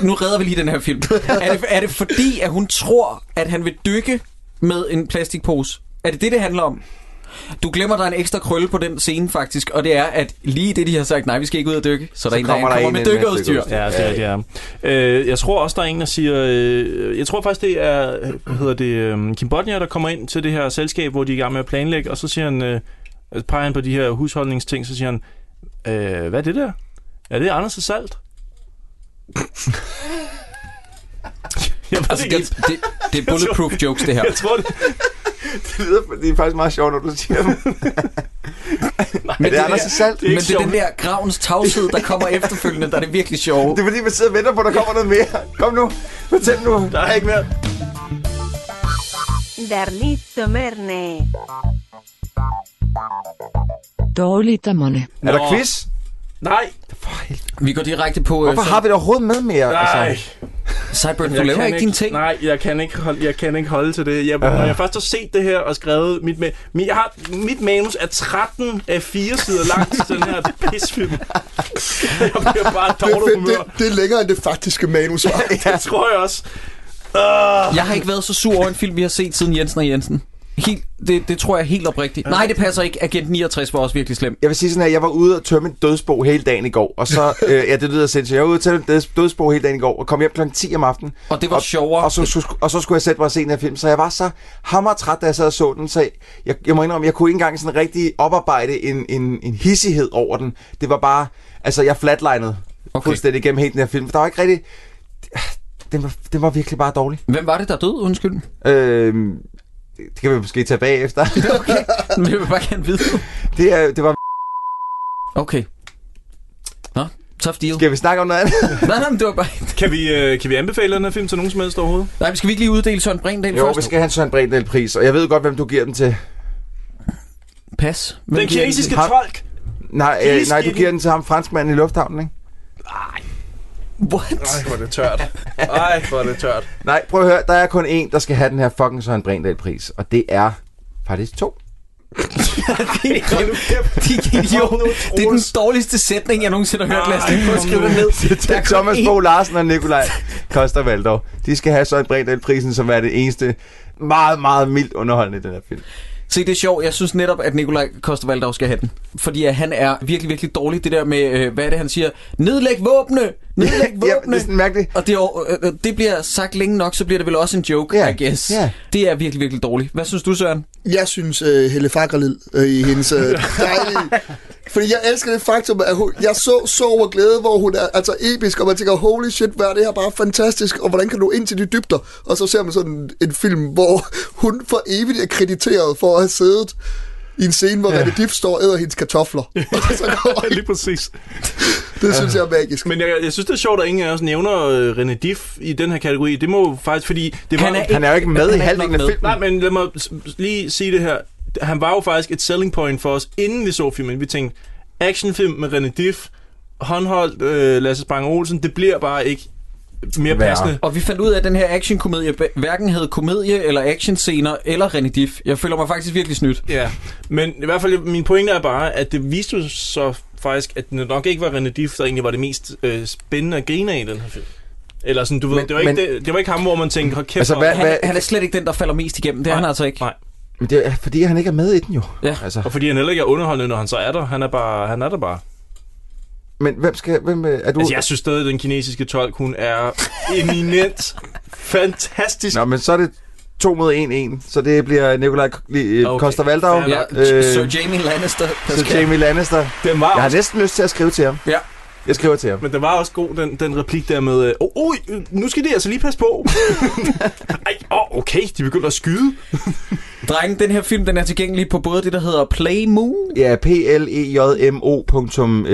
S1: Nu redder vi lige den her film. Er det, er det fordi, at hun tror, at han vil dykke med en plastikpose? Er det det, det handler om? Du glemmer, der er en ekstra krølle på den scene faktisk, og det er, at lige det, de har sagt, nej, vi skal ikke ud og dykke, så, der er en, der kommer, der kommer med dykkerudstyr.
S7: Ja, det er det er. Øh, jeg tror også, der er en, der siger... Øh, jeg tror faktisk, det er øh, hvad hedder det, øh, Kim Bodnia, der kommer ind til det her selskab, hvor de er i gang med at planlægge, og så siger han, øh, altså peger han på de her husholdningsting, så siger han, øh, hvad er det der? Er det Anders og Salt? jeg ved
S1: Altså,
S7: ikke,
S1: det, det, det er bulletproof jokes, det her.
S7: Jeg tror, det,
S8: det, lyder, det er faktisk meget sjovt, når du siger dem.
S1: Men
S8: er det Anders og Salt?
S1: Men det er den der gravens tavshed, der kommer efterfølgende, der er det virkelig sjove.
S8: Det er fordi, man sidder og venter på, at der kommer noget mere. Kom nu, fortæl nu. Der er ikke mere.
S17: Darlito Merne.
S3: Dårligt dommerne.
S8: Er der quiz?
S7: Nej.
S1: Vi går direkte på... øh,
S8: Hvorfor
S1: så-
S8: har vi det overhovedet med mere? altså?
S7: Nej.
S1: Cyburn, du
S7: Jeg
S1: laver
S7: kan
S1: ikke dine ting. Ah.
S7: Nej, jeg kan ikke holde, jeg kan ikke holde til det. Jeg, når jeg først har set det her og skrevet mit, ma- mit, jeg har, mit manus er 13 af 4 sider langt til den her pisfilm. Jeg bliver bare
S9: Det, er
S7: dårlig
S9: fedt,
S7: humør.
S9: det, det er længere end det faktiske manus var.
S7: Det tror jeg også. Ah.
S1: Jeg har ikke været så sur over en film, vi har set siden Jensen og Jensen. Helt, det, det tror jeg er helt oprigtigt. Nej, det passer ikke. Agent 69 var også virkelig slem.
S8: Jeg vil sige sådan her, jeg var ude og tømme en dødsbo hele dagen i går, og så, øh, ja, det lyder sindssygt, jeg var ude og tømme en døds- dødsbo hele dagen i går, og kom hjem kl. 10 om aftenen.
S1: Og det var
S8: og,
S1: sjovere.
S8: Og så, så, og så skulle jeg sætte mig og se den her film, så jeg var så hammertræt, da jeg sad og så den, så jeg, jeg må indrømme, jeg kunne ikke engang sådan rigtig oparbejde en, en, en hissighed over den. Det var bare, altså jeg flatlinede okay. fuldstændig igennem hele den her film, for der var ikke rigtig, den var, den var virkelig bare Øhm, dårlig.
S1: Hvem var det, der døde, undskyld?
S8: Øh, det kan vi måske tage bagefter.
S1: Men jeg vil bare gerne vide.
S8: Det, er, det var...
S1: Okay. Nå, tough deal.
S8: Skal vi snakke om noget andet?
S1: nej, nej, men det var bare...
S7: Kan vi, øh, kan vi anbefale den her film til nogen som helst overhovedet?
S1: Nej, men skal vi ikke lige uddele Søren Brindal
S8: Jo,
S1: først?
S8: vi skal have en Søren Bredendal pris, og jeg ved godt, hvem du giver den til.
S1: Pas.
S8: Hvem giver den til? Ham- Nej, øh, nej, du giver den til ham, franskmanden i lufthavnen, ikke?
S1: What?
S7: Nej, hvor er det tørt. Nej, hvor er det tørt.
S8: Nej, prøv at høre, der er kun én, der skal have den her fucking Søren Bredendal pris, og det er faktisk to.
S1: De idiot. Det er den dårligste sætning, jeg nogensinde har hørt. Lad os lige prøve at skrive det ned.
S8: Det er Thomas Bo Larsen og Nikolaj Koster Valdov. De skal have Søren Bredendal prisen, som er det eneste meget, meget mildt underholdende i den her film.
S1: Se, det er sjovt. Jeg synes netop, at Nikolaj Kostervaldau skal have den. Fordi at han er virkelig, virkelig dårlig. Det der med, øh, hvad er det, han siger? Nedlæg våbne! Nedlæg våbne! ja, det er sådan
S8: mærkeligt.
S1: Og det, er jo- øh, øh, det bliver sagt længe nok, så bliver det vel også en joke, yeah. I guess.
S9: ja.
S1: Det er virkelig, virkelig dårligt. Hvad synes du, Søren?
S9: Jeg synes uh, Helle Fagerlid uh, i hendes uh, dejlige... Fordi jeg elsker det faktum, at hun, jeg så sorg og glæde, hvor hun er altså episk, og man tænker, holy shit, hvad er det her bare fantastisk, og hvordan kan du ind til de dybder? Og så ser man sådan en film, hvor hun for evigt er krediteret for at have siddet i en scene, hvor
S7: Ja.
S9: ja. René Diff står og æder hendes kartofler. Og så går
S7: Lige præcis.
S9: Det synes jeg er magisk.
S7: Men jeg, jeg synes, det er sjovt, at ingen af os nævner øh, René Diff i den her kategori. Det må jo faktisk, fordi... Det
S8: Han
S7: var,
S8: er ikke- Han er jo ikke med i han er halvdelen ikke af med. filmen.
S7: Nej, men lad mig s- lige sige det her. Han var jo faktisk et selling point for os, inden vi så filmen. Vi tænkte, actionfilm med René Diff, håndholdt øh, Lasse Spang Olsen, det bliver bare ikke mere
S1: Værre.
S7: passende.
S1: Og vi fandt ud af, at den her actionkomedie ba- hverken havde komedie eller actionscener eller René Diff. Jeg føler mig faktisk virkelig snydt.
S7: Ja, men i hvert fald min pointe er bare, at det viste jo så faktisk, at det nok ikke var René Diff, der egentlig var det mest øh, spændende at grine af i den her film. Eller sådan, du ved,
S1: Men-
S7: men, det, var ikke,
S1: men-
S7: det, det var ikke ham, hvor man tænkte, hold kæft,
S8: Altså,
S7: hvor-
S8: hvad- Han- hvad-
S1: Han er slet ikke den, der falder mest igennem. Det er han altså ikke.
S7: Nej.
S8: Men det er, fordi han ikke er med i den jo.
S1: Ja.
S8: Altså.
S7: Og fordi han heller ikke er underholdende, når han så er der. Han er, bare, han er der bare.
S8: Men hvem skal... Hvem, øh, er du...
S7: Altså, jeg synes stadig, at den kinesiske tolk, hun er eminent. fantastisk.
S8: Nå, men så er det to mod en, en. Så det bliver Nikolaj okay. Koster Valdau.
S1: Ja, Sir Jamie Lannister. der
S8: Sir
S1: skal-
S8: øh, Jamie Lannister.
S7: Den var
S8: jeg har
S7: også-
S8: næsten lyst til at skrive til ham.
S1: Ja.
S8: Jeg skriver til ham.
S7: Men det var også god, den, den replik der med, øh, oh, oh, nu skal det altså lige passe på. Ej, oh, okay, de begynder at skyde.
S1: Drenge, den her film den er tilgængelig på både det, der hedder Playmo.
S8: Ja, E plejmo.com.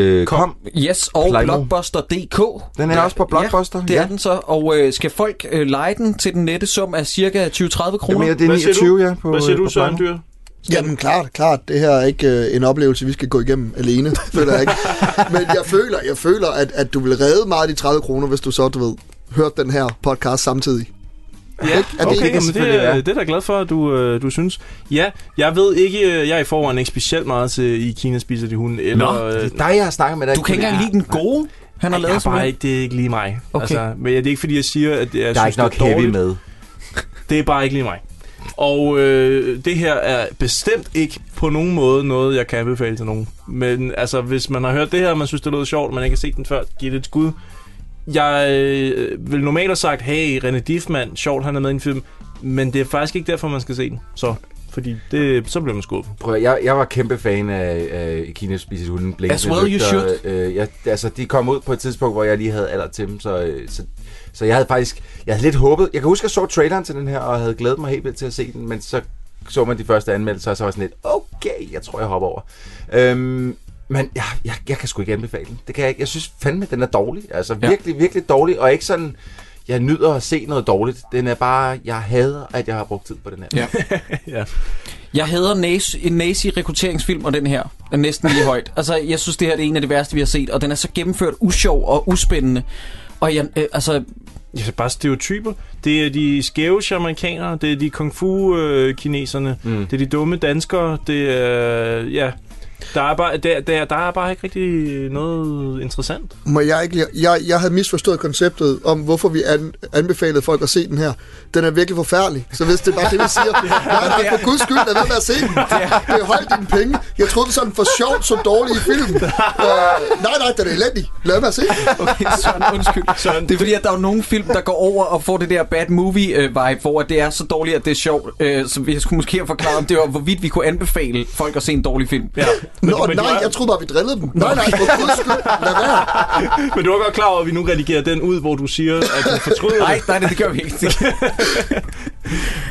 S1: Yes, og
S8: Playmo.
S1: Blockbuster.dk.
S8: Den er også på Blockbuster,
S1: Ja, det
S8: ja.
S1: er den så. Og øh, skal folk øh, lege den til den nette sum af cirka 20-30 kroner?
S8: mener, det er Hvad siger 29, du? ja, på- Hvad siger øh, du, på Søren Playmo.
S9: Jamen klart, klart. Det her er ikke øh, en oplevelse, vi skal gå igennem alene. Føler jeg ikke. Men jeg føler, jeg føler at, at du vil redde meget af de 30 kroner, hvis du så, du ved, hørte den her podcast samtidig.
S7: Ja,
S9: Er det
S7: okay,
S9: ikke-
S7: det, jamen, det,
S9: Selvfølgelig,
S7: er,
S9: ja.
S7: det er da glad for, at du, øh, du synes. Ja, jeg ved ikke, øh, jeg er i forvejen ikke specielt meget til I Kina spiser de hunde. Eller, øh,
S8: Nå, det er dig, jeg har snakket med dig.
S7: Du kan ikke engang lide
S1: den gode, han har
S7: Ej,
S1: lavet
S7: jeg er
S1: som
S7: bare
S1: en-
S7: ikke, det er ikke lige mig. Altså,
S1: Okay.
S7: men det er ikke, fordi jeg siger, at jeg der synes,
S8: er ikke nok
S7: det er
S8: heavy
S7: dårligt.
S8: med.
S7: Det er bare ikke lige mig. Og øh, det her er bestemt ikke på nogen måde noget, jeg kan anbefale til nogen. Men altså, hvis man har hørt det her, og man synes, det lyder sjovt, og man ikke har set den før, giv det et skud. Jeg øh, vil normalt have sagt, hey, René Diffman, sjovt, han er med i en film. Men det er faktisk ikke derfor, man skal se den. Så, fordi det, så bliver man skuffet.
S8: Prøv at, jeg, jeg var kæmpe fan af, af Kina spiser hunden. Blinkende
S1: As well you
S8: lygter.
S1: should.
S8: Øh, jeg, altså, de kom ud på et tidspunkt, hvor jeg lige havde alder til dem, så, øh, så, så jeg havde faktisk... Jeg havde lidt håbet... Jeg kan huske, at jeg så traileren til den her, og havde glædet mig helt vildt til at se den, men så så man de første anmeldelser, og så var jeg sådan lidt, okay, jeg tror, jeg hopper over. Øhm, men jeg, jeg, jeg kan sgu ikke anbefale den. Det kan jeg ikke. Jeg synes fandme, den er dårlig. Altså virkelig, ja. virkelig dårlig, og ikke sådan... Jeg nyder at se noget dårligt. Den er bare... Jeg hader, at jeg har brugt tid på den her.
S7: ja.
S1: Jeg hader Nas- en nazi rekrutteringsfilm, og den her er næsten lige højt. Altså, jeg synes, det her er en af det værste, vi har set, og den er så gennemført usjov og uspændende. Og jeg, øh, altså,
S7: Jeg er bare stereotyper. Det er de skæve jamaikanere, det er de kung fu-kineserne, mm. det er de dumme danskere, det er... Ja, der er bare, der, der, der er bare ikke rigtig noget interessant.
S9: Må jeg, ikke, lige- jeg, jeg havde misforstået konceptet om, hvorfor vi an, anbefalede folk at se den her. Den er virkelig forfærdelig. Så hvis det er bare det, vi siger, nej, nej, for guds skyld, lad være med at se den. Behold dine penge. Jeg troede, det var sådan for sjovt, så dårlig i film. Øh, nej, nej, den er elendig. Lad være med at se den.
S1: Okay, Søren, undskyld.
S7: Søren,
S1: det er fordi, at der er jo nogle film, der går over og får det der bad movie-vibe, hvor at det er så dårligt, at det er sjovt. Øh, så jeg skulle måske have forklaret, om det var, hvorvidt vi kunne anbefale folk at se en dårlig film.
S7: Ja.
S9: Nå, nej, jeg troede bare, vi drillede dem. Nej, nej, for guds skyld, lad være.
S7: Men du er godt klar over, at vi nu redigerer den ud, hvor du siger, at du fortryder
S1: Nej, nej, det gør vi ikke.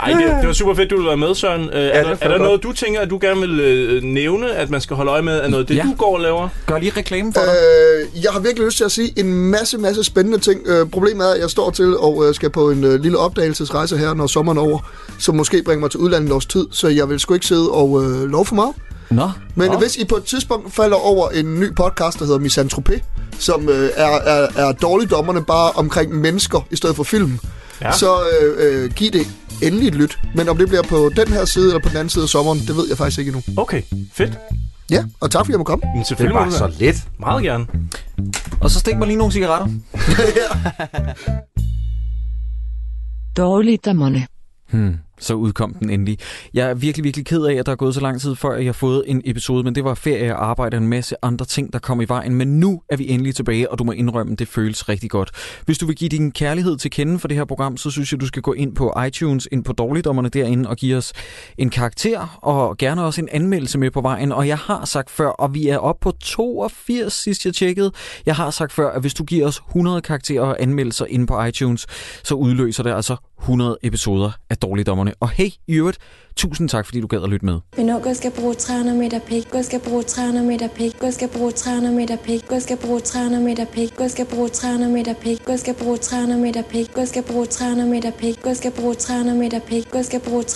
S7: Ej, det, det var super fedt, du ville være med, Søren. Øh, er, der,
S1: det var
S7: er der
S1: godt.
S7: noget, du tænker, at du gerne vil øh, nævne, at man skal holde øje med? Er noget af det,
S1: Ja.
S7: ja. du går og laver?
S1: Gør lige reklame for
S9: øh, Jeg har virkelig lyst til at sige en masse, masse spændende ting. Øh, problemet er, at jeg står til og øh, skal på en øh, lille opdagelsesrejse her, når sommeren er over, som måske bringer mig til udlandet en års tid, så jeg vil sgu ikke sidde og øh, love for meget.
S1: Nå.
S9: Men
S1: Nå.
S9: Nå. hvis I på et tidspunkt falder over en ny podcast, der hedder Misanthropé, som øh, er, er, er dårligdommerne bare omkring mennesker i stedet for film,
S7: Ja.
S9: ja. så øh, øh, giv det endelig et lyt. Men om det bliver på den her side eller på den anden side af sommeren, det ved jeg faktisk ikke endnu.
S7: Okay, fedt.
S9: Ja, og tak fordi jeg måtte komme.
S7: Men selvfølgelig må du da. Meget gerne.
S1: Og så stik mig lige nogle cigaretter.
S3: Dårligdommerne.
S1: Hmm, så udkom den endelig. Jeg er virkelig, virkelig ked af, at der er gået så lang tid, før jeg har fået en episode, men det var ferie og arbejde og en masse andre ting, der kom i vejen. Men nu er vi endelig tilbage, og du må indrømme, det føles rigtig godt. Hvis du vil give din kærlighed til kende for det her program, så synes jeg, du skal gå ind på iTunes, ind på Dårligdommerne derinde og give os en karakter, og gerne også en anmeldelse med på vejen. Og jeg har sagt før, og vi er oppe på 82 sidst jeg tjekkede, jeg har sagt før, at hvis du giver os 100 karakterer og anmeldelser inde på iTunes, så udløser det altså 100 episoder af Dårligdommerne. Og hey, i øvrigt, tusind tak, fordi du gad at lytte med.
S13: Min onkel skal bruge 300 meter pik. Gud skal bruge 300 meter pik. Gud skal bruge 300 meter pik. Gud skal bruge 300 meter pik. Gud skal bruge 300 meter pik. Gud skal bruge 300 meter pik. Gud skal bruge 300 meter pik. Gud skal bruge 300 meter pik. Gud skal bruge